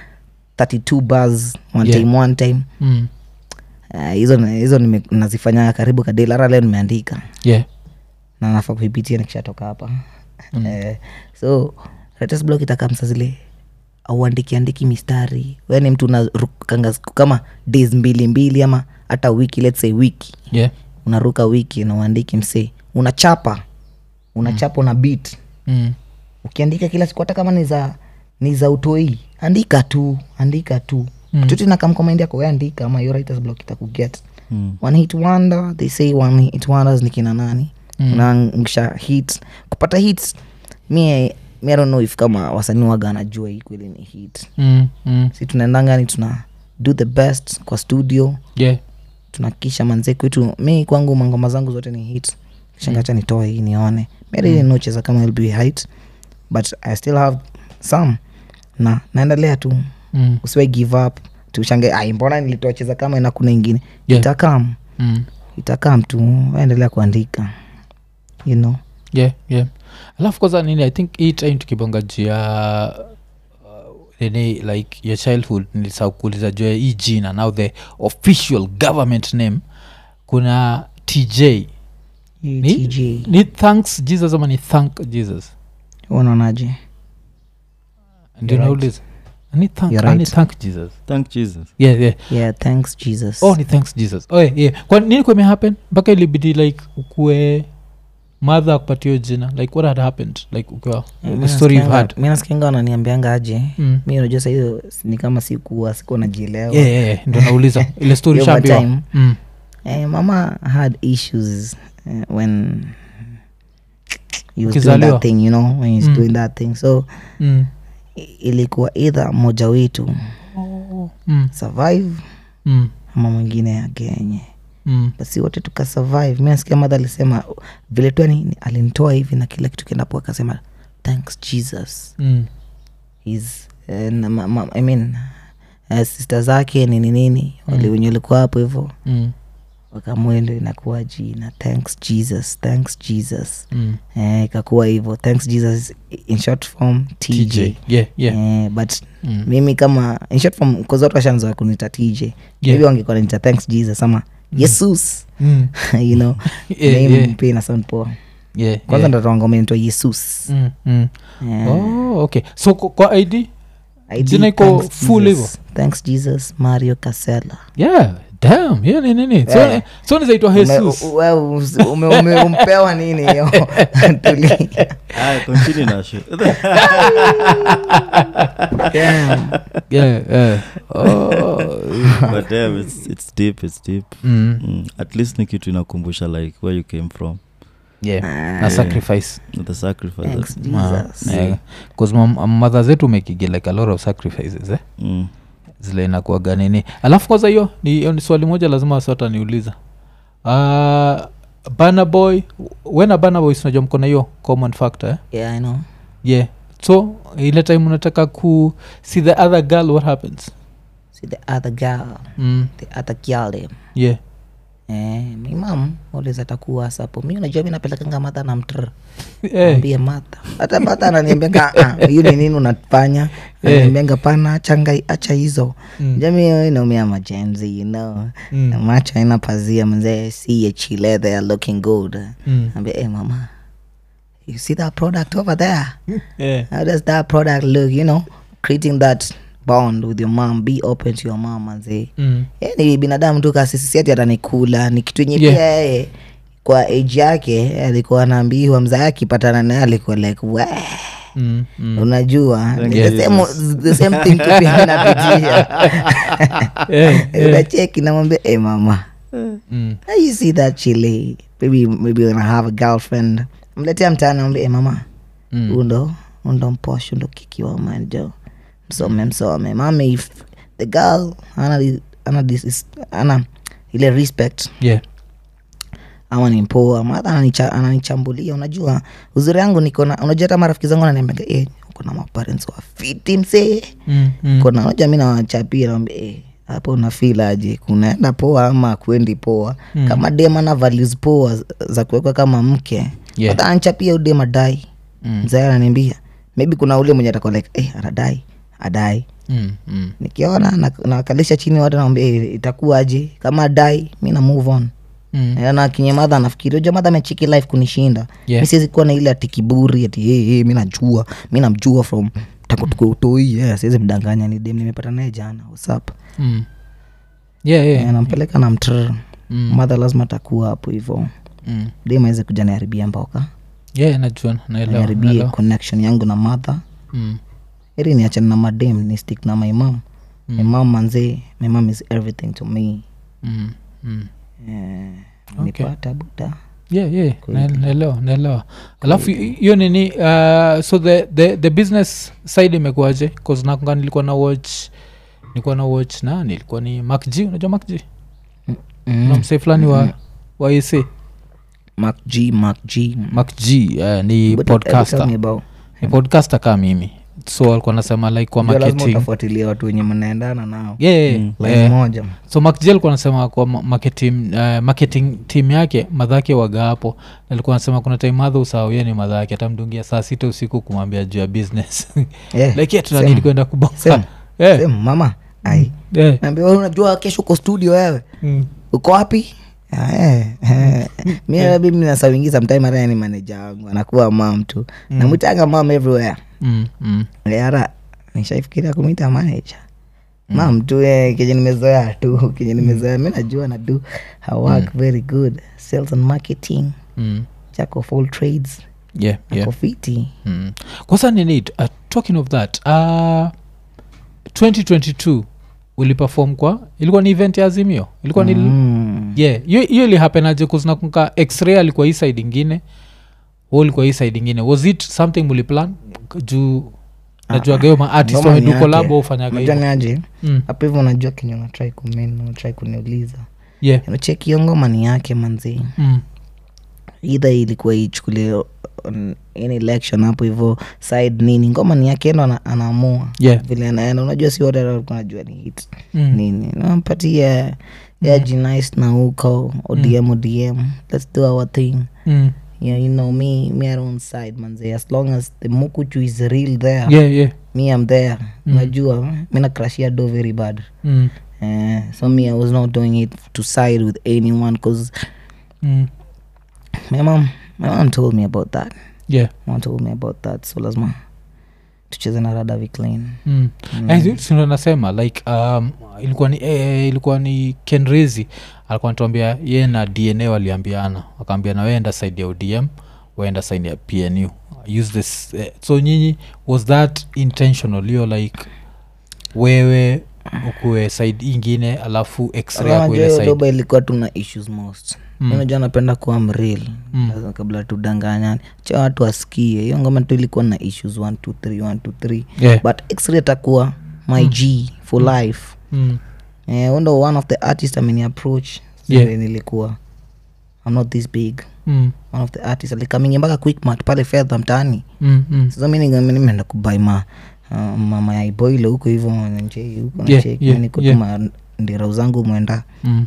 C: 32 bars one
A: Yeah.
C: time one time
A: Mm.
C: Ah, hizo na- hizo nime- nazifanya karibu kadela hata leo nimeandika
A: yeah
C: na nafaa kuipitia nikishatoka hapa mm. eh, so writers block itakamsa zile auandiki andiki mistari we ni mtu unarukanga siku kama days mbili mbili ama hata wiki let's say wiki
A: yeah
C: unaruka wiki na uandiki msee unachapa unachapa una beat
A: mm.
C: ukiandika kila siku hata kama ni za ni za utoi andika tu andika tu mm. tutinakamkomaindi yako we andika ama hiyo writers block itakuget mm. one hit wonder they say one hit wonders ni kina nani mm. na nkisha hit kupata hits mi mi I don't know if kama wasanii waga anajua hii kweli ni hit
A: mm, mm.
C: si tunaendanga ni tuna do the best kwa studio
A: yeah.
C: tunakisha manze kwetu mi kwangu mangoma zangu zote ni hit
A: Mm.
C: shangacha nitoe hii nione mirinocheza mm. kama lb height but i still have some na naendelea tu
A: Mm,
C: usiwe give up tushange ai mbona nilitoa cheza kama na kuna ingine
A: Yeah.
C: yeah. itakam
A: mm.
C: itakam tu endelea kuandika you know
A: yeah, yeah. alafu kwanza nini i think hii time tukibonga juu ya uh, nini like your childhood nilisakuuliza juu ya hii jina now the official government name kuna tj ni,
C: E TJ.
A: ni thanks jesus ama ni thank jesus
C: unaonaje
A: ndio nauliza ni thank,
C: You're
A: ah, ni
C: right.
A: thank jesus
B: thank jesus
A: yeah, yeah.
C: yeah thanks jesus Eh,
A: oh ni thanks jesus oh, yeah, yeah. kwa nini kume happen mpaka ilibidi like ukue madha akupatia hiyo jina like what had happened like ukiwa the story you've had
C: mi nasikianga wananiambianga aje
A: Mm.
C: mi unajua sahizo ni kama sikuwa sikuwa najielewa
A: Yeah, yeah, yeah, ndo nauliza ile story
C: Yo, my
A: ushaambiwa.
C: time.
A: Mm.
C: Eh, mama had issues eh, when he was doing
A: Ukizaliwa.
C: that thing you know when he's
A: Mm.
C: doing that thing so
A: Mm.
C: i- ilikuwa either mmoja wetu
A: Mm.
C: survive
A: Mm.
C: ama mwingine agenye
A: Mm.
C: basi wote tukasurvive mi nasikia madha alisema vile tu yani alinitoa hivi na kila kitu kiendapo akasema thanks jesus
A: Mm.
C: his eh, na ma, ma, I mean, eh, sister zake nini nini wale wenye walikuwa hapo hivo
A: Mm.
C: wakamwendo inakuwa jina thanks jesus thanks jesus
A: Mm.
C: eh, ikakuwa hivyo thanks jesus in short form tj,
A: TJ. Yeah, yeah.
C: Eh, but
A: Mm.
C: mimi kama in short form cause watu washanzoa kunita tj yeah. maybe wangekuwa nanita thanks jesus ama yesus
A: Mm.
C: you know
A: Yeah,
C: name
A: yeah.
C: pia ina sound poa
A: Yeah,
C: kwanza
A: yeah.
C: ndo tawangoma inaitwa yesus
A: Mm. Mm.
C: Eh,
A: Oh, okay so kwa- kwa id
C: ID,
A: jina iko
C: thanks
A: full
C: Jesus.
A: hivo?
C: thanks jesus mario kasela
A: yeah damn hiyo ni nini So-
C: Yeah.
A: so nizaitwa Oh, jesus
C: Ume- we- us- ume- ume- umpewa nini hiyo? Tulia.
B: aya continue na show.
C: Damn.
A: Yeah, yeah. Oh.
B: But damn, it's, it's deep it's deep
A: Mm.
B: mm. at least ni kitu inakumbusha like where you came from
A: Yeah.
C: Ah.
A: na sacrifice
B: the
C: Thanks,
B: sacrifices
C: Jesus.
A: madha zetu mekigi like a lot of sacrifices eh?
B: mm.
A: zile inakuaga nini alafu kwanza hiyo ni, hiyo ni swali moja lazima wasota niuliza uh, banaboy wena banaboy sinajua mkona hiyo common factor eh?
C: Yeah, I know.
A: yeah so ile time unataka ku see the other girl what happens
C: See the other girl,
A: mm,
C: the other girl.
A: yeah
C: Eh, mi mam uliza takuwa sapo mi unajua mi napelekanga madha na mtr
A: Eh,
C: ambia madha hata madha ananiambianga "Ah, ah, hiyo ni nini unafanya ananiambianga pana changa acha hizo
A: Eh. Mm.
C: jamii hiyo inaumia majenzi you know
A: Mm.
C: macho aina pazia mzee see a chile they are looking good
A: mm,
C: ambia hey, mama you see that product over there
A: yeah,
C: how does that product look you know creating that bond with your mom be open to your mom manzee
A: mm,
C: Yeye ni Yaani binadamu tu kasisisiati atanikula ni kitu yenye
A: Yeah.
C: pia yeye kwa age yake alikuwa anaambiwa mzaa akipatana naye alikuwa like "Wah."
A: mm, mm.
C: unajua ni
B: you,
C: the same, the same thing tu pia inapitia
A: Eh,
C: unacheki namwambia e mama
A: mm,
C: how you see that chile maybe maybe when I have a girlfriend mletea mtaani ambia e mama
A: mm.
C: undo undo mposho undo kikiwa manjo msome msome mama if the girl ana, li- ana, this is- ana ile respect
A: yeah
C: ama ni mpoa madha ananicha- ananichambulia unajua uzuri yangu nikona unajua hata marafiki zangu ananiambiaga eh, uko na maparents wafiti msee
A: mm, mm.
C: kona unajua mi nawachapia nawambia eh, hapo unafeel aje kunaenda poa ama kwendi poa
A: Mm.
C: kama dem ana values poa za- za kuwekwa kama mke
A: Yeah.
C: hata anchapia udem adai
A: Mm.
C: mzae ananiambia maybe kuna ule mwenye atakuwa like eh, anadai adai
A: Mm, mm.
C: nikiona na- nawakalisha chini watu nawambia eh, itakuwaje kama adai mi na move on
A: Mm.
C: Eh, na kinye madha nafikiri uja madha amechiki life kunishinda
A: Yeah.
C: mi siwezi kuwa na ile ati kiburi ati hey, hey, mi najua mi namjua from tangu tuko utoi yeah, siwezi mdanganya ni dem nimepata naye jana whatsapp
A: Mm. yeah yeah
C: yeah. nampeleka na mtr
A: Mm.
C: madha lazima atakuwa hapo hivo
A: Mm.
C: dem aweze kuja niharibia mboka
A: yeah najua naelewa
C: niharibie
A: naelewa.
C: connection yangu na madha
A: Mm.
C: heri niachane na madem ni stick na my mom
A: Mm.
C: my mom manzee my mom is everything to me
A: Mm. Mm.
C: eh, nipata buda
A: yeah, yeah. Na- naelewa naelewa alafu hiyo nini uh, so the, the, the business side imekuaje kaznakunga nilikuwa na watch nilikuwa na watch na nilikuwa ni macg unajua macg Mm.
C: Mm.
A: na msee fulani
C: Mm-hmm.
A: wa wa ec
C: Mark G, Mark G.
A: macg uh, ni
C: But what are you
A: podcaster
C: talking about?
A: ni podcaster kaa mimi so alikuwa nasema like kwa
C: Ndio lazima Mm.
A: marketing
C: utafuatilia watu wenye mnaendana nao
A: yeah, yeah,
C: Line
A: eh,
C: moja
A: so macjel kuwa anasema kwa ma- marketing, uh, marketing team yake madhake waga hapo alikuwa anasema kuna time madha usahauye ni madhake atamdungia saa sita usiku kumwambia juu ya business
C: Eh,
A: like yeah,
C: same.
A: tunanidi kwenda
C: Same.
A: kuboka Eh,
C: Sema, mama ai
A: eh,
C: naambia wewe unajua kesho uko studio wewe
A: mm.
C: uko wapi Ah, eh, eh. mi nabi minasawingi sometime hata ni maneja wangu anakuwa mam tu namwitanga mam everywhere
A: Mm, mm.
C: ara nishaifikiria kumwita manaja
A: Mm.
C: mam tu eh, kenye nimezoea tu kenye nimezoea mi najua nadu I work very good sales and marketing
A: Mm.
C: jack of all trades
A: Yeah, yeah.
C: ako fiti
A: Mm. kwasa nini uh, talking of that uh, 2022 uliperform kwa ilikuwa ni event ya azimio ilikuwa ni
C: Mm.
A: yeah hiyo hiyo ilihapenaje kuznakunka x-ray alikuwa hii side ingine wewe ulikuwa hii side ingine was it something muliplan juu najuaga hiyo maartist
C: Ngoma ni
A: wameduko
C: Ah, yake.
A: labo ufanyaga
C: Unajua
A: hivo
C: ni aje
A: Mm.
C: hapo hivyo unajua kenye unatrai kumen unatrai kuniuliza
A: yeah
C: unacheki hiyo ngoma ni yake manzii
A: Mm.
C: idha ilikuwa ichukulie on any election hapo hivyo side nini ngoma ni yake ndo ana- anaamua
A: Yeah.
C: vile anaenda unajua si wote walikuwa najua ni hit
A: Mm.
C: nini nampatia ya jinice na huko odm odm let's do our thing
A: Mm.
C: yeah, you know me me are on side manze as long as the mukuchu is real there
A: yeah yeah
C: me am there unajua mi nakrashia do very bad
A: Mm.
C: Eh, so me i was not doing it to side with anyone because
A: Mm.
C: my mom my mom told me about that
A: yeah
C: mom told me about that so lazima tucheze na radavi clean
A: Mm. Eh, si- si ndo nasema like um, ilikuwa ni eh, ilikuwa ni kenrezi alikuwa natuambia ye na dna waliambiana wakaambia na weenda side ya odm waenda side ya pnu use this eh, so nyinyi was that intentional hiyo like wewe ukuwe side ingine alafu x-ray yako ile
C: Unajua
A: side Mm.
C: doba ilikuwa tuna issues most Mi unajua napenda kuwa mril kabla tudanganyani cha watu wasikie hiyo ngoma tu ilikuwa na issues 1 2 3 1 2
A: Yeah.
C: 3 but x-ray atakuwa my g for life
A: mm.
C: eh, undo one of the artist ameni approach
A: Yeah.
C: Vile nilikuwa i'm not this big
A: Mm.
C: one of the artist alikamingi mpaka quickmart pale fedha mtaani
A: Mm. Mm.
C: sasa mi nigame- nimeenda kubai ma uh, mama ya iboile huko hivyo nanjei huko
A: Yeah,
C: nacheki,
A: yeah,
C: niko
A: yeah.
C: tuma ndirau zangu mwenda
A: Mm.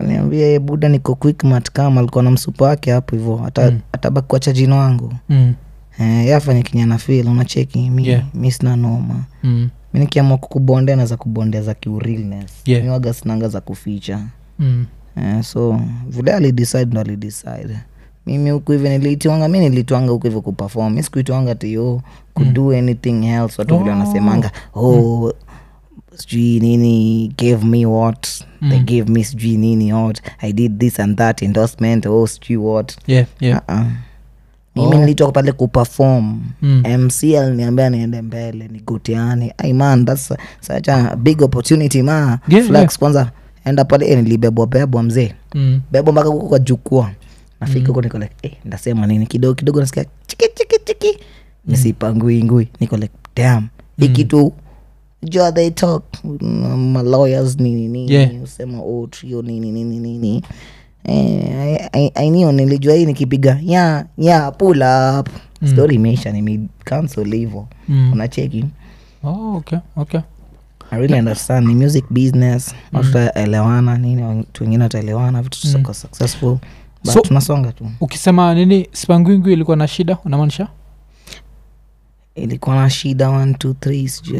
C: niambia ye buda niko quickmart kama alikuwa na msupa wake hapo hivyo ata, atabaki kuacha jino wangu
A: Mm.
C: eh, yafanya kinya na fil unacheki mi,
A: Yeah.
C: mi sina noma
A: Mm.
C: mi nikiamua kukubondea naza kubondea za kiurilness
A: Yeah.
C: mi waga sinanga za kuficha
A: Mm.
C: Eh, so vile alidecide ndo alidecide mimi huku hivi niliitiwanga mi niliitwanga huku hivyo kuperform mi sikuitwanga tio kudo oh, anything else watu vile wanasemanga oh sijui nini gave me what they gave me sijui nini what i did this and that endorsement oh sijui what
A: yeah yeah
C: uh-uh. mimi nilitoka pale kuperform
A: Mm.
C: mc aliniambia niende mbele nigoteane aiman thats such a big opportunity ma
A: Yeah,
C: flax
A: yeah.
C: kwanza enda pale eh, nilibebwa bebwa mzee
A: Mm.
C: bebwa mpaka huko kwa jukwaa nafika huko niko like eh, ndasema nini kidogo kidogo nasikia chiki chiki
A: Mm.
C: chiki nisipangwingwi niko like dam hii kitu jua they talk mm, ma lawyers nini nini
A: Yeah.
C: usema oh, trio nini nini nini Eh, I- I- I knew, nilijua hii nikipiga ya ya pull up story imeisha nimecancel hivo
A: Mm.
C: unacheki
A: Oh, okay okay
C: I really understand ni music business
A: Mm.
C: watu tutaelewana nini watu wengine wataelewana vitu tutakuwa successful but
A: So-
C: tunasonga tu
A: ukisema nini spangwingwi ilikuwa na shida unamaanisha
C: ilikuwa na shida 123 sijui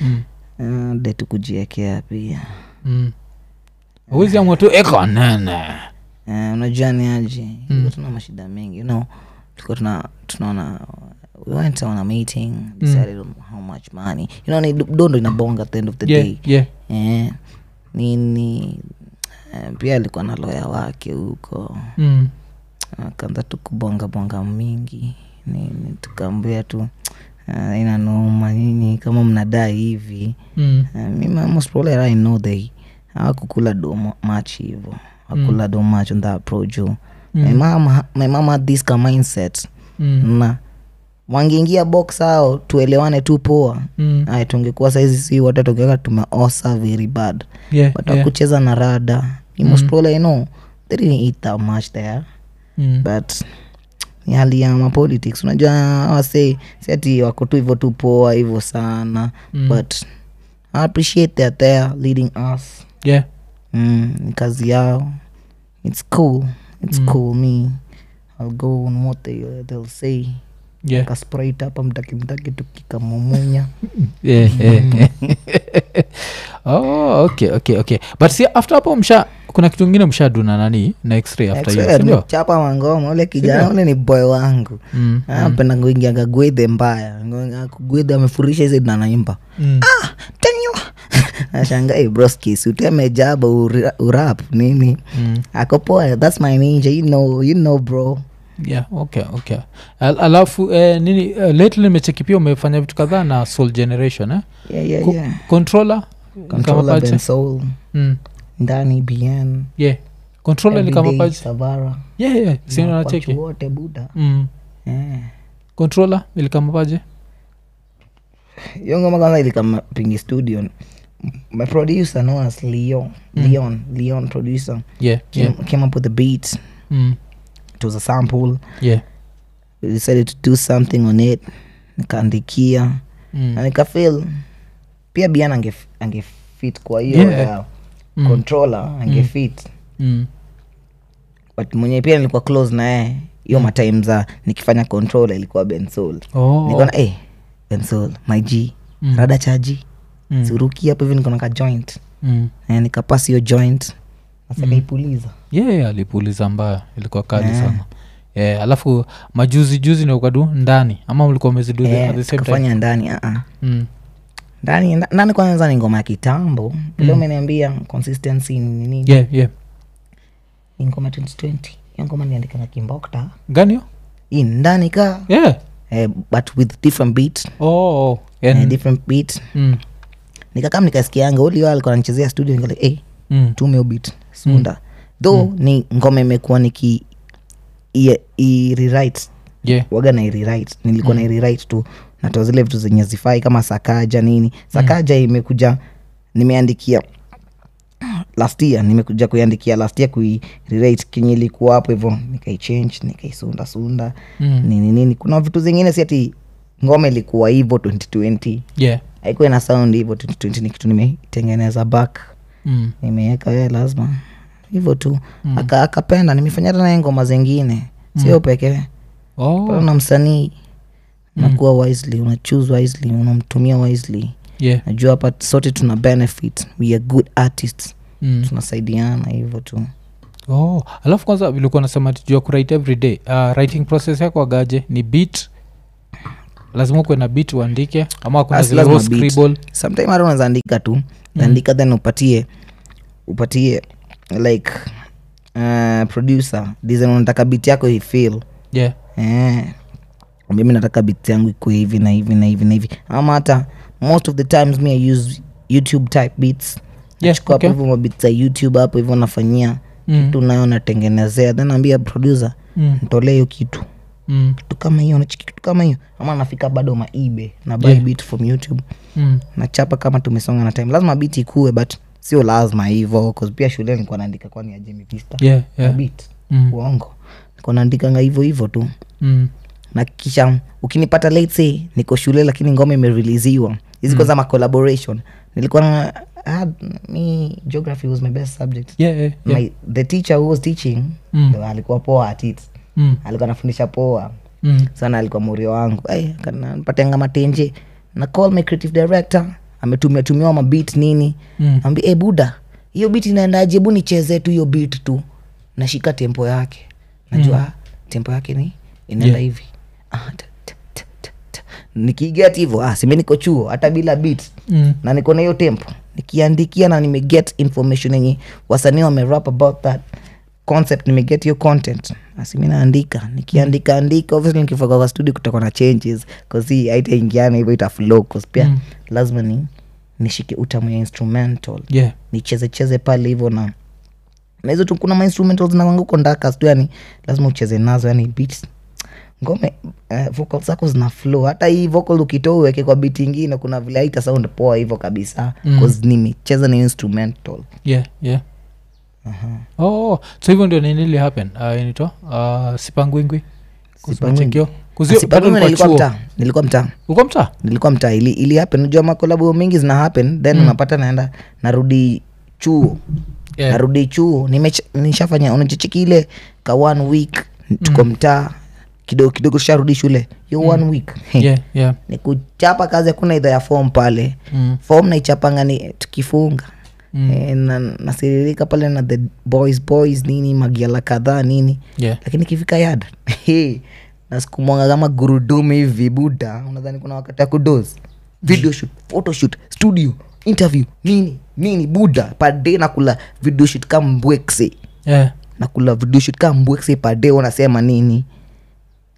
C: Eh,
A: mm.
C: Ah, de tukujiekea pia
A: mm. awezi amua tu eko nene
C: Eh, unajua ni aje mm. tuna mashida mengi you know tulikuwa tuna tunaona we went on a meeting
A: Mm.
C: decided on how much money you know ni dondo inabonga at the end of the
A: yeah,
C: day
A: yeah.
C: eh, nini eh, pia alikuwa na loya wake huko
A: Mm.
C: akaanza tu kubongabonga mingi nini tukaambia tu "Ah, ina noma nyinyi kama mnadai hivi
A: Mm.
C: Uh, mimi most probably I
A: Mm.
C: know they hawakukula do much hivyo hakula do much on that projo my mom my mom had this ka mindset
A: Mm.
C: na wangeingia box ao tuelewane tu poa
A: Mm.
C: aya tungekuwa saizi si wote tungeka tumeosa very bad
A: Yeah, Mm.
C: but
A: yeah.
C: wakucheza na rada you most probably know they didn't eat that much there
A: Mm.
C: but ni hali ya mapolitics unajua wase si ati wako tu hivyo tu poa hivyo sana mm. but i appreciate that they're leading us
A: Yeah.
C: mm, ni kazi yao it's cool it's mm. cool me i'll go on what they, they'll say
A: Yeah.
C: kasprite hapa mtaki mtaki tukikamumunya
A: Yeah, yeah, yeah. oh, okay, okay, okay. but si after hapo msha kuna kitu ingine mshaduna nani na x-ray after hiyo sindio
C: chapa mangoma ule kijana ule ni boy wangu
A: Mm,
C: apenda kuingiaga gwedhe mbaya Ngo- gwedhe amefurisha hizi nanaimba
A: mm.
C: ashangai broskisutiamejaba urap nini
A: Mm.
C: akopoa thats my ninja you know, you know bro
A: yeah okay okay Al- alafu eh, nini eh, lately nimecheki pia umefanya vitu kadhaa na soul generation eh?
C: yeah, yeah,
A: Co-
C: yeah.
A: controller kama
C: Controller
A: pacha?
C: Ben Soul,
A: Mm,
C: ndani bn
A: yeah controller ni kama pacha.
C: savara
A: yeah yeah si nacheki
C: wote buda
A: mm.
C: Yeah.
A: controller ilikama paje
C: hiyo ngoma kwanza ilikama pingi studio my producer known as leon leon leon producer
A: yeah
C: came,
A: Mm. yeah
C: came up with the beat
A: mm.
C: it was a sample
A: yeah
C: we decided to do something on it nikaandikia
A: Mm.
C: na nikafil pia bian angefit ange fit kwa hiyo
A: Yeah.
C: yeah. uh, controller angefit
A: Mm.
C: but mwenyewe pia nilikuwa close naye hiyo matime za nikifanya controller ilikuwa bensol
A: Mm. Oh.
C: nikaona eh bensol my g
A: Mm.
C: rada cha g
A: Mm.
C: suruki hapo hivi nikaona ka joint
A: Mm.
C: Eh, nikapass hiyo joint nasekaipuliza
A: yeah, yeah, alipuliza mbaya ilikuwa kali sana yeah, alafu majuzi juzi ni ukadu ndani ama ulikuwa umezidu the- at the same time
C: tukafanya Eh, ndani uh -uh.
A: mm.
C: ndani nda- ndani kwanza ni ngoma ya kitambo vile umeniambia consistency ni nini
A: Mm. yeah, yeah.
C: ni ngoma 2020 hiyo ngoma niandika na kimbokta
A: gani hiyo?
C: hii ni ndani ka
A: yeah.
C: eh, but with different beat
A: oh, oh. yeah.
C: eh, different beat
A: mm.
C: nikakam nikasikianga ulio alikuwa anachezea studio nikale eh,
A: Mm.
C: tume hiyo beat sunda though ni ngoma imekuwa niki ie- irewrite
A: yeah.
C: waga na irewrite nilikuwa na irewrite tu natoa zile vitu zenye zifai kama sakaja nini sakaja imekuja nimeandikia last year nimekuja kuiandikia last year kuirewrite kenye ilikuwa hapo hivyo nikaichange nikaisunda sunda
A: Mm.
C: nini nini kuna vitu zingine si ati ngoma ilikuwa hivyo 2020
A: yeah.
C: haikuwa na sound hivyo 2020 ni kitu nimeitengeneza back
A: mm.
C: nimeweka we lazima hivyo tu Aka- akapenda nimefanya hata naye ngoma zingine sio pekee
A: oh.
C: Pale na msanii unakuwa wisely una choose wisely unamtumia wisely
A: yeah.
C: najua hapa sote tuna benefit we are good artists
A: mm.
C: tunasaidiana hivyo tu
A: oh. alafu kwanza vilikuwa nasema tujua kuwrite every day uh, writing process yako agaje ni beat lazima kuwe na beat uandike ama kuna
C: Asi
A: zile
C: lazima
A: whole
C: beat.
A: scribble
C: sometime hata unaweza andika tu naandika then upatie upatie like uh, producer design unataka bit yako ifil
A: yeah.
C: eh, mimi nataka bit yangu ikuwe hivi na hivi na hivi na hivi ama hata most of the times me I use youtube type beats
A: Yeah,
C: Nachukua hapo
A: okay.
C: hivyo mabit za youtube hapo hivyo nafanyia
A: Mm.
C: kitu nayo natengenezea then naambia producer
A: Mm.
C: ntolee hiyo kitu
A: Mm.
C: kitu kama hiyo nachiki kitu kama hiyo ama nafika bado maibe na buy
A: Yeah.
C: beat from youtube
A: Mm.
C: nachapa kama tumesonga na time lazima biti ikue but sio lazima hivo 'cause pia shule nilikuwa naandika kwani ya Jimmy Vista
A: yeah. yeah.
C: beat
A: Mm.
C: uongo nilikuwa naandikanga hivo hivo tu
A: Mm.
C: na kisha ukinipata let's say niko shule lakini ngoma imereleasiwa hizi
A: Mm.
C: kwanza ma collaboration nilikuwa na I had, me geography was my best subject
A: yeah. yeah. yeah.
C: my, the teacher who was teaching
A: Mm.
C: ndo alikuwa poa at it
A: Mm.
C: alikuwa anafundisha poa
A: Mm.
C: sana alikuwa murio wangu patenga matenje na call my creative director ametumia tumiwa mabit nini
A: Mm.
C: ambia e buda hiyo bit inaendaje hebu nichezee tu hiyo bit tu nashika tempo yake najua mm. tempo yake ni inaenda
A: Yeah.
C: hivi Ah, ta- ta- ta- ta- ta. nikiget hivo ah, sime niko chuo hata bila bit
A: Mm.
C: na niko na hiyo tempo nikiandikia na nimeget information yenye wasanii wamerap about that concept nimeget hiyo content asimi naandika
A: Mm.
C: nikiandika andika obviously nikifika kwa studio kutakuwa na changes kazi haitaingiana hivyo itaflow cause pia
A: Mm.
C: lazima ni nishike utamu ya instrumental
A: yeah
C: nichezecheze pale hivyo na na hizo tu kuna mainstrumentals na wangu kondaka tu yani lazima ucheze nazo yani beats ngome eh, vocal zako zina flow hata hii vocal ukitoa uweke kwa bit ingine kuna vile haita sound poa hivyo kabisa
A: Mm.
C: mm. cause nimecheza ni instrumental
A: yeah yeah
C: Aha.
A: oh, oh. so hivyo ndio ninili happen uh, initwa uh, sipangwingwi
C: Sipangwingwi.
A: kuzmachekio
C: Si, by the way, nilikuwa mtaa nilikuwa mtaa
A: uko mtaa
C: nilikuwa mtaa ili, ili happen unajua makolabu mingi zina happen
A: Mm.
C: then unapata naenda narudi chuo
A: Yeah.
C: narudi chuo nimech- nishafanya unachechiki ile ka one week tuko
A: Mm.
C: mtaa kidogo kidogo tusharudi shule yo one week He.
A: yeah yeah
C: ni kuchapa kazi hakuna idha ya fom pale
A: mm.
C: fom naichapanga ni tukifunga
A: Mm.
C: Eh, na- nasiririka pale na the boys boys nini magiala kadhaa nini
A: yeah
C: lakini ikifika yada nasukumwanga kama gurudumu hivi buda unadhani kuna wakati ya kudos video shoot photoshoot studio interview nini nini buda pade nakula video shoot ka mbwekse
A: yeah
C: nakula video shoot ka mbwekse pade unasema nini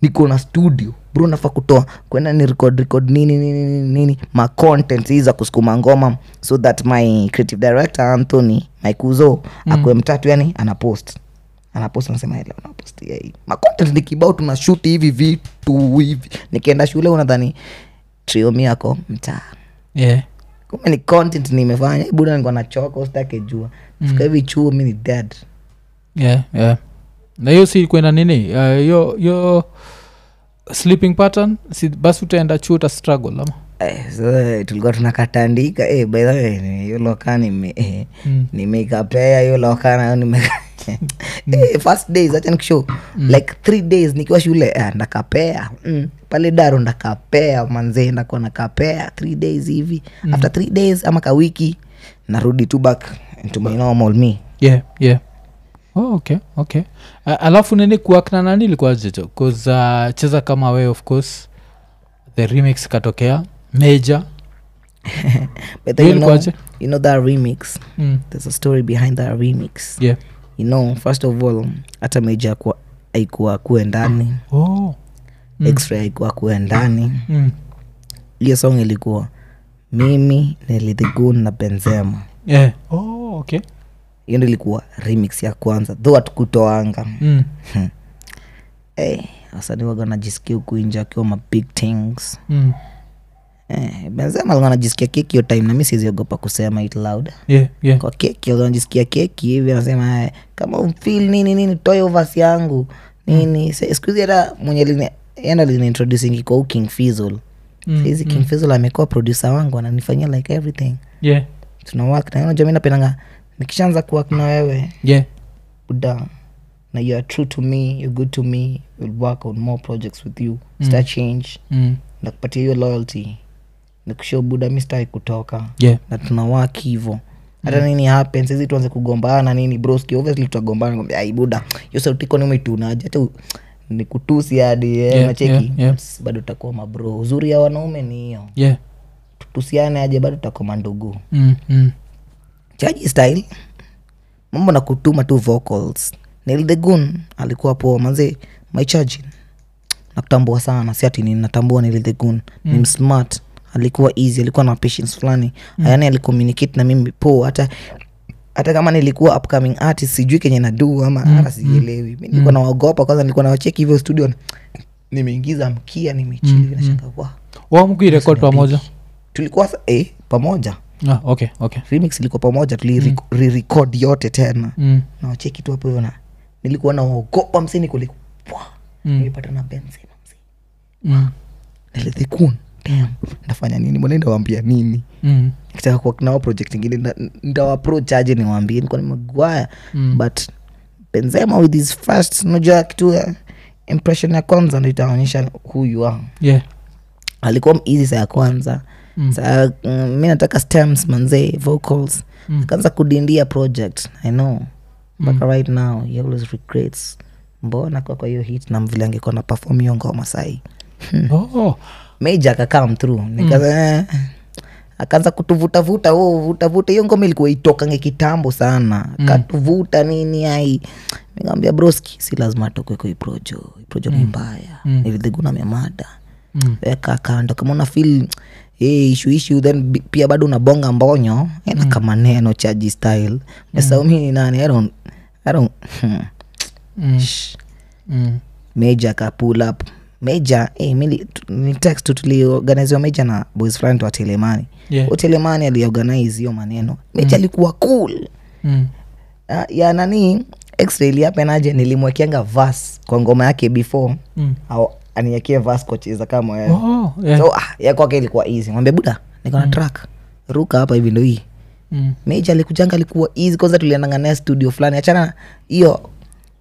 C: niko na studio bro nafaa kutoa kwenda ni record record nini nini nini, nini ma content hii za kusukuma ngoma so that my creative director anthony maikuzo mm. akwe mtatu yani anapost anapost anasema "Ela, unapost ya hii ma content ni kibao tunashuti hivi vitu hivi nikienda shule unadhani triomi yako mtaa
A: yeah
C: kumbe ni content nimefanya buda nilikuwa nachoka usitake jua fika hivi chuo mi ni dead
A: yeah yeah na hiyo si kwenda nini Ah, hiyo uh, hiyo sleeping pattern si basi utaenda chuo uta struggle ama
C: Eh, so, eh, tulikuwa tunakatandika eh, by the way ni- hiyo loka nime eh,
A: Mm.
C: nimeikapea hiyo loka nayo nime Eh, first days acha nikushow
A: Mm.
C: like three days nikiwa shule eh, ndakapea mm. pale daro ndakapea manzee ndakuwa nakapea three days hivi
A: Mm.
C: after three days ama kawiki narudi tu back into my normal me
A: yeah yeah oh, okay okay uh, alafu nini kuakna nani ilikuwa jeto bcause uh, cheza kama wewe of course the remix ikatokea major
C: but then, you, know,
A: Ilikuwaje?
C: you know that remix
A: mm.
C: there's a story behind that remix
A: yeah
C: you know first of all hata meja aikuwa kuwe ndani
A: oh.
C: mm. x-ray haikuwa kuwe ndani
A: mm.
C: hiyo song ilikuwa mimi nilidhigun na benzema
A: yeah oh, okay
C: hiyo ndo ilikuwa remix ya kwanza dho hatukutoanga
A: mm.
C: hey, Eh, wasanii waga najisikia kuinja akiwa ma big things
A: Mm.
C: hey, benzema alikuwa najisikia keki hiyo time na mi siziogopa kusema it loud
A: yeah yeah
C: kwa keki alikuwa najisikia keki hivi anasema "Eh, kama umfil nini nini toe overs yangu
A: Mm.
C: nini Se- sikuhizi hata mwenye lini enda liniintroducingi kwa u king fizzle
A: Mm,
C: sahizi king fizzle amekuwa producer wangu ananifanyia like everything
A: yeah
C: tuna work na yeye. unajua mi napendanga nikishaanza kuwork na wewe
A: yeah
C: buda na you are true to me you're good to me we'll work on more projects with you star change
A: mm.
C: nakupatia hiyo loyalty nikushow buda mi stai kutoka
A: yeah
C: na tuna work hivo hata
A: Mm.
C: nini happens hizi tuanze kugombana nini broski obviously tutagombana ngombe ai buda hiyo sauti iko nime tunaje hata u- ni kutusi hadi eh,
A: Yeah,
C: unacheki
A: yeah, yeah.
C: But bado tutakuwa mabro uzuri ya wanaume ni hiyo
A: yeah
C: tutusiane aje bado tutakuwa mandugu
A: mm. Mm.
C: chaji style mambo na kutuma tu vocals nil the gun alikuwa poa manze my charging nakutambua sana si ati ni- natambua nil the gun mm. ni smart alikuwa easy alikuwa na patience fulani mm. yani alicommunicate na mimi poa hata hata kama nilikuwa upcoming artist sijui kenye naduu ama hata sielewi mi nilikuwa nawaogopa kwanza nilikuwa nawacheki hivyo studio nimeingiza mkia nimechili mm. nashanga wa
A: wamkuirekod pamoja
C: tulikuwa sa- eh, pamoja
A: ah, okay okay
C: remix ilikuwa pamoja tulirecord yote tena
A: mm.
C: na wacheki tu hapo hivyo na nilikuwa naogopa msini kuliko
A: Mm.
C: nilipata na benzema msini
A: Mm.
C: nilithikun damn ndafanya nini mbona ndawambia nini
A: Mm.
C: nikitaka kuwa nao project ingine nda- ndawaapproach aje niwaambie nikuwa nimegwaya
A: Mm.
C: but benzema with his first unajua kitu ya impression ya kwanza ndo itaonyesha huyu a
A: yeah
C: alikuwa easy saa ya kwanza
A: Mm.
C: saa mm, mi nataka stems manzee vocals
A: Mm.
C: akaanza kudindia project i know mpaka right now he always regrets mbona kwa kwa hiyo hit na vile angekuwa na perform hiyo ngoma Hmm. sahii
A: oh.
C: meja akakam through
A: Mm.
C: nikaza eh, akaanza kutuvutavuta oh, vutavuta hiyo ngoma ilikuwa itokange kitambo sana
A: Mm.
C: katuvuta nini ai nikamwambia broski si lazima atoke kwa iprojo iprojo ni mbaya
A: Mm.
C: nilidhiguna memada
A: Mm.
C: weka kando kama una fil ishuishu then bi- pia yaani bado unabonga mbonyo ena mm. kama neno chaji style mm. ni nani I don't- I don't-
A: mm,
C: Shh.
A: mm.
C: meja ka pull up meja eh, mili- tu- ni text tu tuliorganiziwa meja na boys fulani tu wa telemani
A: Yeah.
C: utelemani aliorganize hiyo maneno meja alikuwa cool
A: Mm.
C: Ah, ya nani x-ray iliapenaje nilimwekeanga vas kwa ngoma yake before
A: Mm.
C: au aniwekee vas kocheza kama wewe
A: Oh, yeah.
C: so ah, ya kwake ilikuwa easy mwambie buda niko na track ruka hapa hivi ndo hii
A: Mm.
C: meja alikujanga alikuwa easy kwanza tuliendanga naye studio fulani achana na hiyo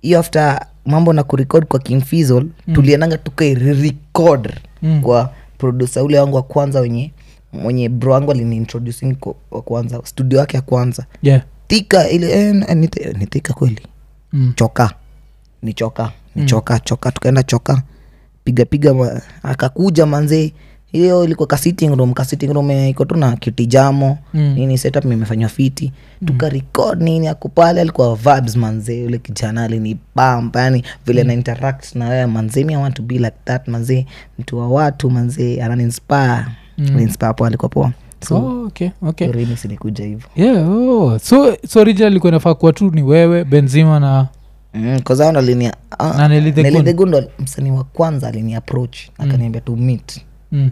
C: hiyo after mambo na kurekod kwa kimfizol mm. tuliendanga tukairecord
A: Mm.
C: mm. kwa produsa ule wangu wa kwanza wenye mwenye bro wangu aliniintroducing kwa- wa kwanza studio yake ya kwanza
A: Yeah.
C: tika ile eh, n- ni, Ti- ni tika kweli
A: Mm.
C: choka ni choka ni choka choka tukaenda choka piga piga ma- akakuja manzee hiyo ilikuwa ka sitting room ka sitting room eh, iko tu na kitijamo
A: Mm.
C: mm. nini setup imefanywa fiti tuka record nini ako pale alikuwa vibes manzee yule kijana alinipamba yani vile na interact na wewe manzee mi i want to be like that manzee mtu wa watu manzee ananiinspire mm. inspire poa alikuwa poa so oh,
A: Oh, okay, okay.
C: okay. remix ilikuja hivyo
A: Yeah, oh. so, so original ilikuwa inafaa kuwa tu ni wewe benzima na
C: Mm, ah,
A: Na Nelly the Goon.
C: nalidhegundo msanii wa kwanza alini approach akaniambia tu meet
A: mm.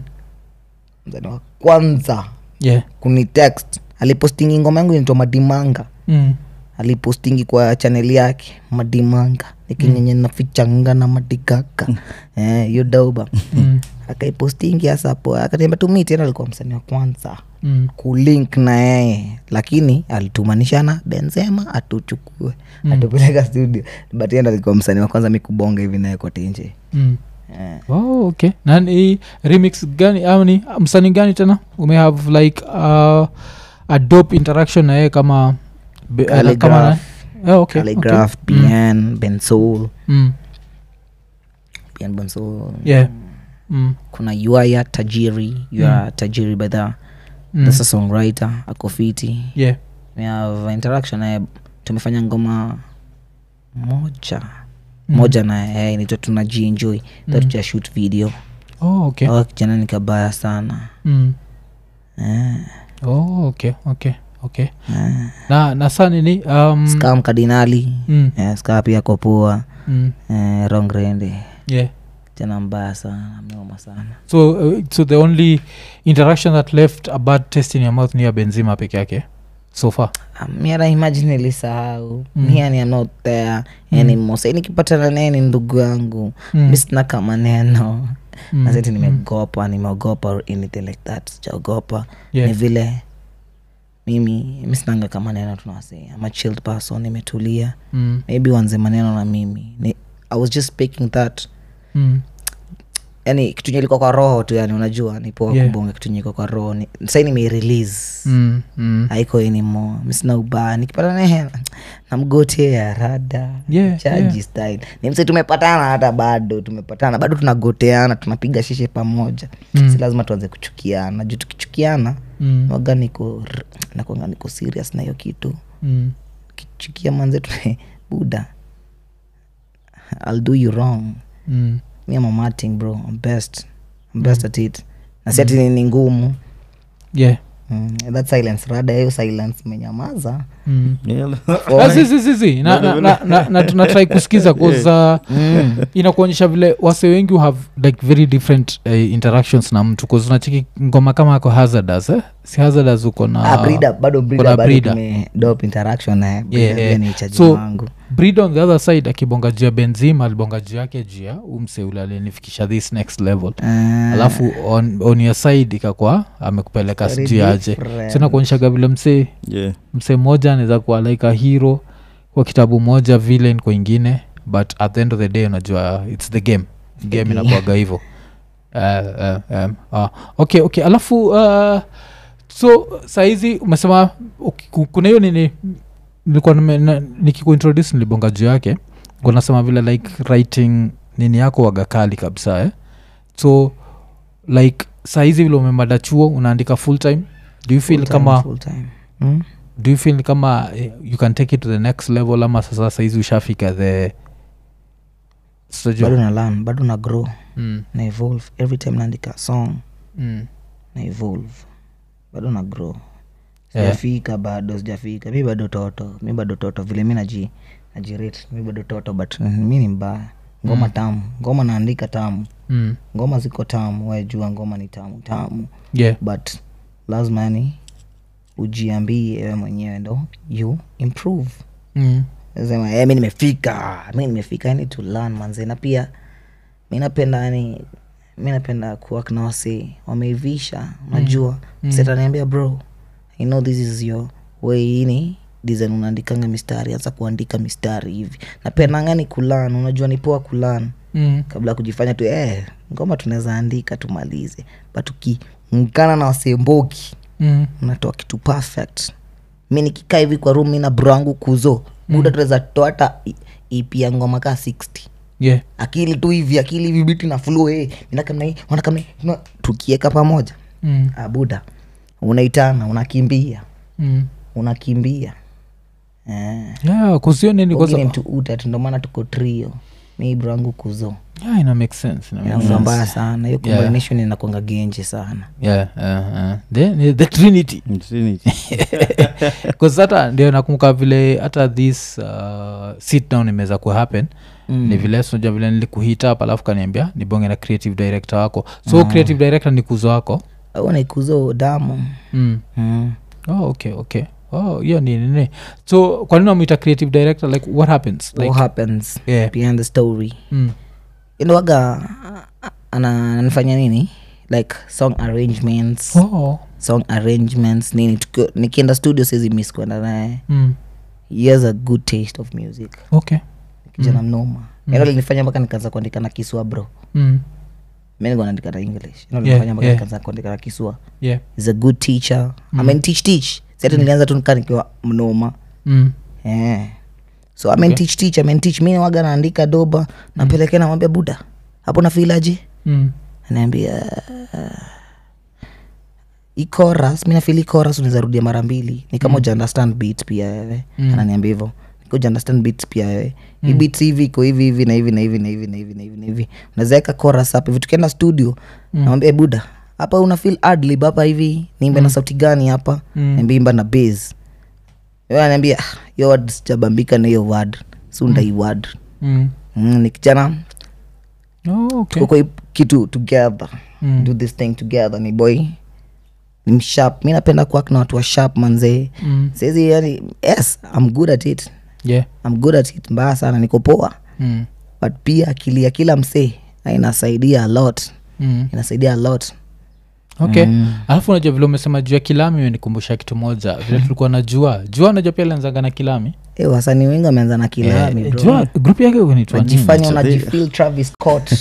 C: msanii wa kwanza
A: yeah.
C: kuni text alipostingi ngoma yangu inaitwa madimanga
A: mm.
C: alipostingi kwa chaneli yake madimanga nikinyenye
A: Mm.
C: nafichanga na madigaka Eh, hiyo dauba
A: Mm.
C: akaipostingi hasa hapo akaniambia tu meet tena alikuwa msanii wa kwanza
A: Mm.
C: kulink na yeye lakini alitumanishana benzema atuchukue
A: Mm.
C: atupeleka studio but yeye ndo alikuwa msanii wa kwanza mikubonga hivi naye kote nje
A: Mm.
C: Eh.
A: Oh, okay nani hii remix gani au ni msanii gani tena umehave like uh, a dope interaction na yeye kama be- eh,
C: Calligraph.
A: kama nani? Oh, okay, okay.
C: Calligraph, Bien, Bensoul,
A: Mm.
C: Bien Bensoul.
A: Yeah. Mm.
C: kuna yuaya tajiri yuaya tajiri by the
A: Mm.
C: that's a songwriter akofiti
A: Yeah.
C: we have interaction naye tumefanya ngoma moja
A: Mm.
C: moja naye inaitwa tuna jienjoy tatuja shoot video
A: Oh, Mm. okay.
C: yeah. kijana ni kabaya sana
A: Mm.
C: eh,
A: Oh, okay okay okay na na saa nini um,
C: skam kadinali
A: mm,
C: eh, ska pia kopoa
A: mm,
C: eh, rongrende
A: yeah.
C: kijana mbaya sana mnoma sana
A: so uh, so the only interaction that left a bad taste in your mouth ni ya benzima peke yake so far
C: Um, miaraimajini ilisahau mm. yani anotea yani mm. mose nikipatana naye ni ndugu yangu
A: Mm.
C: mm. misina kama neno mm. nazeti nimegopa nimeogopa or anything like that sijaogopa
A: Yeah.
C: ni vile mimi misinanga kama neno tunawasea ama chilled person nimetulia
A: mm,
C: maybe wanze maneno na mimi ni, i was just speaking that
A: mm,
C: yani kitu nyeliko kwa roho tu yani unajua nipoa
A: Yeah.
C: yeah. kubonga kitu nyeliko kwa roho ni, sai nimeirelease
A: mm, mm.
C: haiko anymore misina ubaya nikipata naye namgotea rada
A: Yeah,
C: chaji
A: yeah.
C: style ni mse tumepatana hata bado tumepatana bado tunagoteana tunapiga shishe pamoja
A: Mm.
C: si lazima tuanze kuchukiana juu tukichukiana
A: Mm,
C: waga niko nakwanga niko serious na hiyo kitu
A: mm.
C: kichukia manze tu- buda I'll do you wrong
A: Mm.
C: mi am a martin bro I'm best I'm best at it na si ati
A: Mm.
C: ni ngumu
A: Yeah.
C: mm. that silence rada hiyo silence menyamaza
A: Mm.
B: Yeah.
A: Ah, si, si, si, si. Na- na- na- na- na- tunatry kusikiza bcause inakuonyesha vile wase wengi have like very different uh, interactions na mtu bcause unacheki ngoma kama ako hazardas eh? si hazardas uko na
C: Ah, Brida, bado Brida
A: kuna
C: bado
A: Brida.
C: tumedop interaction naye Brida
A: Yeah,
C: pia
A: yeah.
C: ni chaji
A: So-
C: wangu
A: breed on the other side akibonga juu ya benzima alibonga juu yake juu ya umseule alinifikisha this next level
C: Ah,
A: alafu on, on your side ikakwa amekupeleka
C: Very
A: sijui aje
C: different.
A: sinakuonyeshaga vile msee
B: Yeah.
A: msee mmoja anaweza kuwa like a hero kwa kitabu moja villain kwa ingine but at the end of the day unajua its the game game inakuaga hivo uh, uh, um, uh, okay okay alafu uh, so sahizi umesema uki- ku- kuna hiyo nini nilikuwa nime- na- nikikuintroduce nilibonga juu yake Nilikuwa nasema vile like writing nini yako wagakali kabisa eh? so like sahizi vile umemada chuo unaandika full time do you feel
C: full time,
A: kama
C: full time. Mm?
A: do you feel kama eh, you can take it to the next level ama sasa saizi ushafika the Sitajua.
C: bado na learn bado na grow
A: Mm,
C: na evolve every time naandika song
A: mm,
C: na evolve bado na grow
A: Yeah.
C: sijafika bado sijafika mi bado toto mi bado toto vile mi naji ajirate mi bado toto but uh, mi ni mbaya ngoma mm. tamu ngoma naandika tamu
A: mm.
C: ngoma ziko tamu wajua ngoma ni tamu tamu
A: yeah.
C: but lazima yani ujiambie wewe mwenyewe ndo you improve
A: mm.
C: sema eh mi nimefika mi nimefika yani to learn manze na pia mi napenda yani mi napenda kuwak na wasi wameivisha najua mm. setaniambia bro i know this is your way ini design unaandikanga mistari hasa kuandika mistari hivi napendanga ni kulan unajua ni poa kulan
A: Mm.
C: kabla ya kujifanya tu eh, ngoma tunaweza andika tumalize but ukiungana na wasemboki
A: Mm.
C: mnatoa kitu perfect mi nikikaa hivi kwa room mi na bro yangu kuzo muda tunaweza toa hata i- ep ya ngoma kaa 60
A: yeah.
C: akili tu hivi akili hivi biti na flu eh, minakamna hii wanakamna hii na- tukieka pamoja
A: Mm.
C: ah, buda unaitana unakimbia
A: Mm.
C: unakimbia eh.
A: yeah, kusioneni kwa
C: Wengine
A: sababu
C: mtu uta tu, ndo maana tuko trio mi bro yangu kuzo
A: yeah, ina make sense, ina make
C: Inakuwa mbaya sana hiyo
A: Yeah.
C: combination inakwanga genje sana
A: yeah, uh, uh. Then, eh, the trinity bcause hata ndio nakumbuka vile hata this uh, sit down imeweza kuhappen mm. ni vile sinaja vile nilikuhit up alafu kaniambia nibonge na creative director wako so
C: Mm.
A: creative director ni kuzo wako
C: au naikuzo damu
A: mm.
C: mm.
A: oh, okay okay oh hiyo ni nini so kwa nini wamuita creative director like what happens like,
C: what happens
A: yeah.
C: behind the story
A: mm.
C: inwaga ana- ananifanya nini like song arrangements
A: oh.
C: song arrangements nini Tuki- nikienda studio siwezi miss kwenda naye
A: mm.
C: he has a good taste of music
A: okay
C: kijana mnoma mm. linifanya mpaka nikaanza kuandika na kiswa bro
A: mm.
C: mi nilikuwa naandika na english Hilo linifanya mpaka
A: yeah.
C: nikaanza kuandika na kiswa
A: yeah
C: is a good teacher mm. I mean, teach teach sati nilianza tu nikaa nikiwa mnoma
A: mm.
C: yeah. Eh. so amenteach teach amenteach mi waga naandika doba napelekea namwambia buda hapo nafilaje
A: Mm.
C: anaambia ikoras "Eh, mi nafili ikoras unaweza rudia mara mbili ni kama uja understand beat pia wewe mm. ananiambia hivyo uja understand beat pia wewe mm. beat hivi iko hivi hivi na hivi na hivi na hivi na hivi na hivi na hivi unawezaweka chorus hapa hivi tukienda studio mm. namwambia buda hapa una feel adlib hapa hivi niimbe na sauti gani hapa
A: Mm.
C: niambia imba na bass wewe ananiambia "Ah, hiyo word sijabambika na hiyo word si ndai word
A: Mm.
C: mm, ni kijana
A: Oh, okay.
C: tuko kwa hii kitu together
A: Mm.
C: do this thing together ni boy ni mshap mi napenda kuak na watu wa sharp manzee
A: Mm.
C: saizi yani yes i'm good at it
A: yeah
C: i'm good at it mbaya sana niko poa
A: mm.
C: but pia akili ya kila msee na inasaidia a lot
A: Mm.
C: inasaidia a lot
A: okay
C: Mm.
A: alafu unajua vile umesema juu ya kilami imenikumbusha kitu moja vile tulikuwa na jua jua unajua pia alianzanga na kilami
C: e, wasanii wengi wameanza na kilami
A: Eh,
C: bro
A: jua grup yake unaitwa nini?
C: najifanya unajifil travis scott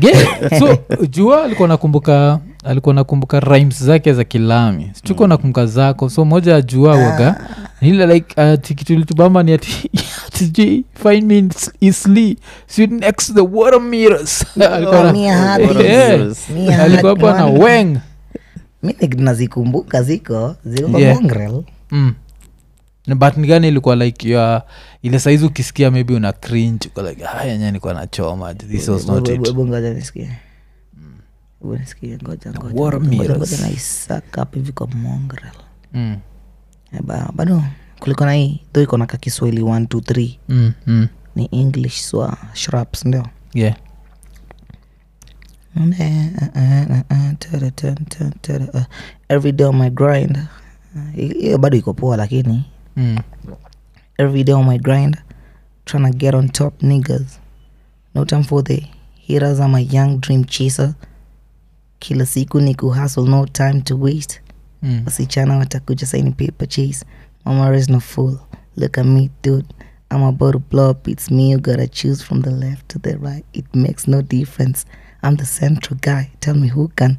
A: Yeah, so jua alikuwa nakumbuka alikuwa nakumbuka rhymes zake za kilami sichukuwa nakumbuka zako so moja ya jua waga nile like uh, ati kitu litubamba ni ati ati sijui, find me in S- easily sit next to the water mirrors Alikuwa na-
C: Mia Hadi.
A: Yeah,
C: Mia
A: alikuwa
C: Hadi
A: hapo na
C: one.
A: weng
C: ah, mi ni- nazikumbuka ziko ziko kwa
A: Yeah.
C: mongrel
A: mm. Na but ni gani ilikuwa like ya ile saizi ukisikia maybe una cringe uko like ah yenyewe nilikuwa nachoma this was not
C: Hebu-
A: it Hmm.
C: hebu ngoja nisikie Hebu nisikie ngoja ngoja,
A: War
C: ngoja, ngoja,
A: Mirrors.
C: ngoja naisaka hapa hivi kwa mongrel
A: mm.
C: Eh, ba- bado kuliko na hii tho iko na ka kiswahili 1 2 3
A: Mm, mm.
C: ni english swa shraps ndio
A: yeah
C: Mm, eh, eh, eh, eh, eh, tada, tada, tada, tada, eh, every day on my grind Eh, hiyo bado iko poa lakini
A: mm.
C: every day on my grind trying to get on top niggas no time for the hitters i'm a young dream chaser kila siku ni kuhustle no time to waste
A: Mm.
C: wasichana watakuja saini paper chase mama is no fool look at me dude i'm about to blow up it's me you gotta choose from the left to the right it makes no difference i'm the central guy tell me who can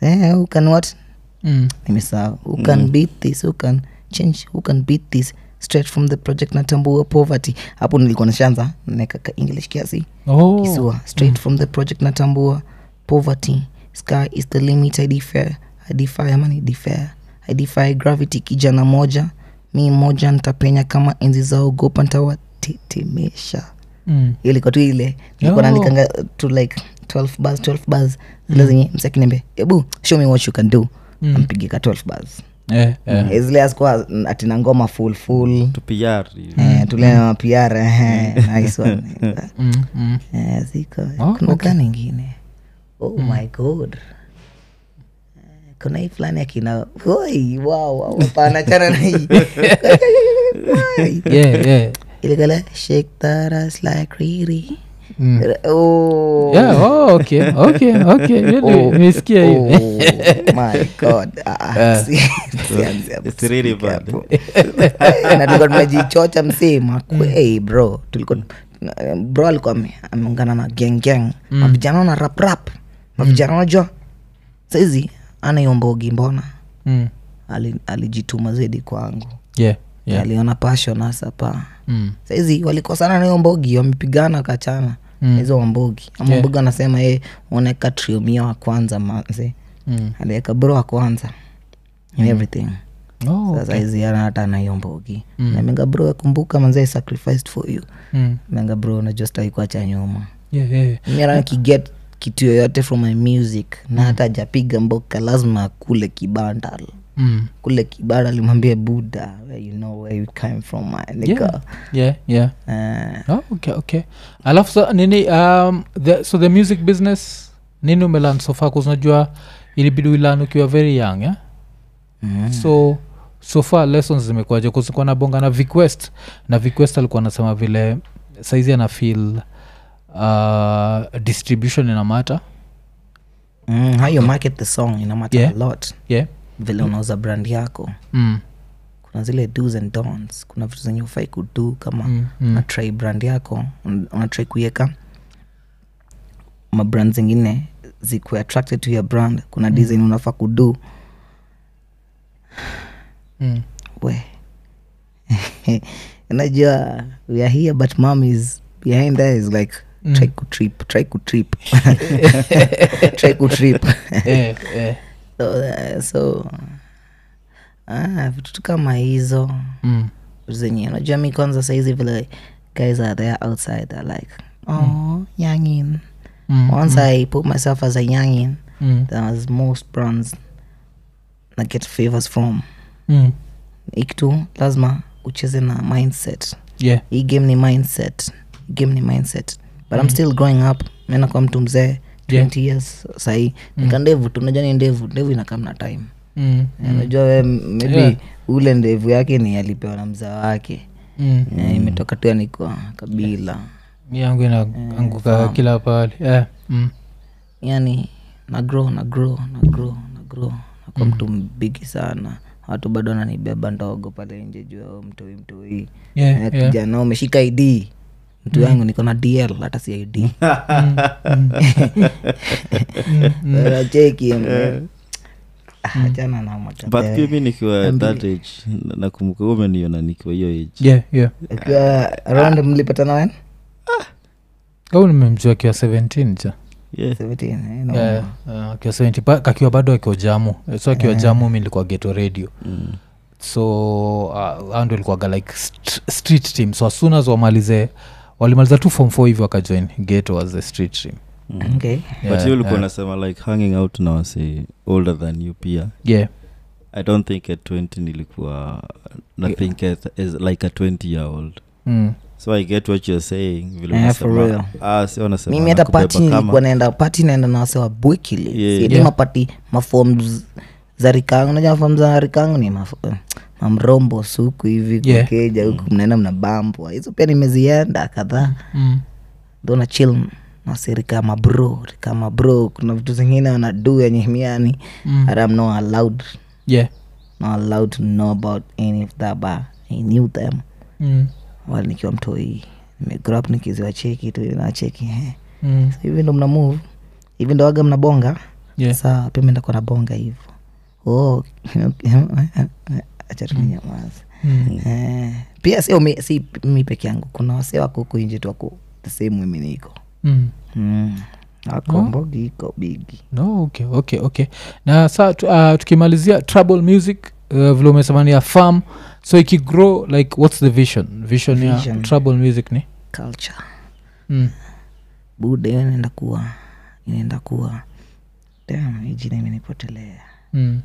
C: eh, who can what
A: Mm.
C: nimesahau who can beat this who can change who can beat this straight from the project natambua poverty hapo nilikuwa nashanza nekaka english kiasi
A: Oh.
C: kisua straight from the project natambua poverty sky is the limit i defer i defy amani defer i defy gravity kijana moja mi moja ntapenya kama enzi zaogopa ntawatetemesha
A: Mm.
C: ilikuwa tu ile
A: Oh.
C: nilikuwa naandikanga to like 12
A: Mm.
C: bars 12 bars zile zenye msakinimbe hebu show me what you can do ampige ka 12 bars
A: eh, eh.
C: Eh, zile asikuwa atina ngoma full full
B: tupiyari
C: eh, tulenema pr eh, nice one.
A: Mm, mm.
C: Eh, ziko
A: Oh, Mm.
C: kuna gani ingine oh my god Eh, kuna hii fulani akina Oi, wow, wow, hapana chana na hii Oi.
A: Yeah, yeah.
C: ile kala shake that ass like riri
A: Mm.
C: oh.
A: Yeah, oh, okay, okay, okay. Hiyo ni-
C: Oh,
A: nimesikia hiyo.
C: oh, my God. Ah, ah, si- sianze hapo,
B: It's really
C: sianze
B: bad.
C: hapo. na tulikuwa tumejichocha msema hey bro tulikuwa eh, bro alikuwa ame- ameungana na gengeng
A: Mm.
C: mavijana wana raprap mavijana unajua saizi ana hiyo mbogi mbona
A: Mm.
C: Ali- alijituma zaidi kwangu
A: Yeah, yeah.
C: aliona passion hasa pa
A: Mm.
C: saizi walikosana na hiyo mbogi wamepigana wakachana
A: Mm.
C: hizo wambogi ama mbogi anasema ye unaweka triomia wa kwanza manze
A: Mm.
C: aliweka bro wa kwanza in everything
A: Oh,
C: sasa hizi ana hata na hiyo mbogi na menga bro akumbuka manze I sacrificed for you
A: mm.
C: menga bro unajua sitaki kuacha nyuma
A: Yeah, yeah.
C: mira kiget kitu yoyote from my music na hata ajapiga mboka lazima akule kibandal
A: Mm.
C: kule kibandal alimwambia buda where you know where you came from my nigga Eh,
A: Yeah, yeah.
C: yeah.
A: Oh, okay, okay. alafu sa nini um, the, so the music business nini umelan sofa kuzinajua ilibidi uilan ukiwa very young eh? mm. so so far lessons zimekuaje kuzikuwa na bonga na viquest na viquest alikuwa anasema vile saizi ana feel uh, distribution ina mata
C: mm, how you market the song ina matter
A: Yeah.
C: a lot
A: yeah
C: vile unauza brand yako
A: mm.
C: kuna zile dos and dons kuna vitu zenye ufai kudu kama
A: Mm,
C: mm,
A: mm.
C: unatrai brand yako un- unatrai kuiweka mabrand zingine zikuwe attracted to your brand kuna mm. design unafaa kudu
A: Mm.
C: we unajua we are here but mom is behind there is like mm. try kutrip try kutrip try kutrip
A: eh, eh.
C: so, uh, so ah, vitu tu kama hizo
A: Mm.
C: zenye unajua mi kwanza sahizi vile guys are there outside are like oh youngin
A: Mm.
C: once i put myself as a youngin
A: Mm.
C: there was most brands na get favors from
A: Mm.
C: ikitu lazima ucheze na mindset
A: yeah
C: hii game ni mindset Hii game ni mindset but i'm still growing up menakuwa mtu mzee 20
A: Mm. Yeah.
C: years sahii nika ndevu tu unajua ni ndevu ndevu inakamna time
A: mm.
C: unajua we maybe
A: Yeah.
C: ule ndevu yake ni alipewa na mzaa wake
A: Mm.
C: Eh, imetoka tu yani kwa kabila
A: Mi yangu inaanguka kila pahali eh. mm.
C: yani Yaani, na grow na grow na grow na grow nakwa
A: Mm.
C: mtu mbigi sana watu bado wananibeba ndogo pale nje juu ya mtoi mtoi
A: yeah,
C: Eh,
A: yeah. Mm.
C: kijana umeshika id mtu yangu niko na dl hata si id
A: Mm.
C: cheki Ah, achana na Eh.
B: but
C: matapere.
B: pia mi nikiwa that age na- nakumbuka wewe umeniona nikiwa hiyo age
A: yeah, yeah.
C: ukiwa around mlipatana wen
A: kau nimemjua akiwa 17 cha
B: yeah.
C: 17 eh, no.
A: Eh, eh, akiwa 17 pa- kakiwa bado akiwa jamu so akiwa jamu mi nilikuwa geto radio so uh, ando ilikuwaga like st- street team so as soon as wamalize walimaliza tu form 4 hivi wakajoin geto as a street team
C: okay
B: but hiyo ulikuwa unasema like hanging out na wase older than you pia
A: yeah
B: i don't think at 20 nilikuwa na think as, as like a 20 year old
A: mm.
B: so i get what you're saying vile
C: Eh, for
B: unasema-
C: real.
B: ah, si wanasema
C: mimi hata
B: nakubeba
C: pati
B: kama-
C: nilikuwa naenda pati naenda na wasewa bwekile
B: Yeah.
C: yeah,
A: Yeah.
C: mapati mafom za rikangu najua mafom za rikangu ni maf- eh, mamrombo suku hivi
A: Yeah.
C: kukeja huku mnaenda mnabambwa hizo pia nimezienda kadhaa
A: Mm.
C: dhona chil nasirika mabro rika mabro kuna vitu zingine wanadu yenye miani mm. am not allowed
A: yeah
C: not allowed to know about any of that but i knew them
A: mm.
C: wali nikiwa mtoi nimegrow up nikiziwa cheki tu nacheki eh.
A: Mm.
C: So hivi ndo mna move hivi ndo waga mnabonga
A: Yeah.
C: saa pia mi ndakuwa nabonga hivo oh, acha tumenyamaza
A: Mm.
C: Eh, pia sio mi, si mi peke yangu kuna wasee wako huku nje tu wako the same women iko
A: Mm.
C: mm. wako mbogi iko bigi
A: no okay okay okay na saa tu- ah, tukimalizia trouble music uh, vile umesema ni ya farm so ikigrow like whats the vision vision, ya
C: Vision.
A: trouble music ni
C: culture
A: mm.
C: buda hiyo inaenda kuwa inaenda kuwa dam hii jina imenipotelea
A: Mm.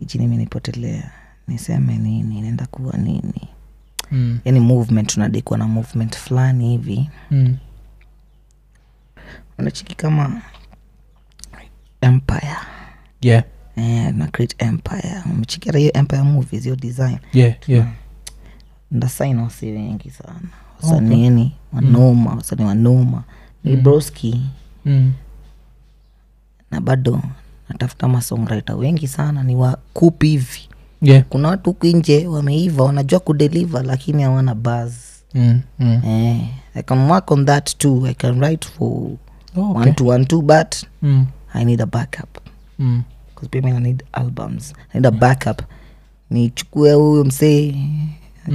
C: ichini imenipotelea niseme nini naenda kuwa nini
A: mm,
C: yani movement tunadai kuwa na movement fulani hivi
A: mm,
C: unachiki kama empire
A: yeah,
C: eh, na create empire umechiki hata hiyo empire movies hiyo design
A: yeah, yeah.
C: ndasaina wasi wengi sana wasanieni okay. Mm. wanoma wasani wanoma ni broski
A: Mm,
C: na bado natafuta masongwriter wengi sana ni wakupi hivi
A: yeah,
C: kuna watu huku nje wameiva wanajua kudeliver lakini hawana buzz
A: mm, mm.
C: eh, i can work on that too i can write for
A: Oh,
C: okay.
A: okay.
C: one to one two but
A: Mm,
C: i need a backup
A: mm.
C: because pia mimi I need albums i need a backup nichukue huyo msee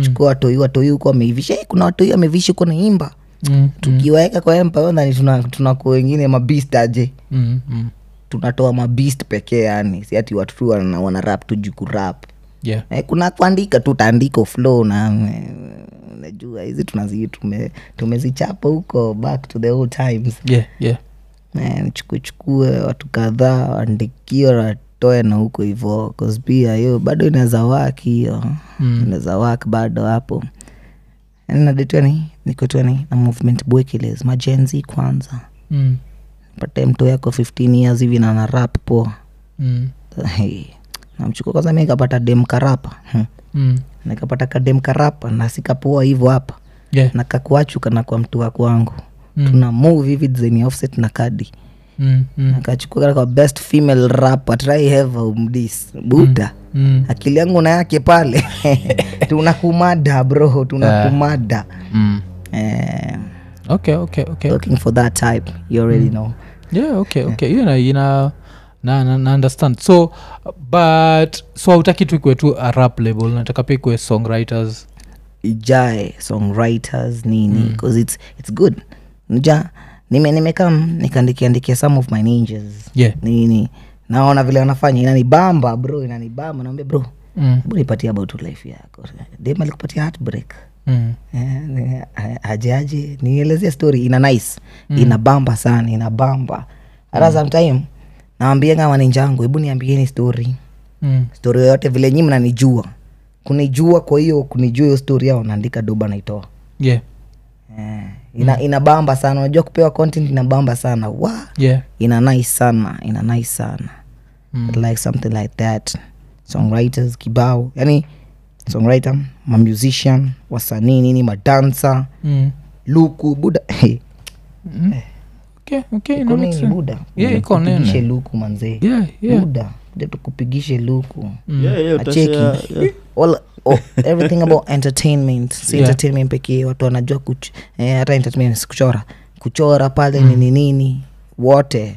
C: achukua watoi watoi huko ameivisha eh, kuna watoi ameivisha huko naimba
A: Mm,
C: tukiwaeka kwa empaani tunakuwa tuna kwa wengine mabist aje
A: mm, mm.
C: tunatoa mabist pekee yani si ati watu tu wana, wana rap tu juu kurap
A: Yeah.
C: eh, kuna kuandika tu utaandika flow na eh, unajua hizi tunazi tume, tumezichapa huko back to the old times
A: Yeah, yeah.
C: Eh, nichukuchukue watu kadhaa waandikie watoe na huko hivo cause pia hiyo bado inaweza wak hiyo
A: Hmm.
C: mm. inaweza wak bado hapo Yaani nadetiwa ni nikotiwa ni na movement bwekiles majenzi kwanza
A: Mm,
C: pate mtu yako 15 years hivi na na rap poa
A: mm,
C: Hey, namchukua kwanza mi nikapata dem karapa Hmm.
A: mm.
C: nikapata kadem karapa na sikapoa hivo hapa
A: Yeah.
C: na kakuachuka na kwa mtu wa kwangu
A: Mm.
C: mm. tuna move hivi design ya offset na kadi
A: Mm, mm,
C: akachukua kwa best female rapper try have umdis buda
A: mm.
C: akili yangu na yake pale tunakumada bro tunakumada
A: Mm.
C: eh,
A: okay okay okay Mm.
C: looking for that type you already know
A: yeah okay okay hiyo na ina na, na, na understand so but so hautaki tu ikuwe tu a rap label nataka pia ikuwe songwriters
C: ijae songwriters nini
A: Mm.
C: because it's, it's good ja nime nimekam nikandikiandikia some of my ninjas
A: yeah
C: nini naona vile wanafanya inanibamba bro inanibamba naambia bro
A: mm.
C: hebu nipatie about tu life yako dem alikupatia heartbreak
A: Mm.
C: Eh, ni- a- aje aje nielezee story ina nice mm. inabamba sana inabamba hata mm. sometime naambia kama ninjangu hebu niambieni story
A: Mm.
C: story yoyote vile nyi mnanijua kunijua kwa hiyo kunijua hiyo story yao naandika doba naitoa
A: yeah
C: eh, ina, inabamba sana unajua kupewa content inabamba sana wa
A: yeah mm,
C: ina nice sana ina nice sana I'd like something like that songwriters kibao yani songwriter mamusician wasanii nini madansa
A: mm.
C: luku buda
A: okay okay ina
C: eh. Iko
A: make
C: nini
A: sense.
C: buda
A: yeah
C: Buda,
A: iko
C: tukupigishe
A: nene
C: luku manzee
A: yeah yeah
C: buda buda tukupigishe luku
B: Yeah, yeah,
C: Mm, Acheki.
B: utasema, yeah.
C: All, oh, everything about entertainment si
A: Yeah.
C: entertainment pekee watu wanajua kuch, eh, hata entertainment si kuchora kuchora pale
A: Mm.
C: nini nini wote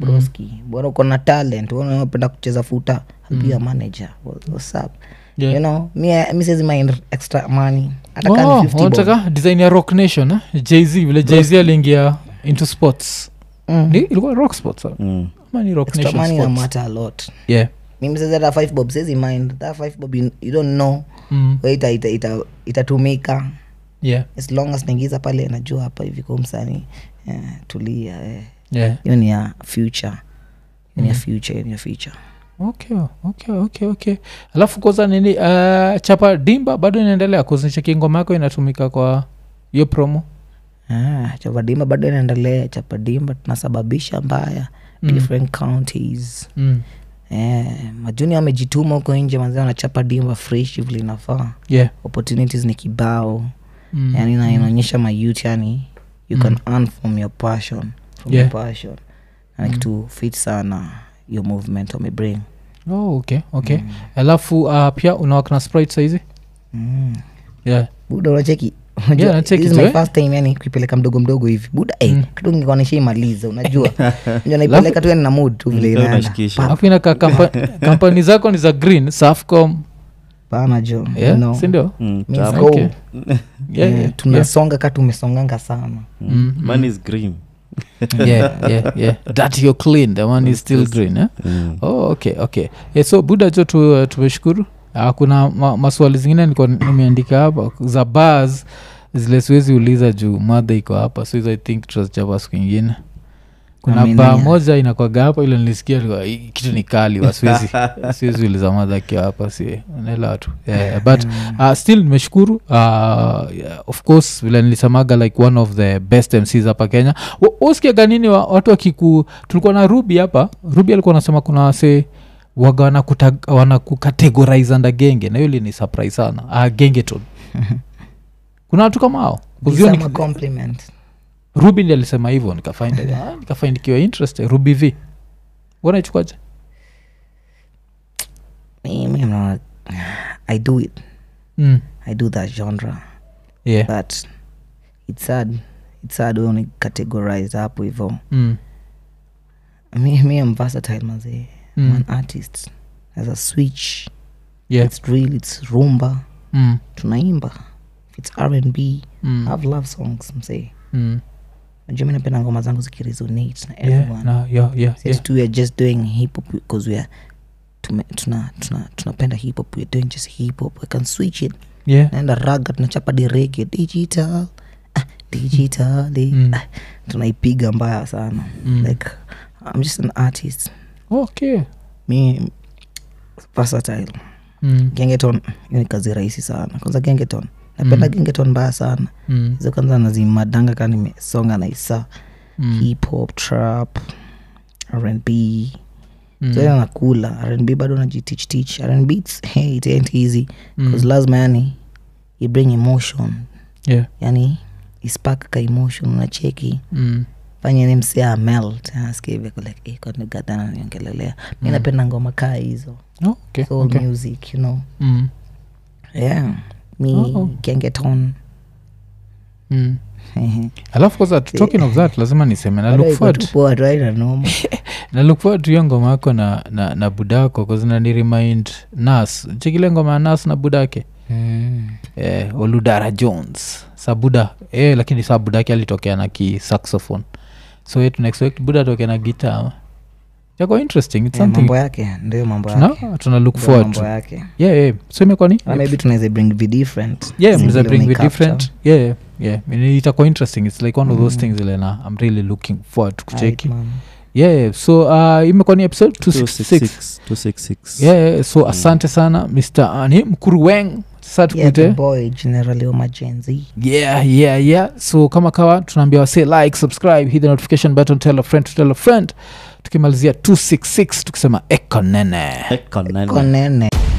C: broski bora uko na talent wewe unapenda kucheza futa I'll be your manager What- what's up
A: Mm. Yeah.
C: you know me me says my extra money hata kama
A: Oh,
C: ni 50 bob.
A: unataka design ya rock nation eh? jz vile jz aliingia into sports
C: Mm.
A: ni ilikuwa rock sports ah?
B: Mm.
A: ama ni rock
C: extra
A: nation
C: money na
A: sports
C: matter a lot
A: yeah
C: mimi says hata 5 bob says in mind that 5 bob you, you don't know
A: mm.
C: wewe ita ita- ita- itatumika
A: yeah
C: as long as naingiza pale najua hapa hivi kwa msanii eh, tulia eh.
A: yeah
C: hiyo ni ya future Hiyo ni ya future hiyo ni ya future
A: okay okay okay okay alafu kwanza nini uh, chapa dimba bado inaendelea kuzincheki ngoma yako inatumika kwa hiyo promo
C: ah, chapadimba bado inaendelea chapadimba tunasababisha mbaya mm. different counties
A: mm.
C: eh, majuni wamejituma huko nje manzi wanachapa dimba fresh vile inafaa
A: yeah
C: opportunities ni kibao
A: mm.
C: yani na inaonyesha mayut yani you can earn from your passion from
A: Yeah. Mm.
C: your passion na ni kitu fit sana hiyo movement wamebring
A: oh, okay okay alafu uh, pia unawaka na sprite saizi
C: mm.
A: yeah
C: buda unacheki
A: Yeah,
C: Unajua,
A: nacheki
C: this is
A: tu,
C: my
A: eh. Mm.
C: first time yani kuipeleka mdogo mdogo hivi buda eh, kitu ningekuwa nishaimaliza unajua Unajua, naipeleka tu yani na mood tu vile
B: Ndio
C: inaenda
B: unashikisha.
C: Pa-
A: alafu inaka kampani zako ni za green safcom
C: pana jo
A: yeah
C: you know.
A: sindio
B: Mm.
C: Means
B: Tamu.
C: go.
A: Okay. yeah,
C: Eh,
A: yeah, yeah.
C: tunasonga ka tumesonganga sana
B: Mm. Man is green.
A: yeah, yeah, yeah. that you're clean the one is still green eh?
B: Mm.
A: oh, okay okay yeah, so buda jo tu, uh, tumeshukuru Ah, kuna ma, maswali zingine nilikuwa nimeandika hapa za bars zile siwezi uliza juu madha iko hapa so hizo i think tutachapa siku ingine kuna
C: Amini
A: paa
C: ya.
A: moja inakwaga hapa ilo nilisikia nilikuwa, "Hii kitu ni kali wasiwezi siwezi uliza madha akiwa hapa si naelewa tu yeah, but uh, still nimeshukuru uh, yeah, of course vile nilisemaga like one of the best mcs hapa kenya uskiaga nini wa, watu wakiku tulikuwa na ruby hapa ruby alikuwa anasema kuna wase waga wanakuta- wanakukategorize anda genge na hiyo li ni surprise sana uh, gengeton kuna watu kama hao Kuzio ni-
C: Sema compliment.
A: ruby ndi alisema hivyo nikafind ah, nikafind ikiwa interest ruby v wanaichukaje
C: Mimi naona- i do it
A: mm.
C: i do that genre
A: yeah.
C: but it's sad it's sad wewe unicategorize hapo hivo
A: mm.
C: mi mi am versatile mazee
A: Mm.
C: I'm an artist as a switch
A: yeah.
C: it's drill it's rumba
A: mm.
C: tunaimba If it's rnb
A: Mm.
C: I have love songs msee
A: mm.
C: najua mi napenda ngoma zangu zikiresonate na everyone
A: yeah. no, yeah, yeah, yeah.
C: It's just we are just doing hip hop because we are tume, tuna, tuna, tunapenda hip hop we're doing just hip hop we can switch it
A: yeah.
C: naenda raga tunachapa direge digital ah, digitali
A: Mm.
C: ah, tunaipiga mbaya sana
A: Mm.
C: like i'm just an artist
A: okay
C: mi versatile
A: mm.
C: gengeton hiyo ni kazi rahisi sana kwanza gengeton napenda
A: Mm.
C: gengeton mbaya sana
A: Mm.
C: hizo kwanza nazimadanga kaa nimesonga na isaa
A: Mm.
C: hip hop trap rnb
A: Mm.
C: so hiyo nakula rnb bado najitich tich rnb it's- hey, it ain't easy
A: Mm.
C: because lazima yani you bring emotion
A: yeah.
C: yani ispak ka emotion unacheki
A: mm.
C: fanya ni msia melt anasikia hivi like eh, kwani gadhana niongelelea mi napenda ngoma kaa hizo
A: Oh, okay.
C: soul
A: Mm. okay.
C: music you know
A: Mm.
C: yeah mi
A: Oh.
C: gengeton
A: Mm. alafu kwanza talking of that lazima niseme na
C: Bado
A: look
C: iko
A: forward
C: tu poa, tu haina noma.
A: na look forward to hiyo ngoma yako na, na, na budako kazinani remind nas chikile ngoma ya nas na budake
C: Mm.
A: eh, oludara jones sabuda eh, lakini sa buda ake alitokea na kisaxophone so eh, tunaexpect buda atokea na gita chako interesting it's
C: Yeah,
A: something
C: Eh, mambo yake ndio mambo yake
A: tuna, tuna look
C: Ndio
A: forward
C: mambo
A: to.
C: yake
A: yeah, yeah. so imekuwa ni
C: Or maybe tunaweza bring be different
A: yeah
C: Zile
A: mza bring me
C: unicapture.
A: different yeah yeah, yeah I mean, itakuwa interesting it's like one of
C: Mm.
A: those things ilena i'm really looking forward to
C: Right,
A: kucheki
C: man.
A: yeah, yeah so uh, imekuwa ni episode 266
B: 266, 266.
A: yeah, yeah so asante sana mr ani mkuruweng sasa
C: Mm. Yeah,
A: tukuite
C: the boy generally oma Gen Z.
A: yeah yeah yeah so kama kawa tunaambia wase like subscribe hit the notification button tell a friend to tell a friend tukimalizia 266 tukisema ekonene
B: Ekonene.
C: Konene.